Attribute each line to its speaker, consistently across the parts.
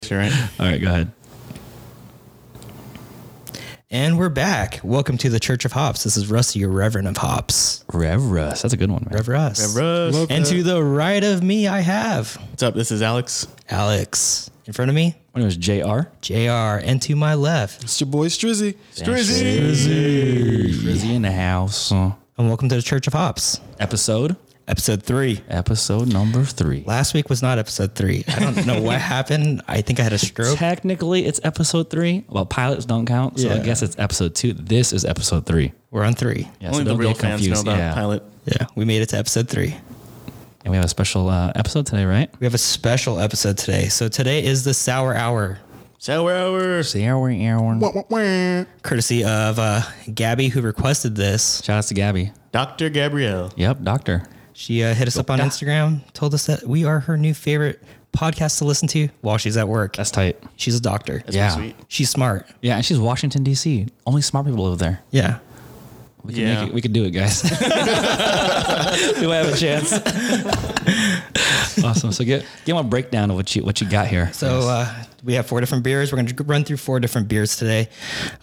Speaker 1: picture, right?
Speaker 2: All right, go ahead.
Speaker 3: And we're back. Welcome to the Church of Hops. This is Rusty, your Reverend of Hops.
Speaker 2: Rev Russ. That's a good one, man.
Speaker 3: Rev Russ.
Speaker 1: Rev Russ. Love
Speaker 3: And
Speaker 1: that.
Speaker 3: to the right of me, I have
Speaker 1: What's up? This is Alex.
Speaker 3: Alex. In front of me,
Speaker 2: My name is JR.
Speaker 3: JR. And to my left,
Speaker 4: It's your boy Strizzy.
Speaker 2: Frizzy in the house. Uh,
Speaker 3: and welcome to the Church of Hops,
Speaker 2: Episode?
Speaker 3: episode three.
Speaker 2: Episode number three.
Speaker 3: Last week was not episode three. I don't know what happened. I think I had a stroke.
Speaker 2: Technically, it's episode three. Well, pilots don't count, so I
Speaker 3: Yeah.
Speaker 2: guess it's episode two. This is episode three.
Speaker 3: We're on three.
Speaker 2: Yeah,
Speaker 1: Only
Speaker 2: so
Speaker 1: the
Speaker 2: don't
Speaker 1: real
Speaker 2: get
Speaker 1: fans know
Speaker 2: confused.
Speaker 1: about
Speaker 2: yeah.
Speaker 1: pilot.
Speaker 3: Yeah, we made it to episode three.
Speaker 2: And we have a special uh, episode today, right?
Speaker 3: We have a special episode today. So today is the Sour Hour,
Speaker 1: Sour hour.
Speaker 2: The hour, hour.
Speaker 3: courtesy of uh, Gabby, who requested this.
Speaker 2: Shout out to Gabby.
Speaker 1: Dr. Gabrielle.
Speaker 2: Yep, doctor.
Speaker 3: She uh, hit us up on Instagram, told us that we are her new favorite podcast to listen to while she's at work.
Speaker 2: That's tight.
Speaker 3: She's a doctor.
Speaker 1: That's
Speaker 2: Yeah.
Speaker 1: pretty sweet.
Speaker 3: She's smart.
Speaker 2: Yeah, and she's Washington, D.C. Only smart people live there.
Speaker 3: Yeah.
Speaker 2: We can,
Speaker 1: Yeah.
Speaker 2: make it, we can do it, guys. we might have a chance. awesome. So get give them a breakdown of what you what you got here.
Speaker 3: So uh, we have four different beers. We're going to run through four different beers today,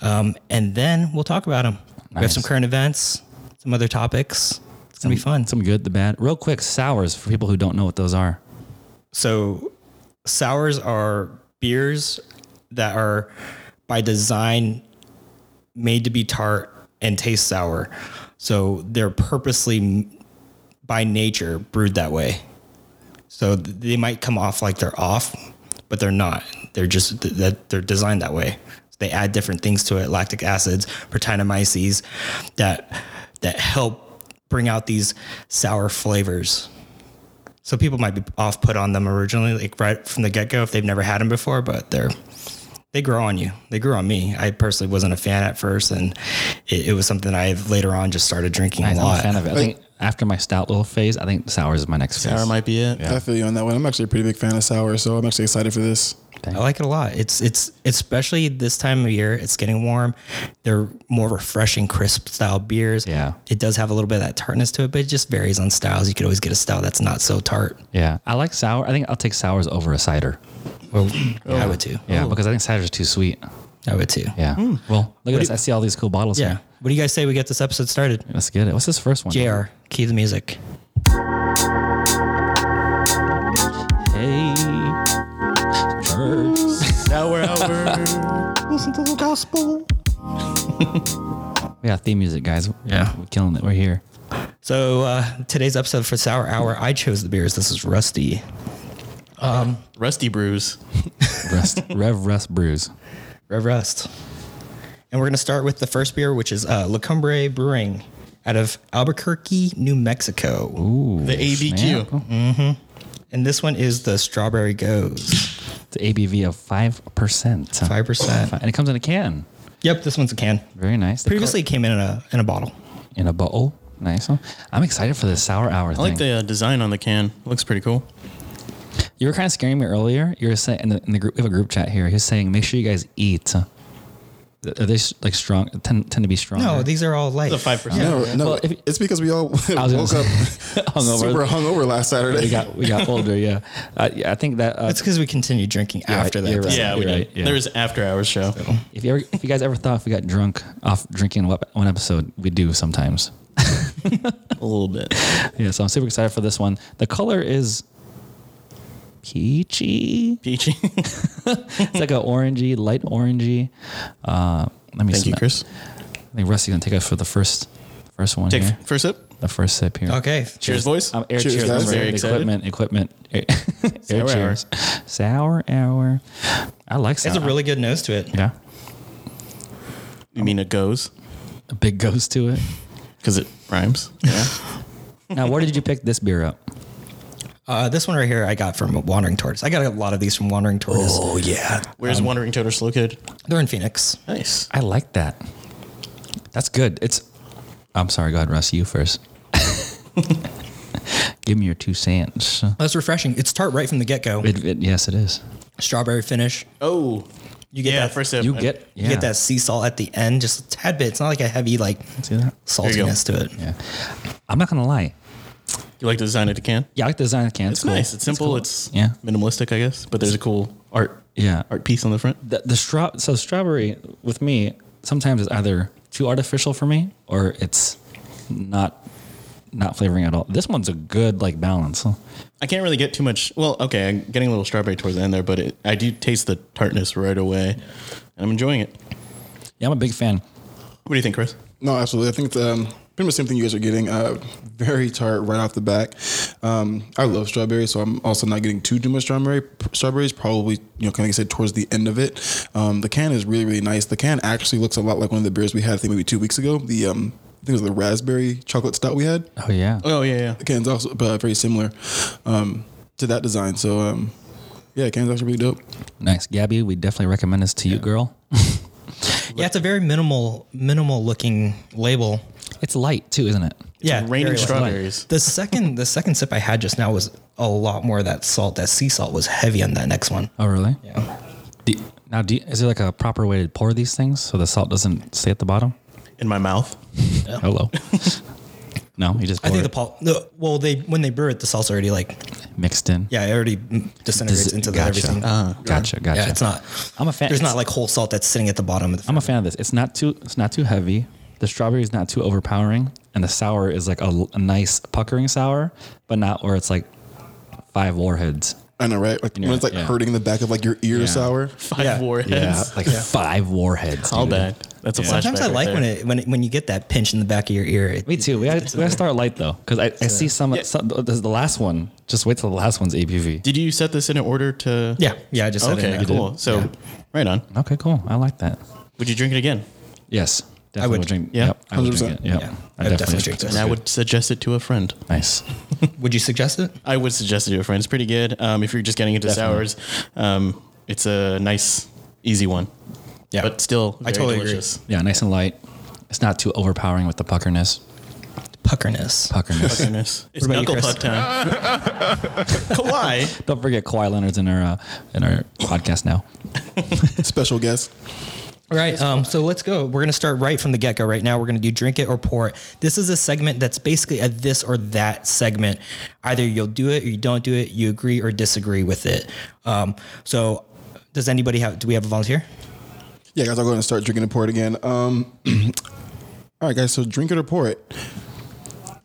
Speaker 3: um, and then we'll talk about them. We have
Speaker 2: Nice.
Speaker 3: some current events, some other topics. It's going to be fun.
Speaker 2: some good, the bad. Real quick, sours for people who don't know what those are.
Speaker 3: So sours are beers that are by design made to be tart and taste sour. So they're purposely m- by nature brewed that way. So th- they might come off like they're off, but they're not. They're just th- that they're designed that way. They add different things to it, lactic acids, protinomyces that that help bring out these sour flavors. So people might be off put on them originally, like right from the get go, if they've never had them before. But they're they grow on you. They grew on me. I personally wasn't a fan at first, and it, it was something I later on just started drinking
Speaker 2: Nice.
Speaker 3: a
Speaker 2: I'm a
Speaker 3: lot.
Speaker 2: fan of it. I think after my stout little phase, I think sours is my next phase.
Speaker 1: Sour might be it.
Speaker 4: I feel you on that one. I'm actually a pretty big fan of sour, so I'm actually excited for this.
Speaker 3: I like it a lot. It's it's especially this time of year. It's getting warm. They're more refreshing, crisp style beers.
Speaker 2: Yeah.
Speaker 3: it does have a little bit of that tartness to it, but it just varies on styles. You could always get a style that's not so tart.
Speaker 2: Yeah, I like sour. I think I'll take sours over a cider.
Speaker 3: Well, oh. I would too.
Speaker 2: Oh. Yeah, because I think cider's too sweet.
Speaker 3: I would too.
Speaker 2: Yeah. Well, look at this. I see all these cool bottles.
Speaker 3: Yeah.
Speaker 2: Here.
Speaker 3: What do you guys say we get this episode started?
Speaker 2: Let's get it. What's this first one?
Speaker 3: Jr. Cue the music.
Speaker 2: Hey. Church.
Speaker 1: Sour hour.
Speaker 2: We got theme music, guys.
Speaker 3: Yeah.
Speaker 2: We're killing it. We're here.
Speaker 3: So uh, today's episode for Sour Hour, I chose the beers. This is Rusty.
Speaker 1: Rusty brews.
Speaker 2: Rust, Rev Rust Brews.
Speaker 3: Rev Rust. And we're going to start with the first beer, which is uh, La Cumbre Brewing out of Albuquerque, New Mexico.
Speaker 1: The ABQ.
Speaker 3: And this one is the Strawberry Goes.
Speaker 2: It's an ABV of 5%.
Speaker 3: 5%.
Speaker 2: And it comes in a can.
Speaker 3: Yep, this one's a can.
Speaker 2: Very nice. The
Speaker 3: Previously, it came in a, in a bottle.
Speaker 2: col- in a bottle. Nice. one. I'm excited for this sour hour
Speaker 1: I
Speaker 2: thing.
Speaker 1: like the uh, design on the can. Looks pretty cool.
Speaker 2: you were kind of scaring me earlier. You were saying in the, in the group, we have a group chat here. He was saying, make sure you guys eat. Are they s- like strong? Tend, tend to be strong.
Speaker 3: No, these are all light.
Speaker 1: The five percent.
Speaker 4: No, no,
Speaker 2: Well, if-
Speaker 4: it's because we all woke up
Speaker 2: was gonna Hungover.
Speaker 4: super hungover last
Speaker 2: we
Speaker 4: Saturday.
Speaker 2: got we got older. Yeah, uh, yeah. I think that uh,
Speaker 3: That's because we continued drinking after that.
Speaker 2: you're right.
Speaker 3: episode.
Speaker 1: Yeah, we
Speaker 2: You're
Speaker 1: did.
Speaker 2: right, yeah.
Speaker 1: There was after hours show.
Speaker 2: if you ever, if you guys ever thought if we got drunk off drinking one one episode, we do sometimes.
Speaker 1: A little bit.
Speaker 2: Yeah, so I'm super excited for this one. The color is peachy.
Speaker 1: Peachy.
Speaker 2: It's like a orangey, light orangey. Uh, let me.
Speaker 1: Thank you,
Speaker 2: smell-
Speaker 1: Chris.
Speaker 2: I think Rusty's gonna take us for the first, first one
Speaker 1: Take
Speaker 2: here.
Speaker 1: first sip.
Speaker 2: the first sip here.
Speaker 3: Okay.
Speaker 1: Cheers, boys.
Speaker 2: Um, air
Speaker 4: Cheers,
Speaker 2: cheers.
Speaker 4: guys.
Speaker 2: remember,
Speaker 1: Very
Speaker 2: equipment. Equipment. Air, air
Speaker 1: Sour
Speaker 2: cheers. Sour hour. I like sour.
Speaker 3: It's a really good nose to it.
Speaker 2: yeah.
Speaker 1: You mean it goes?
Speaker 2: A big ghost to it.
Speaker 1: Because it rhymes. Yeah.
Speaker 2: now, where did you pick this beer up?
Speaker 3: Uh, this one right here, I got from Wandering Tortoise. I got a lot of these from Wandering Tortoise. Oh, yeah.
Speaker 1: Where's Wandering Totus located?
Speaker 3: They're in Phoenix.
Speaker 1: Nice.
Speaker 2: I like that. That's good. It's. I'm sorry. Go ahead, Russ. You first. Give me your two cents.
Speaker 3: That's refreshing. It's tart right from the get go.
Speaker 2: It, it, yes, it is.
Speaker 3: Strawberry finish.
Speaker 1: Oh,
Speaker 3: You get
Speaker 1: yeah.
Speaker 3: that
Speaker 1: First sip.
Speaker 2: You
Speaker 1: I-
Speaker 2: get.
Speaker 3: You
Speaker 2: yeah.
Speaker 3: get that sea salt at the end, just a tad bit. It's not like a heavy like
Speaker 2: See that?
Speaker 1: you go.
Speaker 3: saltiness to it.
Speaker 2: Yeah. I'm not gonna lie.
Speaker 1: You like the design of the can?
Speaker 2: Yeah, I like the design of the can.
Speaker 1: It's nice. It's simple. It's,
Speaker 2: Yeah.
Speaker 1: minimalistic, I guess. But there's a cool art
Speaker 2: Yeah.
Speaker 1: Art piece on the front.
Speaker 2: The, the straw. So strawberry with me sometimes is either too artificial for me or it's not not flavoring at all. This one's a good like balance. huh?
Speaker 1: I can't really get too much. Well, okay, I'm getting a little strawberry towards the end there, but it, I do taste the tartness right away, and I'm enjoying it.
Speaker 2: Yeah, I'm a big fan.
Speaker 1: What do you think, Chris?
Speaker 4: No, absolutely. I think it's um, pretty much the same thing you guys are getting. Uh, very tart right off the back. Um, I love strawberry, so I'm also not getting too too much strawberry. Strawberries probably, you know, kind of like I said, towards the end of it. Um, the can is really really nice. The can actually looks a lot like one of the beers we had. I think maybe two weeks ago. The um, I think it was the raspberry chocolate stout we had.
Speaker 2: Oh yeah.
Speaker 1: Oh yeah, yeah.
Speaker 4: The can's also uh, very similar um, to that design. So um, yeah, can's actually really dope.
Speaker 2: Nice. Gabby, we definitely recommend this to you, girl.
Speaker 3: Yeah, it's a very minimal, minimal looking label.
Speaker 2: It's light too, isn't it?
Speaker 3: yeah,
Speaker 1: Raining
Speaker 3: very light.
Speaker 1: strawberries.
Speaker 3: The second, the second sip I had just now was a lot more of that salt. That sea salt was heavy on that next one.
Speaker 2: Oh really?
Speaker 3: Yeah.
Speaker 2: Do you- now, do you, is there like a proper way to pour these things so the salt doesn't stay at the bottom?
Speaker 1: In my mouth.
Speaker 2: Hello. no, you just
Speaker 3: I
Speaker 2: pour
Speaker 3: think
Speaker 2: it
Speaker 3: the pol- the well, they when they brew it, the salt's already like
Speaker 2: mixed in.
Speaker 3: yeah, it already disintegrates
Speaker 2: Does it-
Speaker 3: into the
Speaker 2: gotcha.
Speaker 3: everything. Uh-huh.
Speaker 2: Gotcha, gotcha.
Speaker 3: Yeah, it's not.
Speaker 2: I'm a fan.
Speaker 3: There's
Speaker 2: it's-
Speaker 3: not like whole salt that's sitting at the bottom of the.
Speaker 2: I'm a fan of this. It's not too. It's not too heavy. The strawberry is not too overpowering, and the sour is like a, a nice puckering sour, but not where it's like five warheads.
Speaker 4: I know, right? Like when it's like
Speaker 2: yeah.
Speaker 4: hurting the back of like your ear,
Speaker 2: Yeah.
Speaker 4: sour.
Speaker 1: Five
Speaker 3: Yeah.
Speaker 1: warheads.
Speaker 2: like five warheads.
Speaker 1: All
Speaker 2: dude.
Speaker 1: bad. That's a flashback.
Speaker 3: Sometimes I
Speaker 1: right
Speaker 3: like
Speaker 1: there.
Speaker 3: when it when it, when you get that pinch in the back of your ear. It,
Speaker 2: Me too. We gotta, we gotta start light though, because I, I see some, some. this is The last one. Just wait till the last one's ABV.
Speaker 1: Did you set this in an order to?
Speaker 3: yeah, yeah. I just said
Speaker 1: Okay. Cool. So, right on.
Speaker 2: Okay, cool. I like that.
Speaker 1: Would you drink it again?
Speaker 2: Yes, definitely I
Speaker 3: would-
Speaker 2: drink.
Speaker 1: yeah,
Speaker 2: yep, I would drink
Speaker 4: 100%.
Speaker 2: it. Yep,
Speaker 3: Yeah,
Speaker 2: I
Speaker 3: I'd
Speaker 2: definitely,
Speaker 3: definitely drink this.
Speaker 1: And I would suggest it to a friend.
Speaker 2: Nice.
Speaker 3: Would you suggest it?
Speaker 1: I would suggest it to a friend. It's pretty good. Um, if you're just getting into
Speaker 2: Definitely.
Speaker 1: sours, um, it's a nice, easy one.
Speaker 3: Yeah.
Speaker 1: But still,
Speaker 3: I
Speaker 1: very
Speaker 3: totally agree.
Speaker 1: delicious.
Speaker 2: Yeah, nice and light. It's not too overpowering with the puckerness.
Speaker 3: Puckerness.
Speaker 2: Puckerness.
Speaker 1: Goodness. It's
Speaker 3: about
Speaker 1: knuckle
Speaker 3: you, Chris?
Speaker 1: puck time. Kawhi.
Speaker 2: Don't forget Kawhi Leonard's in our uh, in our podcast now.
Speaker 4: Special guest.
Speaker 3: All right. Um, so let's go. We're going to start right from the get go right now. We're going to do drink it or pour it. This is a segment that's basically a this or that segment. Either you'll do it or you don't do it. You agree or disagree with it. Um, so does anybody have, do we have a volunteer?
Speaker 4: Yeah, guys, I'll go ahead and start drinking and pour it again. Um, all right, guys, so drink it or pour it.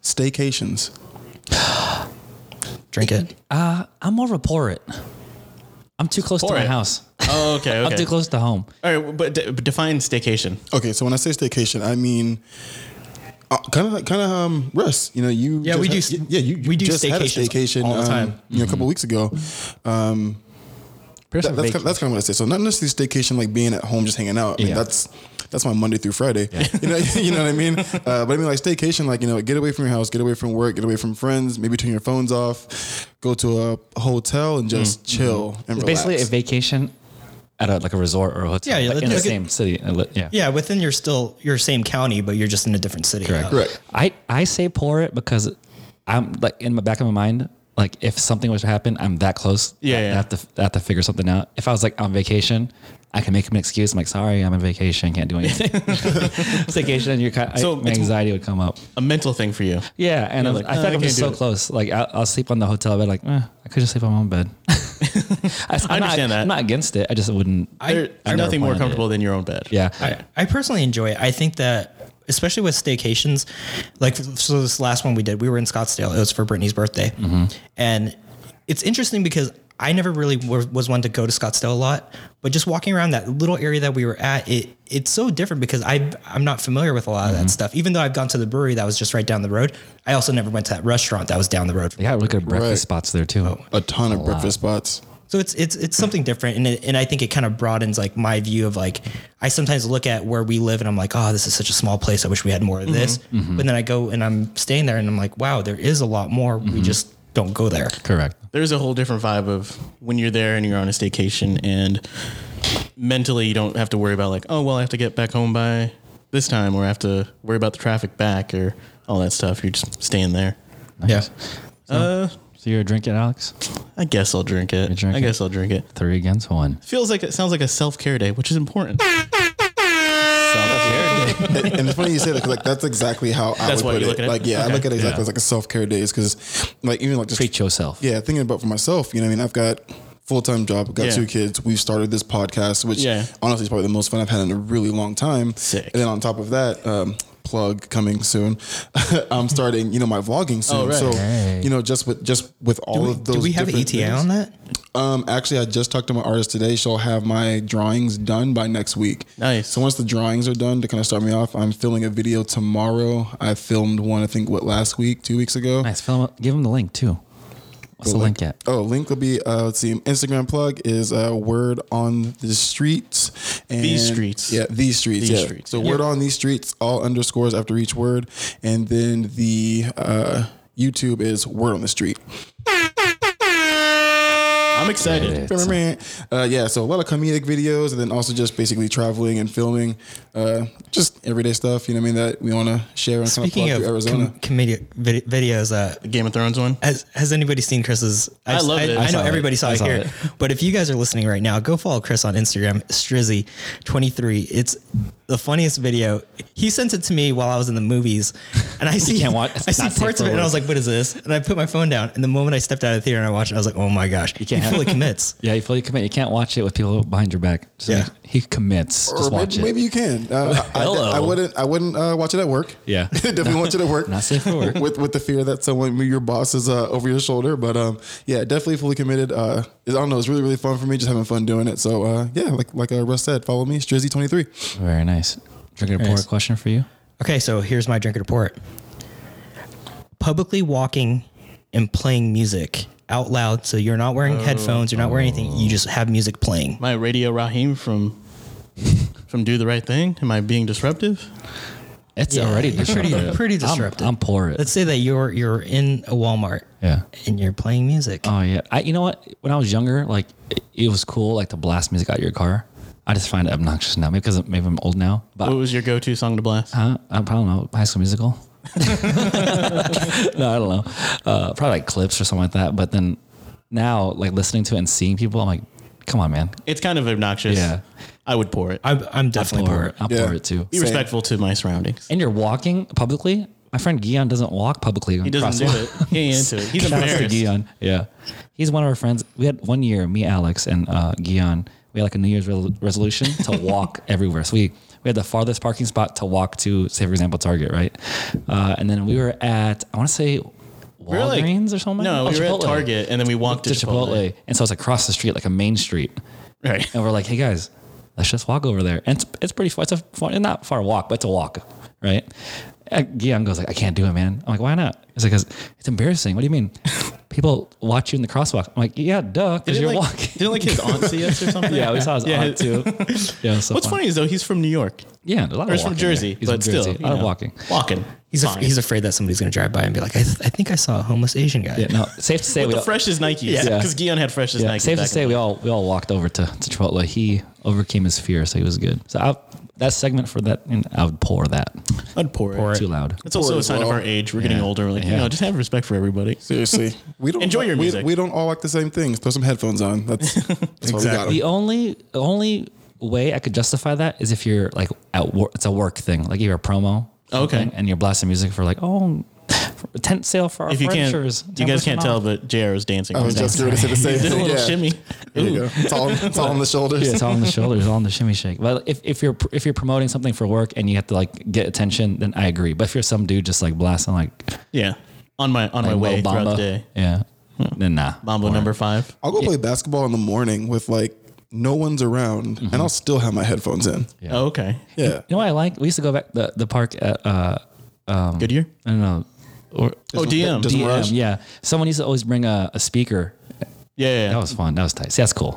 Speaker 4: Staycations.
Speaker 3: Drink it.
Speaker 2: Uh, I'm more of a pour it. I'm too close
Speaker 1: Pour
Speaker 2: to my
Speaker 1: it.
Speaker 2: house.
Speaker 1: Oh, okay.
Speaker 2: I'm too
Speaker 1: Okay.
Speaker 2: close to home.
Speaker 1: All right, but de- but define staycation.
Speaker 4: Okay, so when I say staycation, I mean kind of kind of um rest. You know, you
Speaker 3: Yeah, we
Speaker 4: just
Speaker 3: do-
Speaker 4: had- yeah you
Speaker 3: we do
Speaker 4: just had a
Speaker 3: staycations
Speaker 4: staycation
Speaker 3: all the
Speaker 4: um,
Speaker 3: time. Mm-hmm.
Speaker 4: You know, a couple weeks ago. Um, that- that's, kind of, that's kind of what I say. So not necessarily staycation, like being at home just hanging out. I mean,
Speaker 2: Yeah.
Speaker 4: that's that's my Monday through Friday. You know, you know what I mean. Uh, but I mean, like staycation, like you know, get away from your house, get away from work, get away from friends. Maybe turn your phones off, go to a hotel and just chill and
Speaker 2: it's
Speaker 4: relax.
Speaker 2: Mm-hmm. basically a vacation at a, like a resort or a hotel.
Speaker 3: Yeah, yeah,
Speaker 2: like,
Speaker 3: like-
Speaker 2: in the
Speaker 3: like a-
Speaker 2: same city. Uh, li- Yeah.
Speaker 3: Yeah. Within your still, your same county, but you're just in a different city.
Speaker 2: Correct.
Speaker 4: Correct.
Speaker 2: I I say pour it because I'm like in my back of my mind. Like if something was to happen, I'm that close.
Speaker 1: Yeah,
Speaker 2: I, I
Speaker 1: yeah.
Speaker 2: have to I have to figure something out. If I was like on vacation, I can make an excuse. I'm like, sorry, I'm on vacation, can't do anything. It's vacation, and you're kind.
Speaker 1: So
Speaker 2: So my
Speaker 1: it's-
Speaker 2: anxiety would come up.
Speaker 1: A mental thing for you.
Speaker 2: Yeah, and I'm,
Speaker 1: like,
Speaker 2: I
Speaker 1: "Uh,
Speaker 2: feel like "Ah,
Speaker 1: I
Speaker 2: I'm just
Speaker 1: can't
Speaker 2: so
Speaker 1: do it."
Speaker 2: close. Like I'll, I'll sleep on the hotel bed. Like eh, I could just sleep on my own bed. I,
Speaker 1: understand
Speaker 2: not,
Speaker 1: that.
Speaker 2: I'm not against it. I just wouldn't.
Speaker 1: There's
Speaker 2: I never
Speaker 1: nothing more
Speaker 2: wanted
Speaker 1: comfortable than your own bed.
Speaker 2: yeah,
Speaker 3: I, I personally enjoy it. I think that especially with staycations, like so this last one we did, we were in Scottsdale. It was for Brittany's birthday, and it's interesting because I never really wa- was one to go to Scottsdale a lot, but just walking around that little area that we were at, it it's so different because I I'm not familiar with a lot of that stuff. Even though I've gone to the brewery that was just right down the road, I also never went to that restaurant that was down the road.
Speaker 2: they got really good breakfast
Speaker 4: Right.
Speaker 2: spots there too.
Speaker 4: a ton of breakfast spots.
Speaker 3: So it's it's it's something different, and it, and I think it kind of broadens like my view of like I sometimes look at where we live, and I'm like, oh, this is such a small place. I wish we had more of this. But then I go and I'm staying there, and I'm like, wow, there is a lot more. We just don't go there.
Speaker 2: Correct.
Speaker 1: There's a whole different vibe of when you're there and you're on a staycation and mentally you don't have to worry about like, oh well I have to get back home by this time or I have to worry about the traffic back or all that stuff. You're just staying there.
Speaker 3: Yeah.
Speaker 1: Uh
Speaker 2: So you're drinking, Alex?
Speaker 1: I guess I'll drink it.
Speaker 2: drink
Speaker 1: I guess I'll drink it.
Speaker 2: Three against one.
Speaker 1: Feels like it sounds like a self care day, which is important.
Speaker 4: and, and it's funny you say that 'cause, like that's exactly how I
Speaker 1: That's
Speaker 4: would
Speaker 1: why
Speaker 4: put
Speaker 1: you
Speaker 4: it.
Speaker 1: look at it?
Speaker 4: Like yeah, I
Speaker 1: Okay.
Speaker 4: look at it exactly
Speaker 2: Yeah.
Speaker 4: as like a self care days because like even like just
Speaker 2: Treat yourself.
Speaker 4: yeah thinking about for myself. You know what I mean? I've got full time job, got
Speaker 1: Yeah.
Speaker 4: two kids. We've started this podcast, which
Speaker 1: Yeah.
Speaker 4: honestly is probably the most fun I've had in a really long time.
Speaker 1: Sick.
Speaker 4: And then on top of that, um, plug coming soon. I'm starting, you know, my vlogging soon.
Speaker 1: Oh, right.
Speaker 4: So,
Speaker 2: Hey.
Speaker 4: you know, just with just with all of those.
Speaker 3: Do we have an ETA
Speaker 4: different things-
Speaker 3: on that?
Speaker 4: um, actually, I just talked to my artist today. She'll have my drawings done by next week.
Speaker 1: Nice.
Speaker 4: So once the drawings are done, to kind of start me off, I'm filming a video tomorrow. I filmed one, I think, what last week, two weeks ago.
Speaker 2: Nice. Fill 'em up- Give him the link too. What's the, link at?
Speaker 4: Oh, link will be. Uh, let's see. Instagram plug is uh, word on the streets. And
Speaker 1: These streets.
Speaker 4: Yeah, these streets.
Speaker 1: These
Speaker 4: yeah.
Speaker 1: streets,
Speaker 4: So
Speaker 1: yeah.
Speaker 4: word on these streets. All underscores after each word, and then the uh, YouTube is word on the street.
Speaker 1: I'm excited.
Speaker 2: It's-
Speaker 4: Uh, yeah, so a lot of comedic videos, and then also just basically traveling and filming, uh, just everyday stuff. You know what I mean? That we want to share and kind of
Speaker 3: Speaking
Speaker 4: plug
Speaker 3: of
Speaker 4: through Arizona.
Speaker 3: com- comedic vid- videos, uh,
Speaker 1: The Game of Thrones one.
Speaker 3: has has anybody seen Chris's? I,
Speaker 1: loved
Speaker 3: I,
Speaker 1: it.
Speaker 3: I,
Speaker 1: I
Speaker 3: know
Speaker 1: saw it.
Speaker 3: everybody saw
Speaker 2: I
Speaker 3: it
Speaker 2: saw
Speaker 3: here,
Speaker 2: it.
Speaker 3: but if you guys are listening right now, go follow Chris on Instagram, Strizzy23. It's the funniest video. He sent it to me while I was in the movies, and I see
Speaker 2: can't watch-
Speaker 3: I
Speaker 2: it's
Speaker 3: see
Speaker 2: not safe
Speaker 3: parts of
Speaker 2: for
Speaker 3: it, and I
Speaker 2: work.
Speaker 3: was like, "What is this?" And I put my phone down, and the moment I stepped out of the theater and I watched it, I was like, "Oh my gosh!" You
Speaker 2: can't
Speaker 3: he
Speaker 2: have-
Speaker 3: fully commits.
Speaker 2: Yeah, you fully commit. You can't watch it with people behind your back. Just
Speaker 3: Yeah.
Speaker 2: make- he commits.
Speaker 4: Or
Speaker 2: Just watch
Speaker 4: maybe, maybe
Speaker 2: it.
Speaker 4: you can. Uh, I,
Speaker 2: Hello.
Speaker 4: I, I wouldn't. I wouldn't uh, watch it at work.
Speaker 2: Yeah.
Speaker 4: definitely watch it at work.
Speaker 2: Not safe for work.
Speaker 4: with with the fear that someone, your boss, is uh, over your shoulder. But um, yeah, definitely fully committed. Uh, I don't know. It's really really fun for me. Just having fun doing it. So uh, yeah, like like uh, Russ said, follow me, Strizzy twenty three.
Speaker 2: Very nice. Drinking a pour
Speaker 3: Nice.
Speaker 2: question for you.
Speaker 3: Okay, so here's my drink report. Publicly walking and playing music out loud, so you're not wearing headphones, you're not wearing anything, you just have music playing.
Speaker 1: Am I Radio Raheem from from Do the Right Thing? Am I being disruptive?
Speaker 2: It's already
Speaker 3: you're pretty-
Speaker 2: disruptive.
Speaker 3: pretty
Speaker 2: I'm-
Speaker 3: disruptive.
Speaker 2: I'm, poor. It.
Speaker 3: Let's say that you're you're in a Walmart
Speaker 2: yeah.
Speaker 3: and you're playing music.
Speaker 2: Oh yeah. I you know what? When I was younger, like it, it was cool, like to blast music out your car. I just find it obnoxious now, maybe because maybe I'm old now. But
Speaker 1: What was your go-to song to blast?
Speaker 2: Uh, I don't know. High School Musical. no, I don't know. Uh, probably like clips or something like that. But then now, like listening to it and seeing people, I'm like, come on, man.
Speaker 1: It's kind of obnoxious.
Speaker 2: Yeah.
Speaker 1: I would pour it.
Speaker 3: I'm, I'm definitely
Speaker 2: Or
Speaker 3: poor.
Speaker 2: I'll
Speaker 4: Yeah.
Speaker 2: pour it too.
Speaker 1: Be
Speaker 4: Same.
Speaker 1: respectful to my surroundings.
Speaker 2: And you're walking publicly. My friend Guion doesn't walk publicly.
Speaker 1: He doesn't do it. He ain't into it. He's
Speaker 2: Shout out to
Speaker 1: embarrassed.
Speaker 2: Guion. Yeah. He's one of our friends. We had one year, me, Alex, and uh, Guion, we had like a New Year's re- resolution to walk everywhere. So we, we had the farthest parking spot to walk to, say, for example, Target, right? Uh, and then we were at, I want to say,
Speaker 1: We were like-
Speaker 2: Walgreens or something?
Speaker 1: No,
Speaker 2: like
Speaker 1: we
Speaker 2: that?
Speaker 1: were
Speaker 2: Oh,
Speaker 1: at
Speaker 2: Chipotle.
Speaker 1: Target and then we walked
Speaker 2: To
Speaker 1: to,
Speaker 2: Chipotle.
Speaker 1: Chipotle.
Speaker 2: And so it's across the street, like a main street.
Speaker 1: Right.
Speaker 2: And we're like, hey guys, let's just walk over there. And it's, it's pretty far. It's a far, not far walk, but it's a walk, right? And Guillaume goes like, I can't do it, man. I'm like, why not? He's like, 'Cause it's embarrassing. What do you mean? People watch you in the crosswalk. I'm like, yeah, duh, because
Speaker 1: Didn't
Speaker 2: you're
Speaker 1: like,
Speaker 2: walking.
Speaker 1: Didn't like his aunt see us or something?
Speaker 2: Yeah, we saw his
Speaker 1: Yeah,
Speaker 2: aunt too. Yeah, it was so
Speaker 1: What's
Speaker 2: fun.
Speaker 1: funny is though he's from New York.
Speaker 2: Yeah, a lot
Speaker 1: Or
Speaker 2: of
Speaker 1: he's
Speaker 2: walking
Speaker 1: from
Speaker 2: there.
Speaker 1: Jersey,
Speaker 2: He's
Speaker 1: but
Speaker 2: from Jersey.
Speaker 1: still.
Speaker 2: a lot
Speaker 1: you
Speaker 2: of
Speaker 1: know,
Speaker 2: walking.
Speaker 1: Walking.
Speaker 3: He's af-
Speaker 1: Fine.
Speaker 3: he's afraid that somebody's gonna drive by and be like, I, th- I think I saw a homeless Asian guy.
Speaker 2: Yeah, no, safe to say we
Speaker 1: the
Speaker 2: all,
Speaker 1: freshest Nikes.
Speaker 2: Yeah.
Speaker 1: Because Guion had freshest
Speaker 2: yeah,
Speaker 1: Nikes.
Speaker 2: safe to
Speaker 1: back
Speaker 2: say
Speaker 1: in
Speaker 2: we
Speaker 1: the-
Speaker 2: all we all walked over to, to Chipotle. He overcame his fear, so he was good. So I, that segment for that, and I would pour that.
Speaker 1: I'd pour, it.
Speaker 2: Too loud.
Speaker 1: It's also
Speaker 4: Pour
Speaker 1: a
Speaker 4: as
Speaker 1: sign of
Speaker 4: well.
Speaker 1: our age. We're getting
Speaker 2: Yeah.
Speaker 1: older. We're like, you
Speaker 2: Yeah.
Speaker 1: know, just have respect for everybody.
Speaker 4: Seriously, we don't
Speaker 1: Enjoy your
Speaker 4: we-
Speaker 1: music.
Speaker 4: We, don't all like the same things. Throw some headphones on. That's that's why we got 'em.
Speaker 2: The only the only way I could justify that is if you're like at work. It's a work thing. Like you're a promo.
Speaker 1: Okay.
Speaker 2: something, And you're blasting music for like oh, for a tent sale for our
Speaker 1: If you can't,
Speaker 2: furnitures.
Speaker 1: you guys
Speaker 2: 10%
Speaker 1: can't
Speaker 2: off.
Speaker 1: tell, but JR is dancing.
Speaker 4: I was just going to say the same
Speaker 1: did a
Speaker 4: thing.
Speaker 1: little
Speaker 4: yeah.
Speaker 1: shimmy.
Speaker 4: There you go. It's all, it's all on the shoulders.
Speaker 2: Yeah, it's all on the shoulders, all on the shimmy shake. But if, if you're if you're promoting something for work and you have to like get attention, then I agree. But if you're some dude just like blasting like,
Speaker 1: Yeah, on my on my
Speaker 2: like
Speaker 1: way
Speaker 2: Mo
Speaker 1: throughout the
Speaker 2: Bamba,
Speaker 1: day. Hmm.
Speaker 2: yeah, then nah.
Speaker 1: Mambo number five.
Speaker 4: I'll go play basketball in the morning with like no one's around, and
Speaker 2: Mm-hmm.
Speaker 4: I'll still have my headphones in.
Speaker 2: Yeah.
Speaker 1: Oh, okay,
Speaker 4: Yeah.
Speaker 2: You know what I like? We used to go back the the park at uh
Speaker 1: good year.
Speaker 2: I don't know or
Speaker 1: Oh, DM.
Speaker 4: Doesn't
Speaker 1: DM.
Speaker 4: rush.
Speaker 2: DM, yeah. Someone used to always bring a, a speaker
Speaker 1: Yeah, yeah,
Speaker 2: That was fun. That was tight. See, that's cool.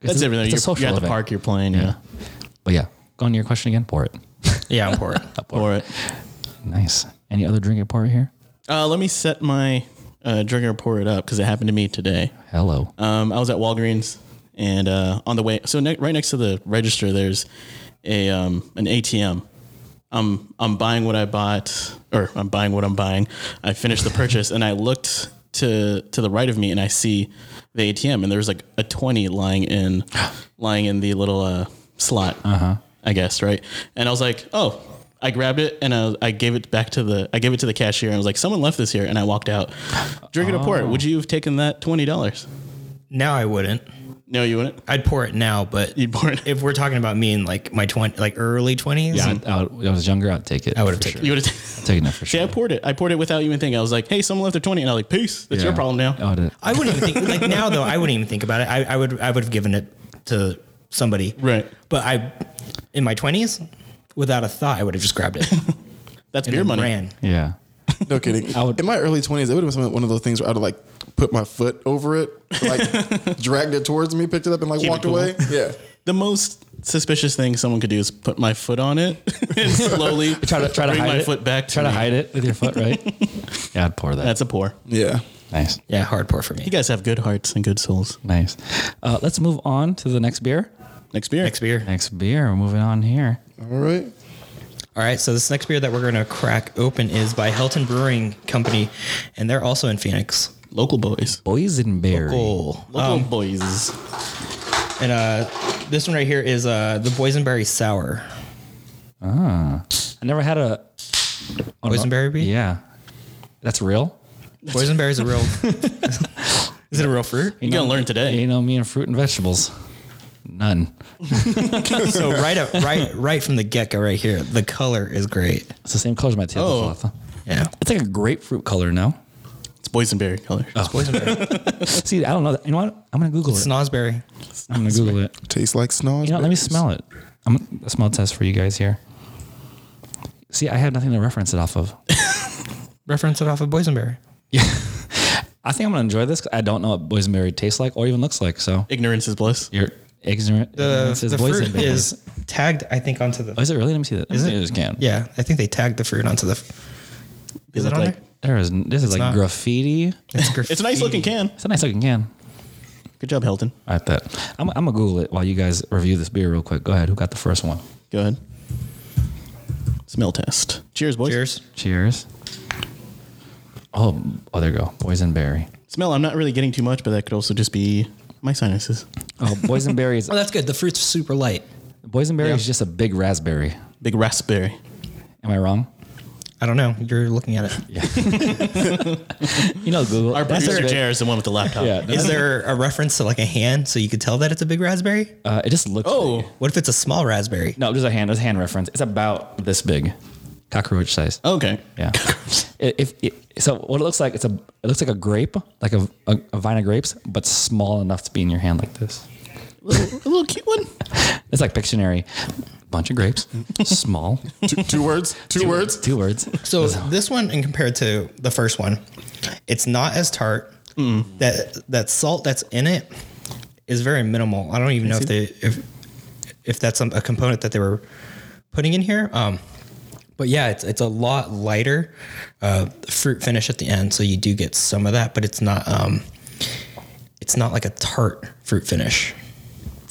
Speaker 1: that's
Speaker 2: It's a-
Speaker 1: everything.
Speaker 2: it's a
Speaker 1: You're,
Speaker 2: social
Speaker 1: you're at the
Speaker 2: event.
Speaker 1: park. You're playing. Yeah,
Speaker 2: But yeah, go on to your question again. Pour it.
Speaker 3: Yeah, I'm poor.
Speaker 1: for it.
Speaker 2: Nice. Any other drink at pour here?
Speaker 1: Uh, let me set my uh, drink and pour it up because it happened to me today.
Speaker 2: Hello.
Speaker 1: Um, I was at Walgreens and uh, on the way, so ne- right next to the register, there's a um, an ATM. I'm I'm buying what I bought, or I'm buying what I'm buying. I finished the purchase, and I looked to to the right of me, and I see the ATM, and there's like a twenty lying in lying in the little uh, slot. I guess right, and I was like, oh. I grabbed it and I, I gave it back to the I gave it to the cashier
Speaker 3: Now I wouldn't.
Speaker 1: No, you wouldn't.
Speaker 3: I'd pour it now, but
Speaker 1: You'd pour it.
Speaker 3: if we're talking about me in like my twenty, like early twenties,
Speaker 2: Yeah, I, I, would- when I was younger. I'd take it.
Speaker 3: I would have
Speaker 2: for
Speaker 3: taken
Speaker 2: sure.
Speaker 1: You would.
Speaker 2: taken it for sure.
Speaker 1: Yeah, I poured it. I poured it without even thinking. I was like, "Hey, someone left their 20. and I was like, "Peace. That's your
Speaker 2: Yeah. Oh,
Speaker 1: problem now."
Speaker 2: I would have.
Speaker 3: I wouldn't even think like now though. I wouldn't even think about it. I, I would I would have given it to somebody.
Speaker 1: Right.
Speaker 3: But I, in my twenties, without a thought, I would have just grabbed it. and
Speaker 1: That's beer money.
Speaker 3: Ran.
Speaker 2: Yeah.
Speaker 4: No kidding.
Speaker 2: I would-
Speaker 4: In my early 20s, it would have been some- one of those things where I'd have like put my foot over it, like dragged it towards me, picked it up, and like
Speaker 1: it
Speaker 4: walked
Speaker 1: cool.
Speaker 4: away. Yeah.
Speaker 1: The most suspicious thing someone could do is put my foot on it and slowly
Speaker 2: Try to try to
Speaker 1: bring
Speaker 2: hide
Speaker 1: my
Speaker 2: it.
Speaker 1: foot back.
Speaker 2: Try to
Speaker 1: me.
Speaker 2: hide it with your foot, right? yeah, I'd pour that.
Speaker 1: That's a pour.
Speaker 4: Yeah.
Speaker 2: nice.
Speaker 3: Yeah, hard pour for me.
Speaker 1: You guys have good hearts and good souls.
Speaker 2: Nice. Uh, let's move on to the next beer.
Speaker 1: Next beer.
Speaker 3: Next beer.
Speaker 2: Next beer. We're moving on here.
Speaker 4: All right.
Speaker 3: All right, so this next beer that we're going to crack open is by Helton Brewing Company, and they're also in Phoenix.
Speaker 1: Local boys. Um,
Speaker 2: Boysenberry.
Speaker 3: Cool.
Speaker 1: Local boys.
Speaker 3: And uh, this one right here is uh, the Boysenberry Sour.
Speaker 2: I never had a
Speaker 3: Boysenberry beer?
Speaker 2: Yeah. That's real.
Speaker 3: Boysenberry is a real. is it a real fruit?
Speaker 1: You're gonna learn today.
Speaker 2: You know me and fruit and vegetables. None.
Speaker 3: So right up, right, right from the get go, right here, the color is great.
Speaker 2: It's the same color as my
Speaker 3: Oh.
Speaker 2: tablecloth.
Speaker 3: Yeah,
Speaker 2: It's like a grapefruit color now.
Speaker 1: It's boysenberry color.
Speaker 3: it's boysenberry,
Speaker 2: See, I don't know. That. You know what? I'm gonna Google
Speaker 3: it's
Speaker 2: it.
Speaker 3: nosberry.
Speaker 2: I'm gonna Google it.
Speaker 4: Tastes like snozz.
Speaker 2: You know, let me smell it. I'm a smell test for you guys here. See, I have nothing to reference it off of.
Speaker 3: Reference it off of boysenberry.
Speaker 2: I think I'm gonna enjoy this. 'cause I don't know what boysenberry tastes like or even looks like. So
Speaker 1: Ignorance is bliss.
Speaker 2: you're ignorant.
Speaker 3: The,
Speaker 2: ignorance is
Speaker 3: the fruit
Speaker 2: boysenberry.
Speaker 3: is tagged, I think, onto
Speaker 2: Oh,
Speaker 3: the.
Speaker 2: is it really? Let me see that. Is
Speaker 3: it?
Speaker 2: This can.
Speaker 3: Yeah, I think they tagged the fruit onto the.
Speaker 1: They
Speaker 3: Is it
Speaker 1: look
Speaker 3: on
Speaker 1: like-
Speaker 3: there?
Speaker 2: There is. This is like
Speaker 3: not.
Speaker 2: graffiti.
Speaker 3: It's,
Speaker 1: It's a nice looking can.
Speaker 2: It's a nice looking can.
Speaker 1: Good job, Helton.
Speaker 2: I bet. I'm, I'm gonna Google it while you guys review this beer real quick. Go ahead. Who got the first one?
Speaker 1: Go ahead. Smell test. Cheers, boys.
Speaker 3: Cheers.
Speaker 2: Cheers. Oh, oh, there you go. Boysenberry.
Speaker 1: Smell. I'm not really getting too much, but that could also just be my sinuses.
Speaker 2: Oh, boysenberry is
Speaker 3: Oh, that's good. The fruit's super light.
Speaker 2: boysenberry is just a big raspberry.
Speaker 1: Big raspberry.
Speaker 2: Am I wrong?
Speaker 3: I don't know. You're looking at it. Is
Speaker 2: You know Google.
Speaker 1: Our
Speaker 2: That's
Speaker 1: producer
Speaker 2: a-
Speaker 1: Jared is the one with the laptop.
Speaker 2: Yeah. that's-
Speaker 3: there a reference to like a hand so you could tell that it's a big raspberry?
Speaker 2: uh, it just looks.
Speaker 1: Oh,
Speaker 2: big.
Speaker 3: What if it's a small raspberry?
Speaker 2: No, there's a hand. There's a hand reference. It's about this big, cockroach size.
Speaker 1: okay.
Speaker 2: Yeah. It- if it, so, what it looks like it's a it looks like a grape, like a, a, a vine of grapes, but small enough to be in your hand like this.
Speaker 1: little, a little cute one.
Speaker 2: It's like Pictionary, bunch of grapes, small,
Speaker 4: Two, two words. Two, words.
Speaker 2: two words.
Speaker 3: So this one, and compared to the first one, it's not as tart. That that salt that's in it is very minimal. I don't even know if they if if that's some, a component that they were putting in here. Um, but yeah, it's it's a lot lighter uh, fruit finish at the end, so you do get some of that, but it's not um, it's not like a tart fruit finish.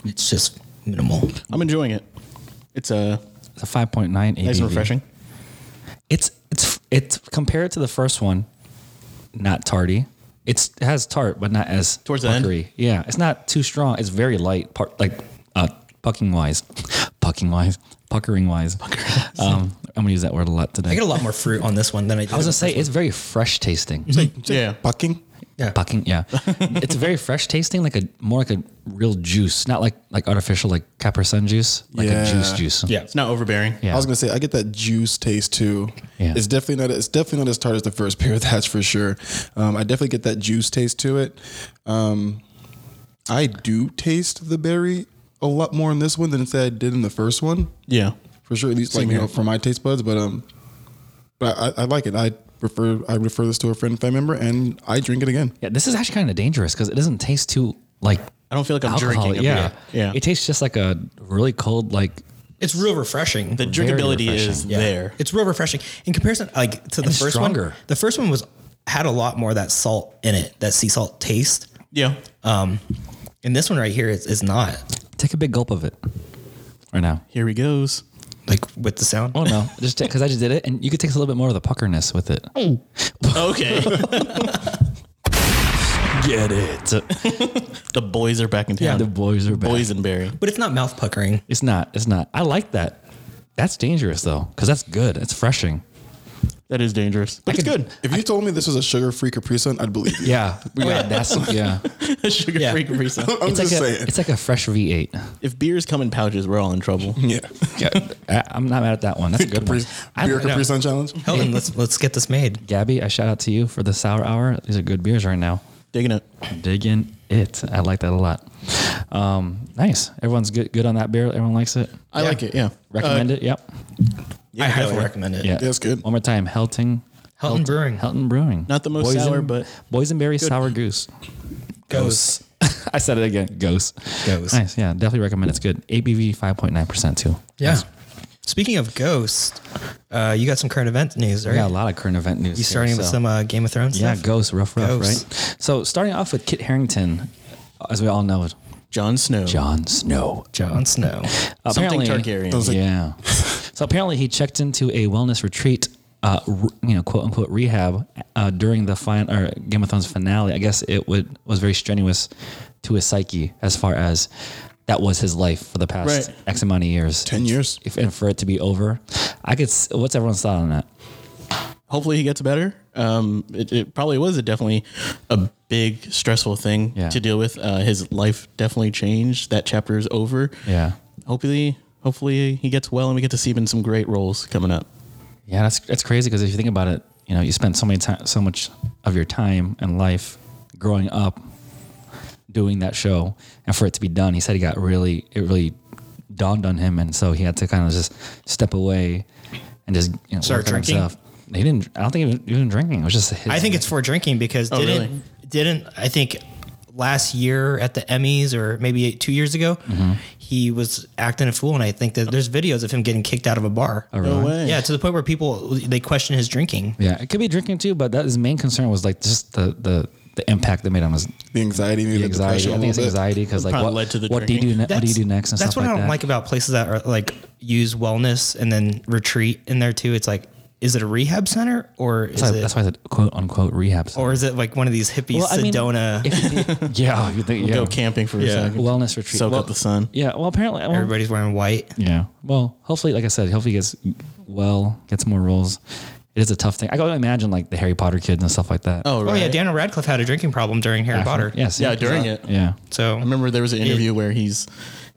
Speaker 3: It's just minimal.
Speaker 1: I'm enjoying it. It's uh,
Speaker 2: It's a five point nine ABV.
Speaker 1: nice and refreshing.
Speaker 2: It's it's it's compared to the first one, not tardy. It's it has tart, but not as
Speaker 1: Towards the end?
Speaker 2: puckery. Yeah, it's not too strong. It's very light, part like uh, pucking wise, pucking wise, puckering wise. Um, I'm gonna use that word a lot today.
Speaker 3: I
Speaker 2: I,
Speaker 3: get a lot more fruit on this one than I did.
Speaker 2: was gonna say it's very fresh tasting.
Speaker 1: Yeah.
Speaker 4: Bucking.
Speaker 3: yeah.
Speaker 2: Pucking, yeah. it's very fresh tasting, like a more like a real juice, not like like artificial like Capri Sun juice, like a
Speaker 4: Yeah.
Speaker 2: juice juice.
Speaker 3: Yeah.
Speaker 1: It's not overbearing.
Speaker 2: Yeah.
Speaker 4: I was gonna say I get that juice taste too.
Speaker 2: Yeah.
Speaker 4: It's definitely not. It's definitely not as tart as the first beer. That's for sure. Um, I definitely get that juice taste to it. Um, I do taste the berry a lot more in this one than say I did in the first one.
Speaker 1: Yeah.
Speaker 4: for sure. At least like you know for my taste buds, but um, but I, I like it. I refer I refer this to a friend, family member, and I drink it again.
Speaker 2: Yeah, this is actually kind of dangerous because it doesn't taste too like
Speaker 1: I don't feel like I'm
Speaker 2: alcohol.
Speaker 1: drinking. a
Speaker 2: yeah.
Speaker 1: beer. Yeah.
Speaker 2: it tastes just like a really cold like.
Speaker 3: It's real refreshing.
Speaker 1: the drinkability is
Speaker 3: Yeah.
Speaker 1: there.
Speaker 3: It's real refreshing in comparison, like to the
Speaker 2: it's
Speaker 3: first
Speaker 2: stronger.
Speaker 3: one. The first one was had a lot more of that salt in it, that sea salt taste.
Speaker 1: Yeah.
Speaker 3: And this one right here is, is not
Speaker 2: Take a big gulp of it right now.
Speaker 1: Here he goes.
Speaker 3: like with the sound.
Speaker 2: Oh no, just because I just did it, and you could taste a little bit more of the puckerness with it.
Speaker 1: Okay.
Speaker 2: Get it?
Speaker 1: the boys are back in town.
Speaker 2: The boys are back.
Speaker 1: Boysenberry.
Speaker 3: But it's not mouth puckering.
Speaker 2: It's not. It's not. I like that. That's dangerous though, because that's good. It's refreshing.
Speaker 1: That is dangerous, but it's good.
Speaker 4: If you told me this was a sugar-free Capri Sun, I'd believe you.
Speaker 2: Yeah, yeah, that's yeah.
Speaker 1: Sugar
Speaker 3: Yeah.
Speaker 1: free Capri Sun.
Speaker 4: I'm
Speaker 2: It's like
Speaker 4: just
Speaker 2: a,
Speaker 4: saying.
Speaker 2: it's like a fresh V8.
Speaker 1: If beers come in pouches, we're all in trouble.
Speaker 4: Yeah.
Speaker 2: Yeah, I- I'm not mad at that one. That's a good
Speaker 4: Capri,
Speaker 2: one. I,
Speaker 4: beer Capri
Speaker 2: no,
Speaker 4: Sun challenge.
Speaker 3: Helen, let's let's get this made.
Speaker 2: Gabby, I shout out to you for the sour hour. These are good beers right now.
Speaker 1: Digging it.
Speaker 2: Digging it. I like that a lot. Um, nice. Everyone's good good on that beer. Everyone likes it.
Speaker 1: I like it. Yeah.
Speaker 2: Recommend it. Yep.
Speaker 3: I
Speaker 1: hell
Speaker 3: highly
Speaker 1: yeah.
Speaker 3: recommend it.
Speaker 2: Yeah.
Speaker 4: that's good.
Speaker 2: One more time. Helting.
Speaker 3: Helton Brewing.
Speaker 2: Helton Brewing.
Speaker 1: Not the most sour, but
Speaker 2: boysenberry sour goose.
Speaker 3: Goes.
Speaker 2: I said it again. Ghost.
Speaker 3: Ghost.
Speaker 2: Nice. Yeah. Definitely recommend. it. It's good. ABV five point nine percent too.
Speaker 3: Yeah. Speaking of ghosts, uh, you got some current event news, right?
Speaker 2: We got a lot of current event news.
Speaker 3: you starting
Speaker 2: here,
Speaker 3: with
Speaker 2: so-
Speaker 3: some uh, Game of Thrones
Speaker 2: Yeah,
Speaker 3: stuff?
Speaker 2: Ghost, rough, rough,
Speaker 3: Ghost.
Speaker 2: right? So starting off with Kit Harrington, as we all know,
Speaker 1: Jon Snow.
Speaker 2: Jon Snow.
Speaker 3: Jon Snow.
Speaker 1: Something
Speaker 2: Apparently-
Speaker 1: Targaryen.
Speaker 2: Yeah. so apparently he checked into a wellness retreat, uh, re- you know, quote unquote rehab uh, during the fin- or Game of Thrones finale. I guess it would was very strenuous to his psyche as far as that was his life for the past
Speaker 1: Right.
Speaker 2: X amount of years.
Speaker 4: Ten years.
Speaker 2: If, and for it to be over, I could. s- What's everyone's thought on that?
Speaker 1: hopefully he gets better. Um, it, it probably was a definitely a big stressful thing
Speaker 2: Yeah.
Speaker 1: to deal with. Uh, his life definitely changed. That chapter is over.
Speaker 2: Yeah.
Speaker 1: Hopefully, hopefully he gets well and we get to see him in some great roles coming up.
Speaker 2: Yeah, that's that's crazy because if you think about it, you know, you spent so many time, so much of your time and life growing up doing that show, and for it to be done, he said he got really it really dawned on him, and so he had to kind of just step away and just you know,
Speaker 3: Start
Speaker 2: work on
Speaker 3: drinking?
Speaker 2: himself. He didn't. I don't think he was even drinking. It was just. His,
Speaker 3: I think it's for drinking because
Speaker 2: Oh,
Speaker 3: didn't
Speaker 1: really?
Speaker 3: didn't I think last year at the Emmys or maybe two years ago
Speaker 2: Mm-hmm.
Speaker 3: he was acting a fool, and I think that there's videos of him getting kicked out of a bar.
Speaker 2: Oh,
Speaker 1: No way.
Speaker 3: Yeah, to the point where people they question his drinking.
Speaker 2: Yeah, it could be drinking too, but that his main concern was like just the the. The impact that made on his
Speaker 4: The anxiety, maybe
Speaker 2: the
Speaker 4: the,
Speaker 2: anxiety. I
Speaker 4: depression a
Speaker 2: think it's
Speaker 4: little bit.
Speaker 2: anxiety because like
Speaker 1: Probably
Speaker 2: what,
Speaker 1: led to the
Speaker 2: what do you do?
Speaker 1: drinking.
Speaker 2: Ne- what do you do next? And
Speaker 3: that's
Speaker 2: stuff
Speaker 3: what
Speaker 2: like
Speaker 3: I don't
Speaker 2: that.
Speaker 3: like about places that are like use wellness and then retreat in there too. It's like, is it a rehab center or is
Speaker 2: That's why,
Speaker 3: it
Speaker 2: that's why I said quote unquote rehab.
Speaker 3: or is it like one of these hippie
Speaker 2: Well, I mean,
Speaker 3: Sedona?
Speaker 2: if- yeah, you think yeah.
Speaker 1: Go camping for
Speaker 3: Yeah.
Speaker 1: a second.
Speaker 2: wellness retreat.
Speaker 1: Soak
Speaker 2: well,
Speaker 1: up the sun.
Speaker 2: Yeah. Well, apparently, well,
Speaker 3: everybody's wearing white.
Speaker 2: yeah. Well, hopefully, like I said, hopefully he gets well, gets more roles. It is a tough thing. I can only imagine like the Harry Potter kids and stuff like that.
Speaker 1: Oh,
Speaker 3: Oh
Speaker 1: right.
Speaker 3: yeah, Daniel Radcliffe had a drinking problem during Harry Potter.
Speaker 2: Uh-huh. Yes.
Speaker 1: yeah, during it.
Speaker 2: Yeah.
Speaker 3: So
Speaker 1: I remember there was an interview where he's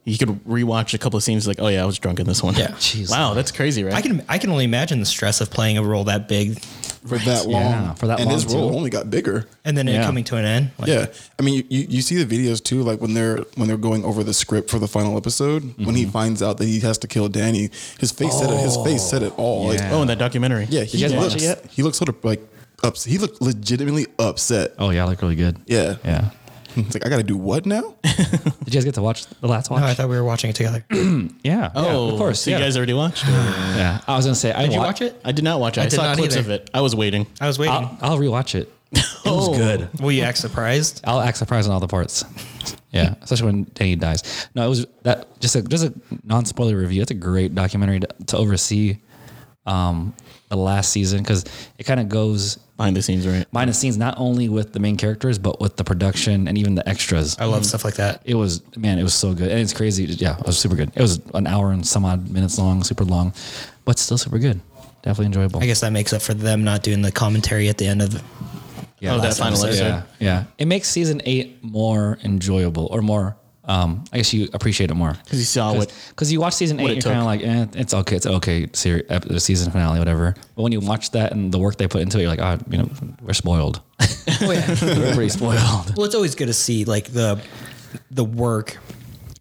Speaker 1: he could rewatch a couple of scenes like, oh yeah, I was drunk in this one.
Speaker 3: Yeah.
Speaker 2: Jeez.
Speaker 1: Wow, that's crazy, right?
Speaker 3: I can I can only imagine the stress of playing a role that big,
Speaker 4: for that long.
Speaker 2: Yeah, for that
Speaker 4: and his
Speaker 2: long,
Speaker 4: role
Speaker 2: too.
Speaker 4: only got bigger.
Speaker 3: and then
Speaker 2: Yeah.
Speaker 3: it coming to an end. Like,
Speaker 4: Yeah, I mean, you, you, you see the videos too, like when they're when they're going over the script for the final episode. When
Speaker 2: Mm-hmm.
Speaker 4: he finds out that he has to kill Danny, his face said it. His face said it all.
Speaker 2: Yeah.
Speaker 4: Like,
Speaker 1: oh, in that documentary.
Speaker 4: yeah, he
Speaker 2: you guys watch
Speaker 4: looks
Speaker 2: it yet?
Speaker 4: he looks sort of like upset. He looked legitimately upset.
Speaker 2: Oh yeah, look really good.
Speaker 4: Yeah,
Speaker 2: Yeah.
Speaker 4: It's like I got to do what now?
Speaker 2: Did you guys get to watch the last watch?
Speaker 3: No, oh, I thought we were watching it together.
Speaker 2: yeah.
Speaker 1: Oh,
Speaker 2: yeah, of course.
Speaker 1: So
Speaker 2: yeah.
Speaker 1: you guys already watched? it?
Speaker 2: yeah. I was gonna say. I
Speaker 3: Did you watch it?
Speaker 1: I did not watch it. I,
Speaker 3: did
Speaker 1: saw
Speaker 3: not
Speaker 1: clips
Speaker 3: either.
Speaker 1: of it. I was waiting. Oh.
Speaker 3: I was waiting.
Speaker 2: I'll, I'll rewatch it. It was good.
Speaker 3: Will you act surprised?
Speaker 2: I'll act surprised on all the parts. Yeah, especially when Danny dies. No, it was that just a just a non spoiler review. That's a great documentary to, to oversee um, the last season because it kind of goes
Speaker 1: Behind the scenes, right?
Speaker 2: behind the scenes not only with the main characters but with the production and even the extras.
Speaker 3: I love stuff like that.
Speaker 2: It was man, it was so good and it's crazy. Yeah, it was super good. It was an hour and some odd minutes long, super long, but still super good. Definitely enjoyable.
Speaker 3: I guess that makes up for them not doing the commentary at the end of.
Speaker 2: Yeah,
Speaker 1: Oh, that
Speaker 2: last
Speaker 1: final episode.
Speaker 2: Yeah, yeah. It makes season eight more enjoyable or more. Um, I guess you appreciate it more
Speaker 1: Because you saw what
Speaker 2: because you watch season eight,
Speaker 1: it
Speaker 2: you're kind of like, eh, it's okay, it's okay, seri- ep- season finale, whatever. But when you watch that and the work they put into it, you're like, oh, you know, we're spoiled.
Speaker 3: Oh yeah.
Speaker 2: we're pretty spoiled.
Speaker 3: well, it's always good to see like the the work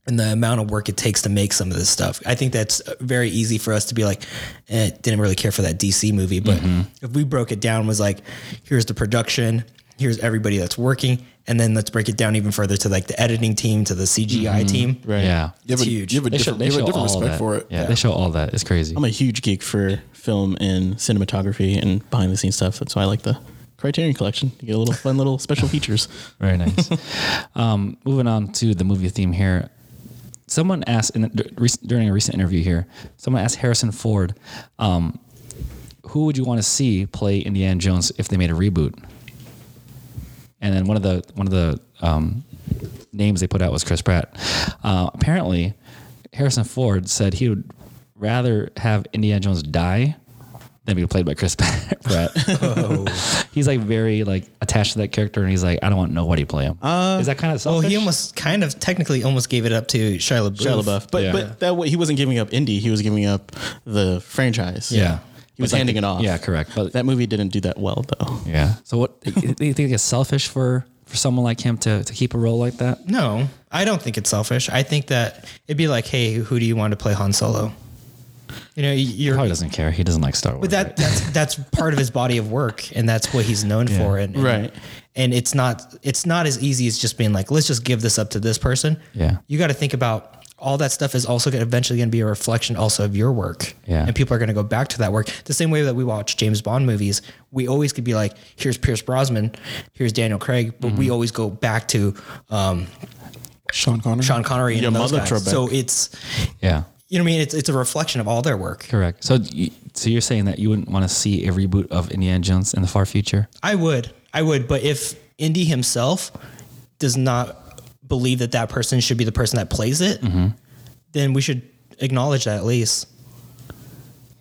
Speaker 3: and the amount of work it takes to make some of this stuff. I think that's uh, very easy for us to be like, eh, didn't really care for that DC movie, but
Speaker 1: Mm-hmm.
Speaker 3: if we broke it down, was like, here's the production, here's everybody that's working, and then let's break it down even further to like the editing team, to the CGI team.
Speaker 1: Mm-hmm. Right.
Speaker 2: Yeah.
Speaker 4: You have a,
Speaker 3: huge.
Speaker 4: You have a
Speaker 2: They show,
Speaker 4: different,
Speaker 2: they
Speaker 4: you have
Speaker 2: show
Speaker 4: a different
Speaker 2: all
Speaker 4: respect
Speaker 2: that.
Speaker 4: for it.
Speaker 2: Yeah, they show all that. It's crazy.
Speaker 1: I'm a huge geek for film and cinematography and behind the scenes stuff. That's why I like the Criterion Collection. You get a little fun little special features.
Speaker 2: Very nice. um, moving on to the movie theme here. Someone asked in, dur- rec- during a recent interview here. Someone asked Harrison Ford, um, "Who would you want to see play Indiana Jones if they made a reboot?" And then one of the one of the um, names they put out was Chris Pratt. Uh, apparently, Harrison Ford said he would rather have Indiana Jones die than be played by Chris Pratt.
Speaker 3: Oh.
Speaker 2: He's like very like attached to that character, and he's like, I don't want nobody to play him. Is that kind of
Speaker 3: Um, Well,
Speaker 2: selfish?
Speaker 3: Oh, he almost kind of technically almost gave it up to Shia LaBeouf.
Speaker 1: Shia LaBeouf. But
Speaker 2: Yeah.
Speaker 1: but that way he wasn't giving up indie. He was giving up the franchise.
Speaker 2: Yeah.
Speaker 1: he was handing it off.
Speaker 2: yeah, correct. But
Speaker 1: That movie didn't do that well though.
Speaker 2: yeah. So what do you think it's selfish for for someone like him to to keep a role like that?
Speaker 3: No, I don't think it's selfish. I think that it'd be like, hey, who do you want to play Han Solo? You know, you're
Speaker 2: Probably doesn't care. He doesn't like Star Wars.
Speaker 3: But that that's that's part of his body of work, and that's what he's known for. And, and-
Speaker 1: Right.
Speaker 3: and it's not it's not as easy as just being like, let's just give this up to this person.
Speaker 2: Yeah.
Speaker 3: you got to think about all that stuff is also gonna, eventually going to be a reflection also of your work.
Speaker 2: Yeah.
Speaker 3: and people are going to go back to that work the same way that we watch James Bond movies. We always could be like, here's Pierce Brosnan, here's Daniel Craig, but
Speaker 2: Mm-hmm.
Speaker 3: we always go back to um,
Speaker 4: Sean Connery.
Speaker 3: Sean Connery and
Speaker 1: Your
Speaker 3: those
Speaker 1: mother,
Speaker 3: guys.
Speaker 1: Trebek.
Speaker 3: So it's
Speaker 2: yeah.
Speaker 3: you know what I mean. It's it's a reflection of all their work.
Speaker 2: Correct. So, you- so you're saying that you wouldn't want to see a reboot of Indiana Jones in the far future?
Speaker 3: I would. I would. But if Indy himself does not believe that that person should be the person that plays it,
Speaker 2: Mm-hmm.
Speaker 3: then we should acknowledge that at least.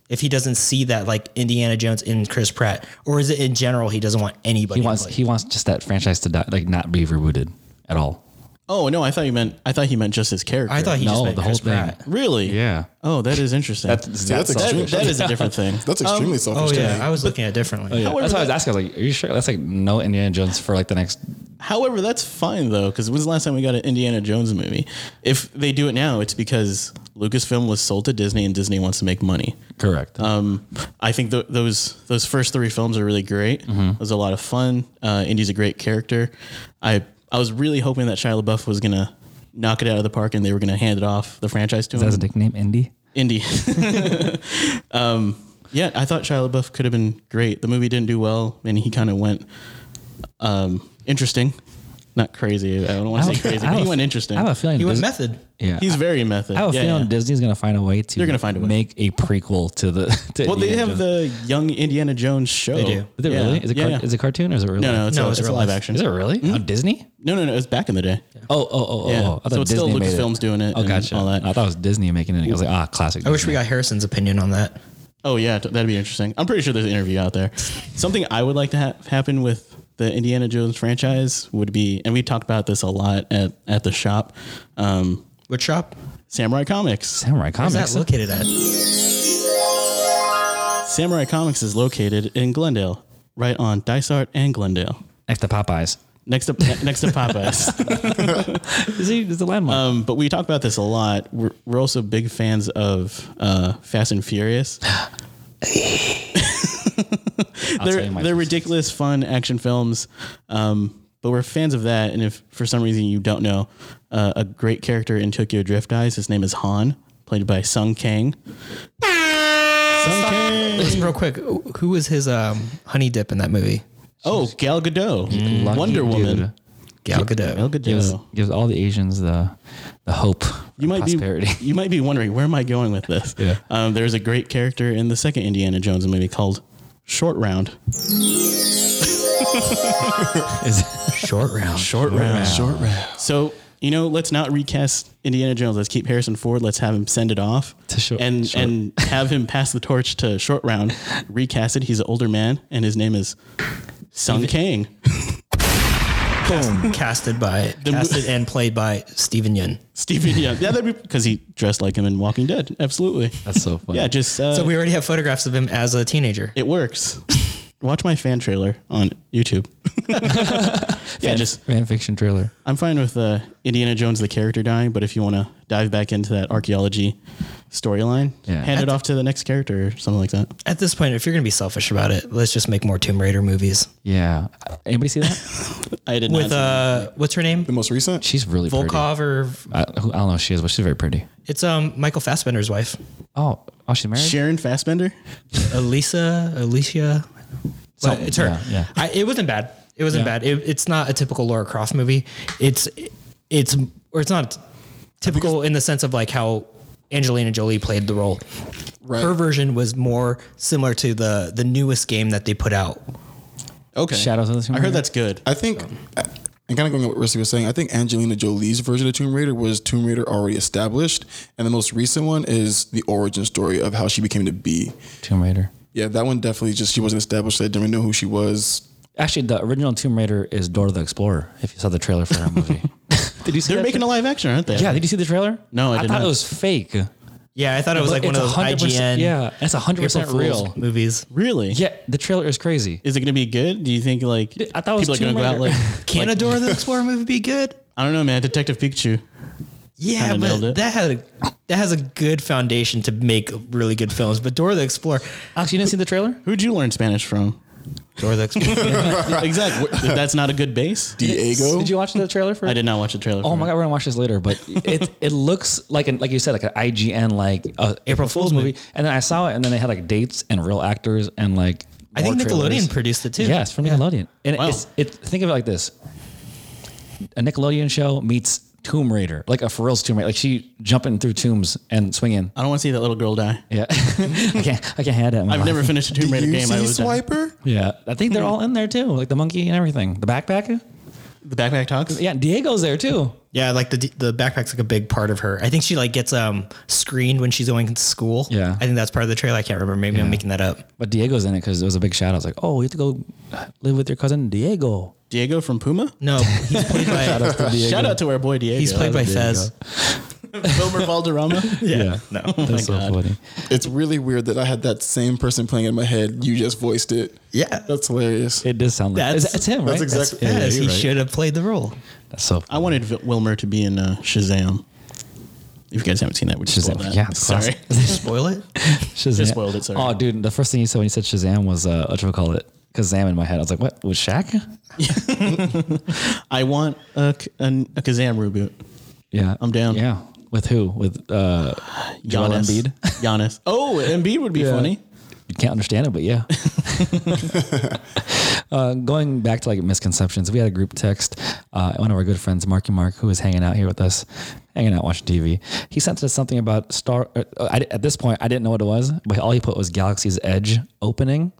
Speaker 3: If he doesn't see that, like Indiana Jones in Chris Pratt, or is it in general he doesn't want anybody?
Speaker 2: He
Speaker 3: to
Speaker 2: wants
Speaker 3: play?
Speaker 2: he wants just that franchise to die, like not be rebooted at all.
Speaker 1: Oh no, I thought you meant I thought he meant just his character.
Speaker 3: I thought he just
Speaker 2: No,
Speaker 3: meant
Speaker 2: the whole
Speaker 3: Chris
Speaker 2: thing.
Speaker 3: Pratt.
Speaker 1: really.
Speaker 2: Yeah.
Speaker 1: Oh, that is interesting.
Speaker 2: That's,
Speaker 4: that's
Speaker 2: that's,
Speaker 4: extreme.
Speaker 1: that, that is a different thing.
Speaker 4: That's extremely selfish.
Speaker 3: Oh
Speaker 4: to
Speaker 3: yeah,
Speaker 4: me.
Speaker 3: I was looking at it differently.
Speaker 2: Oh, yeah. that's why I was asking. I was like, "Are you sure?" That's like no Indiana Jones for like the next.
Speaker 1: However, that's fine though, because when's the last time we got an Indiana Jones movie? If they do it now, it's because Lucasfilm was sold to Disney and Disney wants to make money.
Speaker 2: Correct.
Speaker 1: Um, I think th- those those first three films are really great. It was a lot of fun. Uh, Indy's a great character. I I was really hoping that Shia LaBeouf was gonna knock it out of the park and they were gonna hand it off the franchise to him.
Speaker 2: That's a nickname, Indy.
Speaker 1: Indy. um, yeah, I thought Shia LaBeouf could have been great. The movie didn't do well, and he kind of went um, interesting, not crazy. I don't want to say crazy. But he went interesting.
Speaker 2: I have a feeling.
Speaker 3: He went
Speaker 2: Dis-
Speaker 3: method.
Speaker 2: yeah.
Speaker 1: He's very method.
Speaker 2: I have a
Speaker 1: Yeah,
Speaker 2: feeling
Speaker 1: yeah.
Speaker 2: Disney's gonna find a way to.
Speaker 1: They're gonna find a way.
Speaker 2: make a prequel to the. To
Speaker 1: Well, they
Speaker 2: Indiana
Speaker 1: have
Speaker 2: Jones.
Speaker 1: the young Indiana Jones show.
Speaker 3: do.
Speaker 2: Is it
Speaker 1: Yeah.
Speaker 2: really? Is it,
Speaker 1: Yeah,
Speaker 2: car-
Speaker 1: yeah.
Speaker 2: is it cartoon or is it really?
Speaker 1: No, no, it's,
Speaker 3: No,
Speaker 1: a,
Speaker 3: it's
Speaker 1: it's a
Speaker 3: real
Speaker 1: live
Speaker 3: life.
Speaker 1: action.
Speaker 2: Is it really on Disney?
Speaker 1: No, no, no. It was back in the day.
Speaker 2: Oh, oh, oh,
Speaker 1: Yeah.
Speaker 2: oh! I
Speaker 1: So
Speaker 2: thought
Speaker 1: it's still
Speaker 2: Disney made it.
Speaker 1: Lucasfilm's doing it
Speaker 2: Oh,
Speaker 1: and
Speaker 2: gotcha.
Speaker 1: all that.
Speaker 2: I thought it was Disney making it. I was like, ah, classic.
Speaker 3: I wish we got Harrison's opinion on that.
Speaker 1: Oh yeah, t- that'd be interesting. I'm pretty sure there's an interview out there. Something I would like to ha- happen with the Indiana Jones franchise would be, and we talked about this a lot at at the shop. Um,
Speaker 3: What shop?
Speaker 1: Samurai Comics.
Speaker 2: Samurai
Speaker 3: Where's
Speaker 2: Comics.
Speaker 3: that located at?
Speaker 1: Samurai Comics is located in Glendale, right on Dysart and Glendale,
Speaker 2: next to Popeyes.
Speaker 1: next to ne- next to Popeyes.
Speaker 2: Is he? Is the landmark?
Speaker 1: um, but we talk about this a lot. We're, we're also big fans of uh, Fast and Furious.
Speaker 2: I'll tell
Speaker 1: they're
Speaker 2: you my-
Speaker 1: they're ridiculous, fun action films. Um, but we're fans of that. And if for some reason you don't know, uh, a great character in Tokyo Drift dies. His name is Han, played by Sung Kang. Sung Kang.
Speaker 3: Listen, real quick, who was his um, honey dip in that movie?
Speaker 1: Oh, Gal Gadot,
Speaker 2: Mm, Lucky
Speaker 1: Wonder
Speaker 2: dude.
Speaker 1: Woman.
Speaker 3: Gal Gadot.
Speaker 1: Gal
Speaker 2: Gives,
Speaker 1: Gadot.
Speaker 2: gives all the Asians the the hope.
Speaker 1: You might
Speaker 2: prosperity.
Speaker 1: be you might be wondering where am I going with this?
Speaker 2: Yeah.
Speaker 1: Um, there's a great character in the second Indiana Jones movie called Short Round.
Speaker 2: Is-
Speaker 3: Short round.
Speaker 1: Short Round.
Speaker 4: Short round.
Speaker 1: So you know, let's not recast Indiana Jones. Let's keep Harrison Ford. Let's have him send it off
Speaker 2: To Short-
Speaker 1: and
Speaker 2: Short.
Speaker 1: and have him pass the torch to Short Round. Recast it. He's an older man, and his name is Sung Kang.
Speaker 3: casted by casted and played by Steven Yeun.
Speaker 1: Stephen Young. Yeah, that'd be because he dressed like him in Walking Dead. Absolutely.
Speaker 2: that's so funny.
Speaker 1: Yeah, just uh,
Speaker 3: So we already have photographs of him as a teenager.
Speaker 1: it works. Watch my fan trailer on YouTube. yeah, just
Speaker 2: fan fiction trailer.
Speaker 1: I'm fine with uh, Indiana Jones the character dying, but if you want to dive back into that archaeology storyline,
Speaker 2: Yeah.
Speaker 1: hand it off to the next character or something like that.
Speaker 3: At this point, if you're gonna be selfish about it, let's just make more Tomb Raider movies.
Speaker 2: Yeah. Anybody see that?
Speaker 1: I did
Speaker 3: With
Speaker 1: not.
Speaker 3: uh, what's her name?
Speaker 4: The most recent?
Speaker 2: She's really pretty.
Speaker 3: Volkov or
Speaker 2: I, who, I don't know who she is, but she's very pretty.
Speaker 3: it's um Michael Fassbender's wife,
Speaker 2: Oh, oh, she's married.
Speaker 1: Sharon Fassbender.
Speaker 3: Elisa, Alicia. Well,
Speaker 2: Something,
Speaker 3: it's her.
Speaker 2: yeah, yeah.
Speaker 3: I, it wasn't bad. It wasn't
Speaker 2: Yeah.
Speaker 3: bad. It, it's not a typical Laura Croft movie. It's it's or it's not typical in the sense of like how Angelina Jolie played the role.
Speaker 4: Right.
Speaker 3: Her version was more similar to the the newest game that they put out.
Speaker 1: Okay.
Speaker 2: Shadows of the Tomb
Speaker 1: I heard
Speaker 2: Raider?
Speaker 1: that's good.
Speaker 4: I think, and kind of going with what Rissi was saying, I think Angelina Jolie's version of Tomb Raider was Tomb Raider already established, and the most recent one is the origin story of how she became to be
Speaker 2: Tomb Raider.
Speaker 4: Yeah, that one definitely just she wasn't established. I didn't really know who she was.
Speaker 2: Actually, the original Tomb Raider is Dora the Explorer. If you saw the trailer for that movie, did you see?
Speaker 1: They're
Speaker 2: that
Speaker 1: making a
Speaker 2: tra-
Speaker 1: live action, aren't they?
Speaker 2: yeah, did you see the trailer?
Speaker 1: No, I
Speaker 2: I
Speaker 1: did
Speaker 2: thought
Speaker 1: not.
Speaker 2: it was fake.
Speaker 3: Yeah, I thought it was like one of those IGN.
Speaker 2: Yeah, it's hundred percent
Speaker 3: April Fool's
Speaker 2: real.
Speaker 3: movies.
Speaker 1: Really?
Speaker 2: Yeah, the trailer is crazy.
Speaker 1: Is it going to be good? Do you think like
Speaker 2: I thought it was
Speaker 1: people are
Speaker 2: Tomb
Speaker 1: going to go out
Speaker 2: Raider.
Speaker 1: like
Speaker 3: Can a Dora the Explorer movie be good?
Speaker 1: I don't know, man. Detective Pikachu.
Speaker 3: Yeah,
Speaker 1: Kinda nailed
Speaker 3: but
Speaker 1: it.
Speaker 3: that had a, that has a good foundation to make really good films. But Dora the Explorer,
Speaker 2: Alex, you didn't see the trailer?
Speaker 1: Who'd you learn Spanish from?
Speaker 3: Dora the Explorer.
Speaker 1: exactly. Wh- That's not a good base.
Speaker 4: Diego.
Speaker 2: Did you watch the trailer for?
Speaker 1: I did not watch the trailer.
Speaker 2: Oh
Speaker 1: for
Speaker 2: my
Speaker 1: it.
Speaker 2: god, we're gonna watch this later, but it it looks like an like you said like an IGN like uh, April Fool's movie, and then I saw it, and then they had like dates and real actors and like
Speaker 3: I think
Speaker 2: more trailers.
Speaker 3: Nickelodeon produced it too.
Speaker 2: Yes, from Nickelodeon, and
Speaker 1: Wow.
Speaker 2: it's it. Think of it like this: a Nickelodeon show meets Tomb Raider, like a Pharrell's Tomb Raider, like she jumping through tombs and swinging.
Speaker 1: I don't want to see that little girl die.
Speaker 2: Yeah, I can't I can't have that. in my
Speaker 1: I've
Speaker 2: life.
Speaker 1: never finished a Tomb
Speaker 4: Did
Speaker 1: Raider
Speaker 4: you
Speaker 1: game. I
Speaker 4: see
Speaker 1: was done.
Speaker 4: Swiper?
Speaker 2: Yeah, I think they're all in there too, like the monkey and everything, the backpack.
Speaker 1: The backpack talks.
Speaker 2: Yeah, Diego's there too.
Speaker 3: Yeah, like the the backpack's like a big part of her. I think she like gets um screened when she's going to school.
Speaker 2: Yeah.
Speaker 3: I think that's part of the trailer. I can't remember. Maybe I'm making that up.
Speaker 2: But Diego's in it because it was a big shout out. It's like, oh, you have to go live with your cousin Diego.
Speaker 1: Diego from Puma.
Speaker 3: No, he's played by
Speaker 1: Uh, Shout out to our boy Diego.
Speaker 3: he's played by
Speaker 2: there you
Speaker 3: Fez.
Speaker 1: Wilmer Valderrama. Oh
Speaker 2: Yeah. No. That's so
Speaker 1: God.
Speaker 2: funny.
Speaker 4: It's really weird that I had that same person playing in my head. You just voiced it.
Speaker 3: Yeah.
Speaker 4: That's hilarious.
Speaker 2: It does sound like
Speaker 3: That's-
Speaker 2: that's, it's him, right?
Speaker 4: that's exactly-
Speaker 2: yeah,
Speaker 3: Yes,
Speaker 2: you're
Speaker 3: he
Speaker 2: right.
Speaker 3: should have played the role.
Speaker 2: That's so
Speaker 1: I wanted Vil- Wilmer to be in uh, Shazam. If you guys haven't seen that, we just
Speaker 2: Shazam.
Speaker 1: spoiled that.
Speaker 2: Yeah, it's
Speaker 1: sorry.
Speaker 2: classic.
Speaker 3: Spoil it.
Speaker 2: Shazam.
Speaker 1: Just spoiled it, sorry.
Speaker 2: Oh, dude, the first thing you said when you said Shazam was uh, what do we call it? Kazam in my head. I was like, what was Shaq?
Speaker 1: I want a, K- an- a Kazam reboot.
Speaker 2: Yeah,
Speaker 1: I'm down.
Speaker 2: Yeah, with who? With uh, Joel
Speaker 1: Giannis.
Speaker 2: Embiid.
Speaker 1: Giannis. Oh, Embiid would be
Speaker 2: Yeah.
Speaker 1: funny.
Speaker 2: You can't understand it, but yeah. uh, going back to like misconceptions, we had a group text. Uh, one of our good friends, Marky Mark, who is hanging out here with us, hanging out watching TV. He sent us something about Star. Uh, I, at this point, I didn't know what it was, but all he put was Galaxy's Edge opening.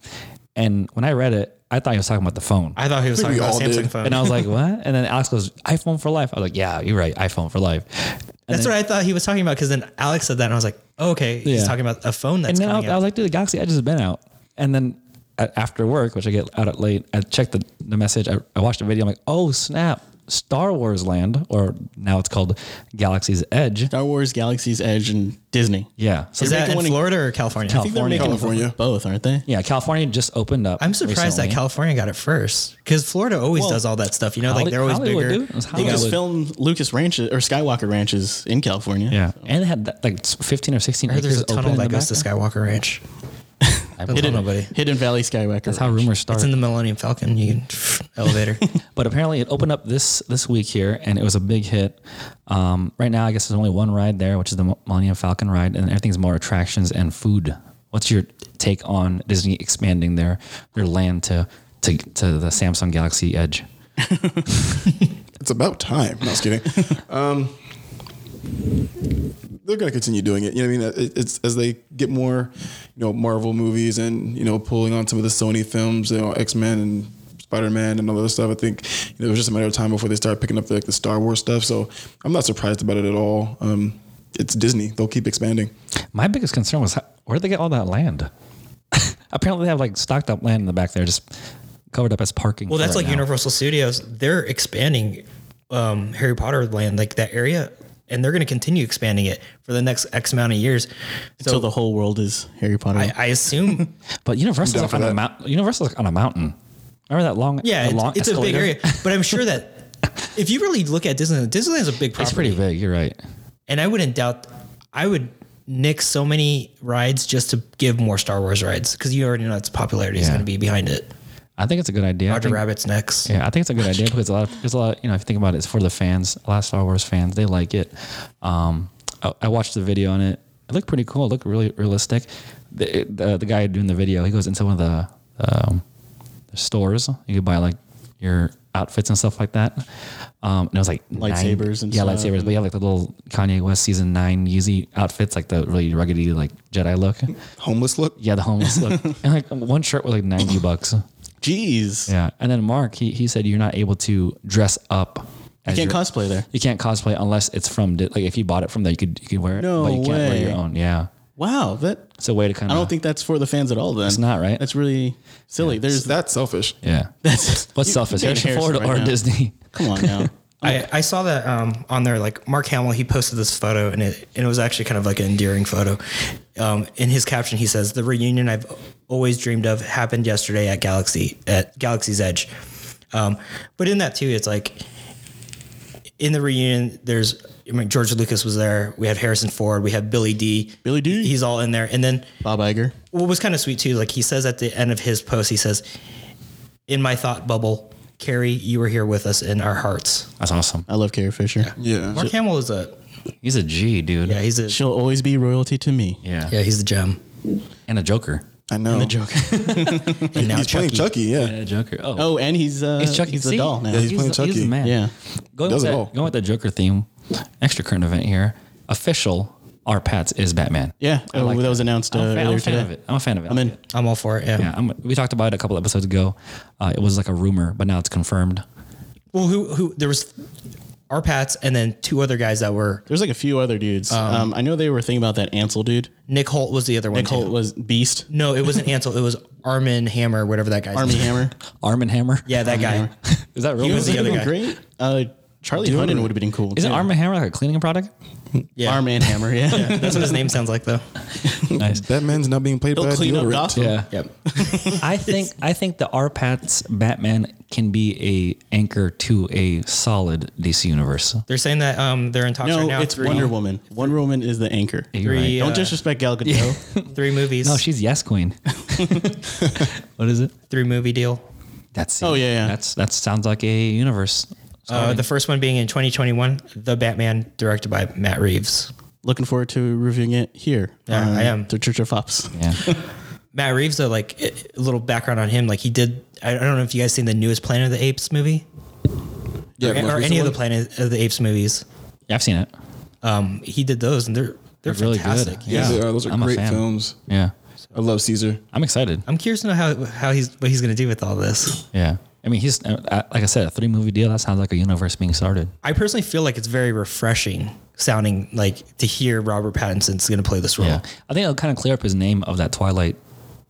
Speaker 2: And when I read it, I thought he was talking about the phone.
Speaker 3: I thought he was
Speaker 4: think
Speaker 3: talking
Speaker 4: we
Speaker 3: about
Speaker 4: all
Speaker 3: Samsung
Speaker 4: did.
Speaker 3: phone.
Speaker 2: and I was like, what? And then Alex goes, iPhone for life. I was like, yeah, you're right, iPhone for life. And
Speaker 3: That's
Speaker 2: then-
Speaker 3: what I thought he was talking about because then Alex said that and I was like, oh, okay, he's
Speaker 2: Yeah.
Speaker 3: talking about a phone
Speaker 2: and
Speaker 3: that's
Speaker 2: then I,
Speaker 3: coming
Speaker 2: I
Speaker 3: out.
Speaker 2: was like, dude, the Galaxy Edge has been out. And then a- after work, which I get out at late, I checked the, the message. I, I watched the video. I'm like, oh snap, Star Wars Land, or now it's called Galaxy's Edge.
Speaker 1: Star Wars, Galaxy's Edge, and Disney.
Speaker 2: Yeah. So
Speaker 3: Is
Speaker 2: they-
Speaker 3: that in
Speaker 1: wanna-
Speaker 3: Florida or California?
Speaker 1: I think they're making
Speaker 4: California.
Speaker 1: both, aren't they?
Speaker 2: yeah, California just opened up.
Speaker 3: I'm surprised that
Speaker 2: recently.
Speaker 3: California got it first because Florida always
Speaker 1: Well,
Speaker 3: does all that stuff. You know, like
Speaker 2: Holly-
Speaker 3: they're always
Speaker 2: Hollywood,
Speaker 3: bigger.
Speaker 2: dude. It was
Speaker 3: They got-
Speaker 1: They just
Speaker 2: Hollywood.
Speaker 1: filmed Lucas Ranches or Skywalker Ranches in California.
Speaker 2: Yeah, and it had that, like 15 or 16
Speaker 3: I heard there's
Speaker 2: acres
Speaker 3: a tunnel
Speaker 2: open
Speaker 3: that
Speaker 2: in the
Speaker 3: goes
Speaker 2: back.
Speaker 3: to Skywalker Ranch.
Speaker 2: I
Speaker 3: Hidden,
Speaker 2: believe it.
Speaker 3: nobody.
Speaker 1: Hidden Valley Skywalker.
Speaker 2: That's how rumors start.
Speaker 3: It's in the Millennium Falcon. You can elevator.
Speaker 2: But apparently, it opened up this this week here, and it was a big hit. Um, right now, I guess there's only one ride there, which is the Millennium Falcon ride, and everything's more attractions and food. What's your take on Disney expanding their their land to to to the Samsung Galaxy Edge?
Speaker 4: It's about time. No, I was kidding. um, they're going to continue doing it. You know what I mean? It- It's as they get more, you know, Marvel movies and you know, pulling on some of the Sony films, you know, X Men and Spider Man and all that stuff. I think you know, it was just a matter of time before they start picking up the, like the Star Wars stuff. So I'm not surprised about it at all. Um, it's Disney. They'll keep expanding.
Speaker 2: My biggest concern was how, where did they get all that land? apparently, they have like stocked up land in the back there, just covered up as parking.
Speaker 3: well,
Speaker 2: for
Speaker 3: that's
Speaker 2: right
Speaker 3: like
Speaker 2: now.
Speaker 3: Universal Studios. They're expanding um, Harry Potter land, like that area, and they're going to continue expanding it for the next X amount of years. So,
Speaker 1: So the whole world is Harry Potter.
Speaker 3: I, I assume,
Speaker 2: But Universal's
Speaker 4: I'm down
Speaker 2: like
Speaker 4: for
Speaker 2: on a
Speaker 4: that.
Speaker 2: mount. Universal's like on a mountain. Remember that long?
Speaker 3: yeah,
Speaker 2: that long
Speaker 3: it's, it's a big
Speaker 2: escalator?
Speaker 3: area. But I'm sure that if you really look at Disneyland, Disneyland's a big property.
Speaker 2: It's pretty big. You're right.
Speaker 3: and I wouldn't doubt. I would nix so many rides just to give more Star Wars rides because you already know its popularity is
Speaker 2: Yeah.
Speaker 3: going to be behind it.
Speaker 2: I think it's a good idea. I
Speaker 3: Roger
Speaker 2: think-
Speaker 3: Rabbit's next.
Speaker 2: Yeah, I think it's a good idea because a lot, of, because a lot, you know, if you think about it, it's for the fans. A lot of Star Wars fans, they like it. Um, I, I watched the video on it. It looked pretty cool. It looked really realistic. The the, the guy doing the video, he goes into one of the, um, the stores. You could buy like your outfits and stuff like that. Um, and it was like nine-
Speaker 1: Lightsabers and
Speaker 2: yeah,
Speaker 1: stuff.
Speaker 2: lightsabers. But yeah, like the little Kanye West season nine Yeezy outfits, like the really ruggedy like Jedi look.
Speaker 4: Homeless look.
Speaker 2: Yeah, the homeless look, and like one shirt was like ninety bucks.
Speaker 1: Jeez.
Speaker 2: Yeah. And then Mark, he, he said you're not able to dress up.
Speaker 1: You
Speaker 2: as
Speaker 1: can't
Speaker 2: your-
Speaker 1: cosplay there.
Speaker 2: You can't cosplay unless it's from Di- like if you bought it from there, you could you could wear it.
Speaker 1: No
Speaker 2: but you can't wear
Speaker 1: way.
Speaker 2: your own. Yeah.
Speaker 1: Wow, that
Speaker 2: It's a way to kind
Speaker 1: I
Speaker 2: of.
Speaker 1: don't think that's for the fans at all. Then it's
Speaker 2: not, right?
Speaker 1: That's really silly. There's
Speaker 4: That's selfish.
Speaker 2: Yeah.
Speaker 1: that's
Speaker 2: What's
Speaker 1: you-
Speaker 2: selfish,
Speaker 1: Dan
Speaker 2: Harrison
Speaker 1: Harrison
Speaker 2: Ford
Speaker 1: right
Speaker 2: or
Speaker 1: now.
Speaker 2: Disney?
Speaker 1: Come on now.
Speaker 3: I, I saw that um, on there, like Mark Hamill, he posted this photo and it, and it was actually kind of like an endearing photo. Um, in his caption, he says, The reunion I've always dreamed of happened yesterday at Galaxy, at Galaxy's Edge. Um, but in that too, it's like in the reunion, there's, I mean, George Lucas was there. We had Harrison Ford. We had Billy D.
Speaker 1: Billy D.
Speaker 3: He's all in there. And then
Speaker 1: Bob Iger.
Speaker 3: what was kind of sweet too, like he says at the end of his post, he says, In my thought bubble, Carrie, you were here with us in our hearts.
Speaker 2: That's awesome.
Speaker 1: I love Carrie Fisher.
Speaker 4: Yeah.
Speaker 3: Mark Hamill is a
Speaker 2: He's a G, dude.
Speaker 3: yeah, he's a
Speaker 1: She'll always be royalty to me.
Speaker 2: Yeah.
Speaker 3: yeah, he's the gem.
Speaker 2: And a Joker.
Speaker 4: I know.
Speaker 1: The joke.
Speaker 3: And now
Speaker 4: He's playing
Speaker 3: Chucky.
Speaker 4: Chucky. Yeah.
Speaker 2: A Joker. Oh.
Speaker 1: Oh, and he's uh,
Speaker 2: He's
Speaker 1: he's,
Speaker 2: Chucky.
Speaker 1: a
Speaker 2: See?
Speaker 1: doll now.
Speaker 4: Yeah, he's playing
Speaker 2: the- He's the
Speaker 4: Chucky.
Speaker 2: man.
Speaker 1: Yeah.
Speaker 2: Going
Speaker 4: Does
Speaker 2: with,
Speaker 4: it
Speaker 2: that,
Speaker 4: all.
Speaker 2: going with the Joker theme, extra current event here. Official, our Pats is Batman.
Speaker 1: Yeah,
Speaker 2: I
Speaker 1: oh,
Speaker 2: like
Speaker 1: that was announced,
Speaker 2: I'm a
Speaker 1: uh,
Speaker 2: fan- I'm
Speaker 1: earlier
Speaker 2: a fan
Speaker 1: today.
Speaker 2: of it. I'm a fan of it.
Speaker 1: I'm in.
Speaker 3: I'm all for it. Yeah.
Speaker 2: Yeah, I'm, we talked about it a couple episodes ago. Uh, it was like a rumor, but now it's confirmed.
Speaker 3: Well, who who there was our Pats and then two other guys that were
Speaker 1: There's like a few other dudes. Um, I know they were thinking about that Ansel dude.
Speaker 3: Nick Holt was the other one.
Speaker 1: Nick Holt
Speaker 3: too.
Speaker 1: was Beast.
Speaker 3: No, it wasn't Ansel. It was Armin Hammer, whatever that guy's
Speaker 1: Army
Speaker 3: name.
Speaker 1: Hammer.
Speaker 2: Arm and Hammer.
Speaker 3: Yeah, that guy.
Speaker 2: Is that real?
Speaker 3: He was
Speaker 2: Is it-
Speaker 3: the other
Speaker 1: Would've
Speaker 3: guy.
Speaker 1: been Great. Uh, Charlie Hunnam would have been cool.
Speaker 2: Is it
Speaker 1: too.
Speaker 2: Arm and Hammer like a cleaning product?
Speaker 3: Yeah.
Speaker 1: Arm and Hammer? Yeah.
Speaker 3: That's what his name sounds like though.
Speaker 2: nice.
Speaker 4: Batman's not being played
Speaker 1: They'll
Speaker 4: by a
Speaker 1: clean up
Speaker 4: deodorant.
Speaker 1: Gotham.
Speaker 2: Yeah.
Speaker 3: Yep.
Speaker 2: I think I think the RPATS Batman can be a anchor to a solid DC universe.
Speaker 3: They're saying that um they're in talks
Speaker 1: No,
Speaker 3: right now.
Speaker 1: it's
Speaker 3: three,
Speaker 1: Wonder Woman. Wonder Woman is the anchor.
Speaker 2: You're
Speaker 3: Three,
Speaker 2: right.
Speaker 1: Don't
Speaker 3: uh,
Speaker 1: disrespect Gal Gadot.
Speaker 3: three movies.
Speaker 2: No, she's yes queen. what is it?
Speaker 3: three movie deal.
Speaker 2: That's
Speaker 1: Oh, yeah, yeah.
Speaker 2: That's that sounds like a universe.
Speaker 3: Uh, the first one being in 2021, The Batman, directed by Matt Reeves.
Speaker 1: Looking forward to reviewing it here.
Speaker 3: Yeah,
Speaker 1: on
Speaker 3: I am.
Speaker 1: The Church of Fops.
Speaker 2: Yeah.
Speaker 3: Matt Reeves, though, like a a little background on him, like he did. I I don't know if you guys seen the newest Planet of the Apes movie
Speaker 4: Yeah,
Speaker 3: or,
Speaker 4: most
Speaker 3: or any
Speaker 4: recent
Speaker 3: of the
Speaker 4: one.
Speaker 3: Planet of the Apes movies.
Speaker 2: Yeah, I've seen it.
Speaker 3: Um, he did those, and they're they're,
Speaker 2: They're really
Speaker 3: fantastic.
Speaker 2: good.
Speaker 3: Yeah.
Speaker 4: Yeah, they are. those are
Speaker 2: I'm a
Speaker 4: great
Speaker 2: fan.
Speaker 4: films.
Speaker 2: Yeah.
Speaker 4: I love Caesar.
Speaker 2: I'm excited.
Speaker 3: I'm curious to know how how he's what he's gonna do with all this.
Speaker 2: Yeah. I mean, he's uh, I- like I said, a three movie deal. That sounds like a universe being started.
Speaker 3: I personally feel like it's very refreshing sounding like to hear Robert Pattinson's gonna play this role.
Speaker 2: Yeah. I think it'll kind of clear up his name of that Twilight,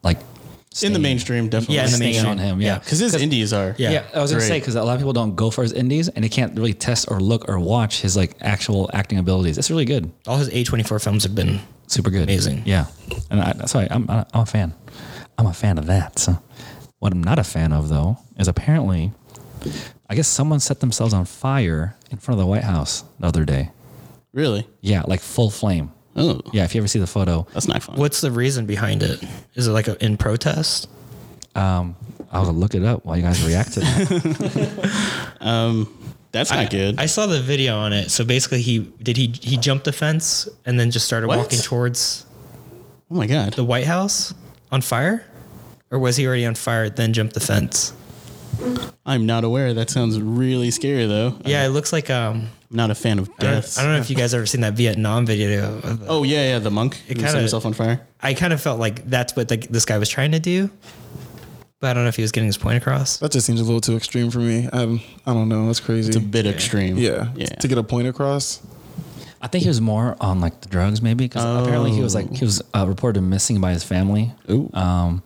Speaker 2: like
Speaker 1: In the
Speaker 2: stain-
Speaker 1: mainstream, definitely.
Speaker 3: Yeah, in the
Speaker 2: stain
Speaker 3: mainstream.
Speaker 2: on him. Yeah.
Speaker 1: Because his indies are.
Speaker 3: Yeah.
Speaker 2: Yeah, I was gonna
Speaker 1: Great.
Speaker 2: say because a lot of people don't go for his indies and they can't really test or look or watch his like actual acting abilities. It's really good,
Speaker 3: All his A24 films have been
Speaker 2: super good,
Speaker 3: Amazing.
Speaker 2: Yeah, and I, that's why I'm, I'm a fan. I'm a fan of that. So, what I'm not a fan of though is apparently, I guess someone set themselves on fire in front of the White House the other day.
Speaker 1: Really?
Speaker 2: Yeah, like full flame.
Speaker 1: Oh,
Speaker 2: Yeah, if you ever see the photo,
Speaker 1: that's not fun.
Speaker 3: What's the reason behind it? Is it like a, in protest?
Speaker 2: I will look it up while you guys react to that.
Speaker 1: That's not good.
Speaker 3: I saw the video on it. So basically, he did he he jumped the fence and then just started
Speaker 1: What?
Speaker 3: walking towards
Speaker 1: oh my God.
Speaker 3: the White House on fire, or was he already on fire then jumped the fence?
Speaker 1: I'm not aware. That sounds really scary, though.
Speaker 3: Yeah, it looks like um.
Speaker 1: I'm not a fan of
Speaker 3: I don't-
Speaker 1: deaths.
Speaker 3: I don't know if you guys ever seen that Vietnam video. of-
Speaker 1: Oh yeah, yeah, the monk who set
Speaker 3: kinda-
Speaker 1: himself on fire.
Speaker 3: I kind of felt like that's what the, this guy was trying to do, but I don't know if he was getting his point across.
Speaker 4: That just seems a little too extreme for me. I'm, I don't know. That's crazy.
Speaker 1: It's a bit extreme.
Speaker 4: yeah.
Speaker 1: yeah.
Speaker 4: To get a point across.
Speaker 2: I think he was more on like the drugs, maybe, because apparently he was like he was uh, reported missing by his family.
Speaker 4: Ooh.
Speaker 2: Um,